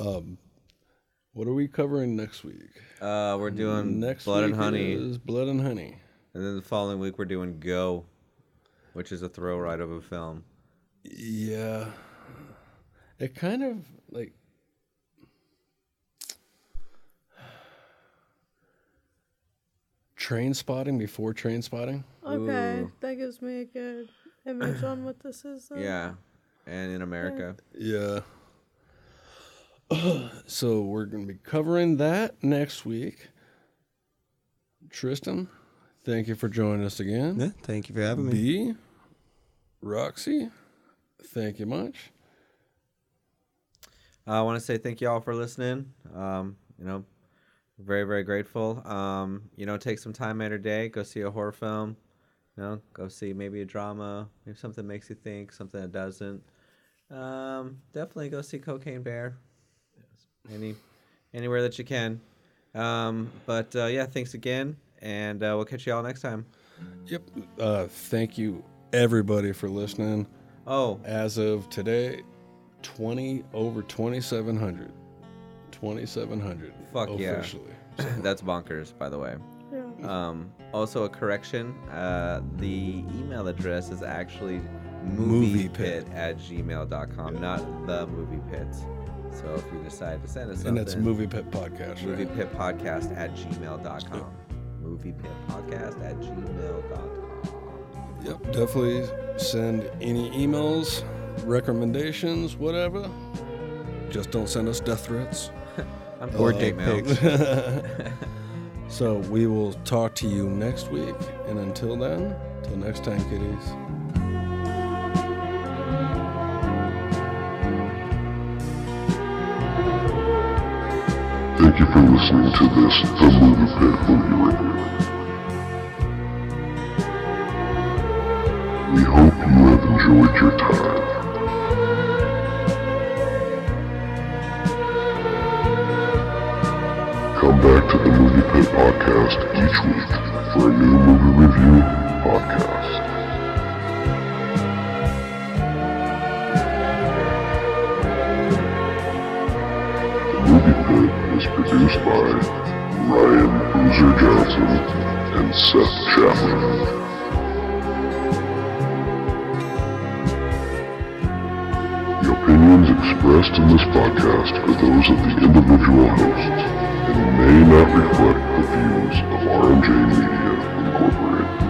Speaker 3: um, what are we covering next week?
Speaker 4: Uh we're doing
Speaker 3: next
Speaker 4: blood and
Speaker 3: week
Speaker 4: honey.
Speaker 3: is Blood and Honey.
Speaker 4: And then the following week we're doing Go, which is a throw ride of a film.
Speaker 3: Yeah. It kind of like train spotting before train spotting.
Speaker 5: Okay,
Speaker 4: Ooh.
Speaker 5: that gives me a good image on what this is. Then.
Speaker 4: Yeah. And in America.
Speaker 3: Yeah. so we're going to be covering that next week. Tristan, thank you for joining us again.
Speaker 6: Yeah, thank you for having me.
Speaker 3: B, Roxy, thank you much.
Speaker 4: I want to say thank you all for listening. Um, you know, very very grateful. Um, you know, take some time out of your day, go see a horror film. You know, go see maybe a drama, maybe something makes you think, something that doesn't. Um, definitely go see Cocaine Bear. Any, anywhere that you can. Um, but uh, yeah, thanks again, and uh, we'll catch you all next time.
Speaker 3: Yep. Uh, thank you, everybody, for listening.
Speaker 4: Oh,
Speaker 3: As of today, 20 over 2,700. 2,700.
Speaker 4: Fuck yeah.
Speaker 3: officially.
Speaker 4: that's bonkers, by the way. Um, also, a correction uh, the email address is actually
Speaker 3: Movie
Speaker 4: moviepit at gmail.com, not the movie pit. So if you decide to send us
Speaker 3: And
Speaker 4: something,
Speaker 3: that's Movie Pit Podcast, right?
Speaker 4: moviepitpodcast at gmail.com. Moviepitpodcast at gmail.com.
Speaker 3: Yep, definitely send any emails, recommendations, whatever. Just don't send us death threats.
Speaker 4: I'm
Speaker 6: Or
Speaker 4: pulling
Speaker 6: dick
Speaker 4: email.
Speaker 6: pics.
Speaker 3: So we will talk to you next week. And until then, till next time, kiddies.
Speaker 2: Thank you for listening to this The Movie Pit Movie Review. We hope you have enjoyed your time. Come back to the Movie Pit Podcast each week for a new movie review podcast. The Movie Pit is produced by Ryan Boozer Johnson and Seth Chapman. expressed in this podcast are those of the individual hosts and may not reflect the views of RMJ Media Incorporated.